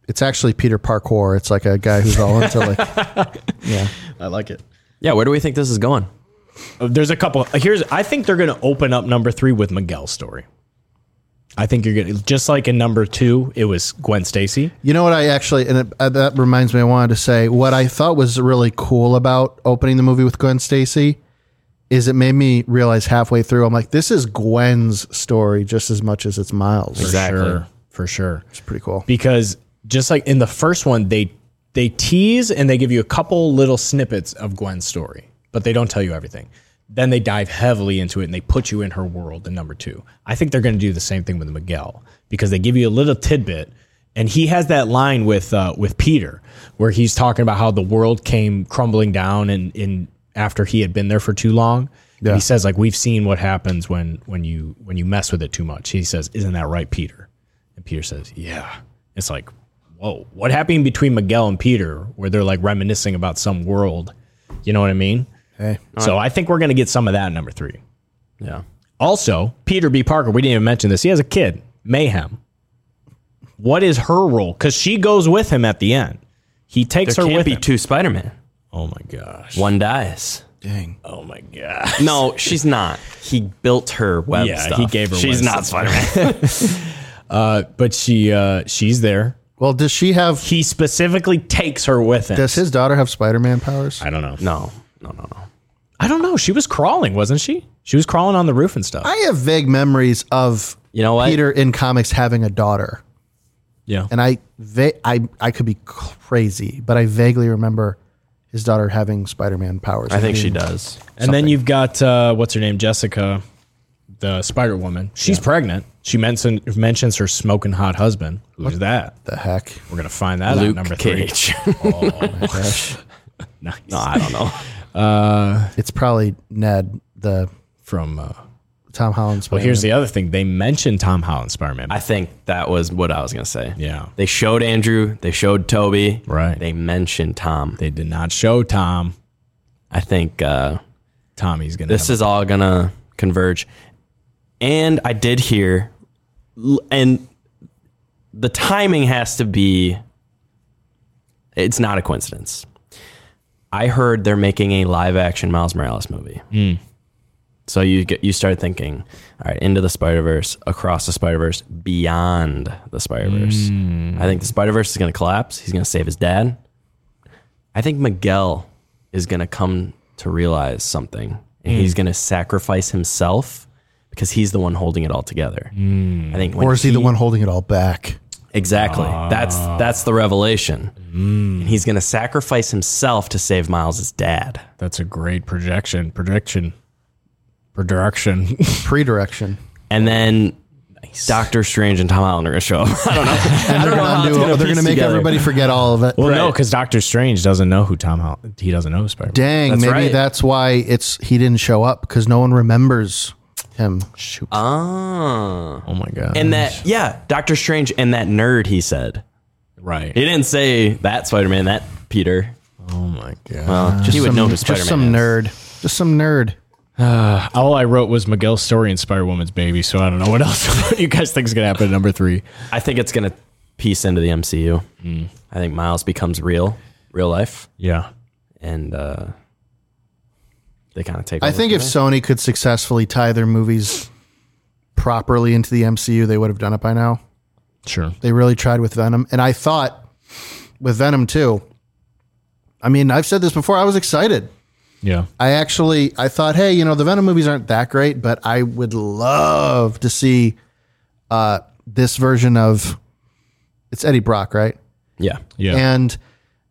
[SPEAKER 5] It's actually Peter Parkour. It's like a guy who's all into like
[SPEAKER 4] I like it.
[SPEAKER 6] Yeah, where do we think this is going?
[SPEAKER 4] Uh, There's a couple. Here's I think they're going to open up number 3 with Miguel's story. I think you're going to just like in number 2 it was Gwen Stacy.
[SPEAKER 5] You know what I actually, and it, uh, that reminds me, I wanted to say what I thought was really cool about opening the movie with Gwen Stacy is it made me realize halfway through, I'm like, this is Gwen's story just as much as it's Miles.
[SPEAKER 6] Exactly.
[SPEAKER 4] For sure. For sure.
[SPEAKER 5] It's pretty cool.
[SPEAKER 4] because just like in the first one they they tease and they give you a couple little snippets of Gwen's story, but they don't tell you everything. Then they dive heavily into it and they put you in her world in number 2. I think they're going to do the same thing with Miguel because they give you a little tidbit and he has that line with uh, with Peter where he's talking about how the world came crumbling down and in after he had been there for too long. And He says like we've seen what happens when when you when you mess with it too much. He says, "Isn't that right, Peter?" And Peter says, Yeah. It's like, whoa, what happened between Miguel and Peter where they're like reminiscing about some world? You know what I mean? Hey. So I think we're going to get some of that in number three.
[SPEAKER 6] Yeah.
[SPEAKER 4] Also, Peter B. Parker, we didn't even mention this. He has a kid, Mayhem. What is her role? Because she goes with him at the end. He takes
[SPEAKER 6] There
[SPEAKER 4] her
[SPEAKER 6] can't
[SPEAKER 4] with
[SPEAKER 6] be
[SPEAKER 4] him.
[SPEAKER 6] two Spider Man.
[SPEAKER 4] oh my gosh.
[SPEAKER 6] One dies.
[SPEAKER 4] Oh my gosh.
[SPEAKER 6] No, she's not. He built her web
[SPEAKER 4] Yeah,
[SPEAKER 6] stuff.
[SPEAKER 4] he gave her
[SPEAKER 6] She's
[SPEAKER 4] web
[SPEAKER 6] not Spider Man.
[SPEAKER 4] But she uh, she's there.
[SPEAKER 5] Well, does she have,
[SPEAKER 4] He specifically takes her with him.
[SPEAKER 5] does his daughter have Spider Man powers?
[SPEAKER 4] I don't know.
[SPEAKER 6] no, no, no, no.
[SPEAKER 4] I don't know. She was crawling, wasn't she? She was crawling on the roof and stuff.
[SPEAKER 5] I have vague memories of
[SPEAKER 6] You know what?
[SPEAKER 5] Peter in comics having a daughter.
[SPEAKER 4] yeah.
[SPEAKER 5] And I, va- I, I could be crazy, but I vaguely remember his daughter having Spider Man powers.
[SPEAKER 6] I think she
[SPEAKER 5] mean,
[SPEAKER 6] does.
[SPEAKER 4] And then you've got uh, what's her name, Jessica, the Spider Woman. She's pregnant. She mention, mentions her smoking hot husband. Who's that?
[SPEAKER 5] The heck?
[SPEAKER 4] We're gonna find that out.
[SPEAKER 6] Luke
[SPEAKER 4] Number Oh,
[SPEAKER 6] Cage.
[SPEAKER 4] three. Nice.
[SPEAKER 6] I don't know.
[SPEAKER 5] It's probably Ned, the
[SPEAKER 4] From uh,
[SPEAKER 5] Tom Holland.
[SPEAKER 4] Well, here's the other thing. They mentioned Tom Holland Spider-Man.
[SPEAKER 6] I think that was what I was gonna say.
[SPEAKER 4] Yeah.
[SPEAKER 6] They showed Andrew. They showed Toby.
[SPEAKER 4] Right.
[SPEAKER 6] They mentioned Tom.
[SPEAKER 4] they did not show Tom.
[SPEAKER 6] I think uh,
[SPEAKER 4] Tommy's gonna.
[SPEAKER 6] this
[SPEAKER 4] have-
[SPEAKER 6] is all gonna converge. And I did hear, l- and the timing has to be. It's not a coincidence. I heard they're making a live action Miles Morales movie. So you get you start thinking, all right, into the Spider Verse, across the Spider Verse, beyond the Spider Verse. I think the Spider Verse is going to collapse. He's going to save his dad. I think Miguel is going to come to realize something, and he's going to sacrifice himself because he's the one holding it all together. I think, when
[SPEAKER 5] or is he the one holding it all back?
[SPEAKER 6] Exactly. That's that's the revelation. And he's going to sacrifice himself to save Miles' dad.
[SPEAKER 4] That's a great projection. Projection. Projection.
[SPEAKER 5] Pre-direction.
[SPEAKER 6] And then Doctor Strange and Tom Holland are going to show up. I don't know.
[SPEAKER 5] And they're
[SPEAKER 6] don't know how
[SPEAKER 5] gonna
[SPEAKER 6] it's
[SPEAKER 5] undo-
[SPEAKER 6] gonna
[SPEAKER 5] They're
[SPEAKER 6] piece
[SPEAKER 5] gonna make
[SPEAKER 6] together.
[SPEAKER 5] everybody forget all of it.
[SPEAKER 4] well, no, because Doctor Strange doesn't know who Tom Holland. He doesn't know who Spider-Man.
[SPEAKER 5] Dang,
[SPEAKER 6] That's
[SPEAKER 5] maybe
[SPEAKER 6] right.
[SPEAKER 5] that's why it's he didn't show up because no one remembers him.
[SPEAKER 4] Shoot.
[SPEAKER 6] Ah.
[SPEAKER 4] oh my god.
[SPEAKER 6] And that yeah, Doctor Strange and that nerd he said.
[SPEAKER 4] right.
[SPEAKER 6] He didn't say that Spider-Man, that Peter.
[SPEAKER 4] oh my god.
[SPEAKER 6] Well, he would
[SPEAKER 5] some,
[SPEAKER 6] know who Spider-Man
[SPEAKER 5] just some
[SPEAKER 6] is.
[SPEAKER 5] nerd, just some nerd.
[SPEAKER 4] All I wrote was Miguel's story and Spider Woman's baby, so I don't know what else what you guys think is gonna happen at number three.
[SPEAKER 6] I think it's going to piece into the MCU. I think Miles becomes real, real life
[SPEAKER 4] Yeah.
[SPEAKER 6] and uh they kind of take
[SPEAKER 5] I
[SPEAKER 6] over
[SPEAKER 5] think
[SPEAKER 6] from
[SPEAKER 5] if Sony could successfully tie their movies properly into the MCU, they would have done it by now.
[SPEAKER 4] Sure.
[SPEAKER 5] They really tried with Venom, and I thought with Venom too. I mean, I've said this before. I was excited.
[SPEAKER 4] Yeah.
[SPEAKER 5] I actually I thought, hey, you know, the Venom movies aren't that great, but I would love to see uh, this version of it's Eddie Brock, right?
[SPEAKER 6] Yeah.
[SPEAKER 4] Yeah.
[SPEAKER 5] And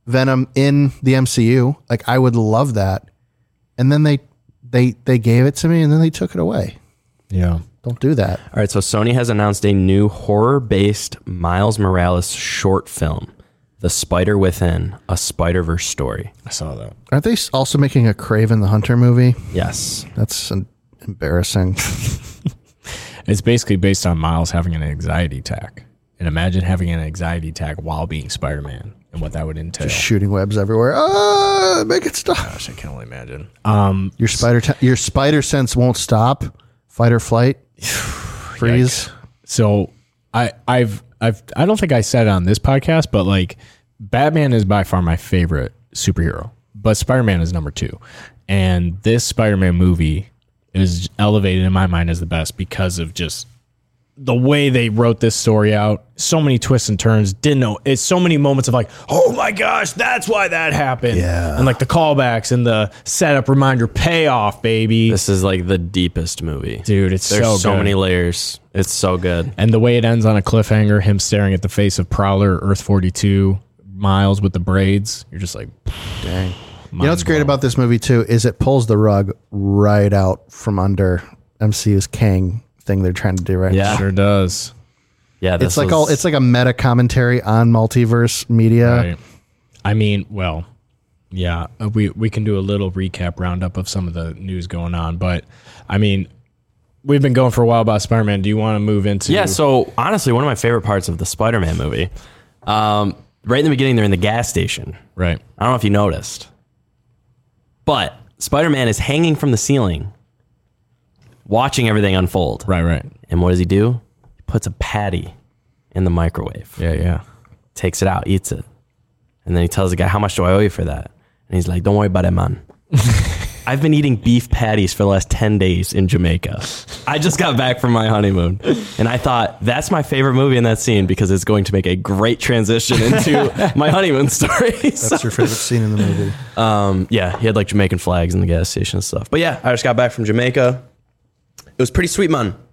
[SPEAKER 5] Venom in the MCU. Like I would love that. And then they they they gave it to me and then they took it away.
[SPEAKER 4] yeah.
[SPEAKER 5] Don't do that.
[SPEAKER 6] All right, so Sony has announced a new horror-based Miles Morales short film, The Spider Within: A Spider-Verse Story.
[SPEAKER 4] I saw that.
[SPEAKER 5] Aren't they also making a Craven the Hunter movie?
[SPEAKER 6] Yes.
[SPEAKER 5] That's an embarrassing.
[SPEAKER 4] It's basically based on Miles having an anxiety attack. And imagine having an anxiety attack while being Spider Man and what that would entail.
[SPEAKER 5] Shooting webs everywhere. Ah, make it stop.
[SPEAKER 4] Gosh, I can only imagine. Um
[SPEAKER 5] Your spider te- your spider sense won't stop. Fight or flight. Freeze.
[SPEAKER 4] so I I've I've I don't think I said it on this podcast, but like Batman is by far my favorite superhero, but Spider Man is number two, and this Spider Man movie is elevated in my mind as the best because of just the way they wrote this story out. So many twists and turns. Didn't know it's so many moments of like, oh my gosh, that's why that happened. Yeah, and like the callbacks and the setup, reminder, payoff, baby.
[SPEAKER 6] This is like the deepest movie.
[SPEAKER 4] Dude, it's
[SPEAKER 6] There's
[SPEAKER 4] so
[SPEAKER 6] so,
[SPEAKER 4] good.
[SPEAKER 6] many layers. It's so good.
[SPEAKER 4] And the way it ends on a cliffhanger, him staring at the face of Prowler, Earth 42, Miles with the braids. You're just like,
[SPEAKER 5] You know what's great about this movie too is it pulls the rug right out from under MCU's Kang thing they're trying to do right now.
[SPEAKER 6] Yeah.
[SPEAKER 4] sure does.
[SPEAKER 6] Yeah, this
[SPEAKER 5] It's like
[SPEAKER 6] was-
[SPEAKER 5] all it's like a meta commentary on multiverse media.
[SPEAKER 4] Right. I mean, well, yeah, uh, we, we can do a little recap roundup of some of the news going on. But I mean, we've been going for a while about Spider Man. Do you want to move into?
[SPEAKER 6] Yeah, so honestly, one of my favorite parts of the Spider-Man movie, um, right in the beginning, they're in the gas station.
[SPEAKER 4] Right.
[SPEAKER 6] I don't know if you noticed, but Spider-Man is hanging from the ceiling, watching everything unfold.
[SPEAKER 4] Right, right.
[SPEAKER 6] And what does he do? He puts a patty in the microwave,
[SPEAKER 4] Yeah, yeah.
[SPEAKER 6] takes it out, eats it. And then he tells the guy, How much do I owe you for that? And he's like, Don't worry about it, man. I've been eating beef patties for the last 10 days in Jamaica. I just got back from my honeymoon. And I thought, That's my favorite movie in that scene because it's going to make a great transition into my honeymoon story. So,
[SPEAKER 5] That's your favorite scene in the movie.
[SPEAKER 6] yeah, he had like Jamaican flags in the gas station and stuff. But yeah, I just got back from Jamaica. It was pretty sweet, man.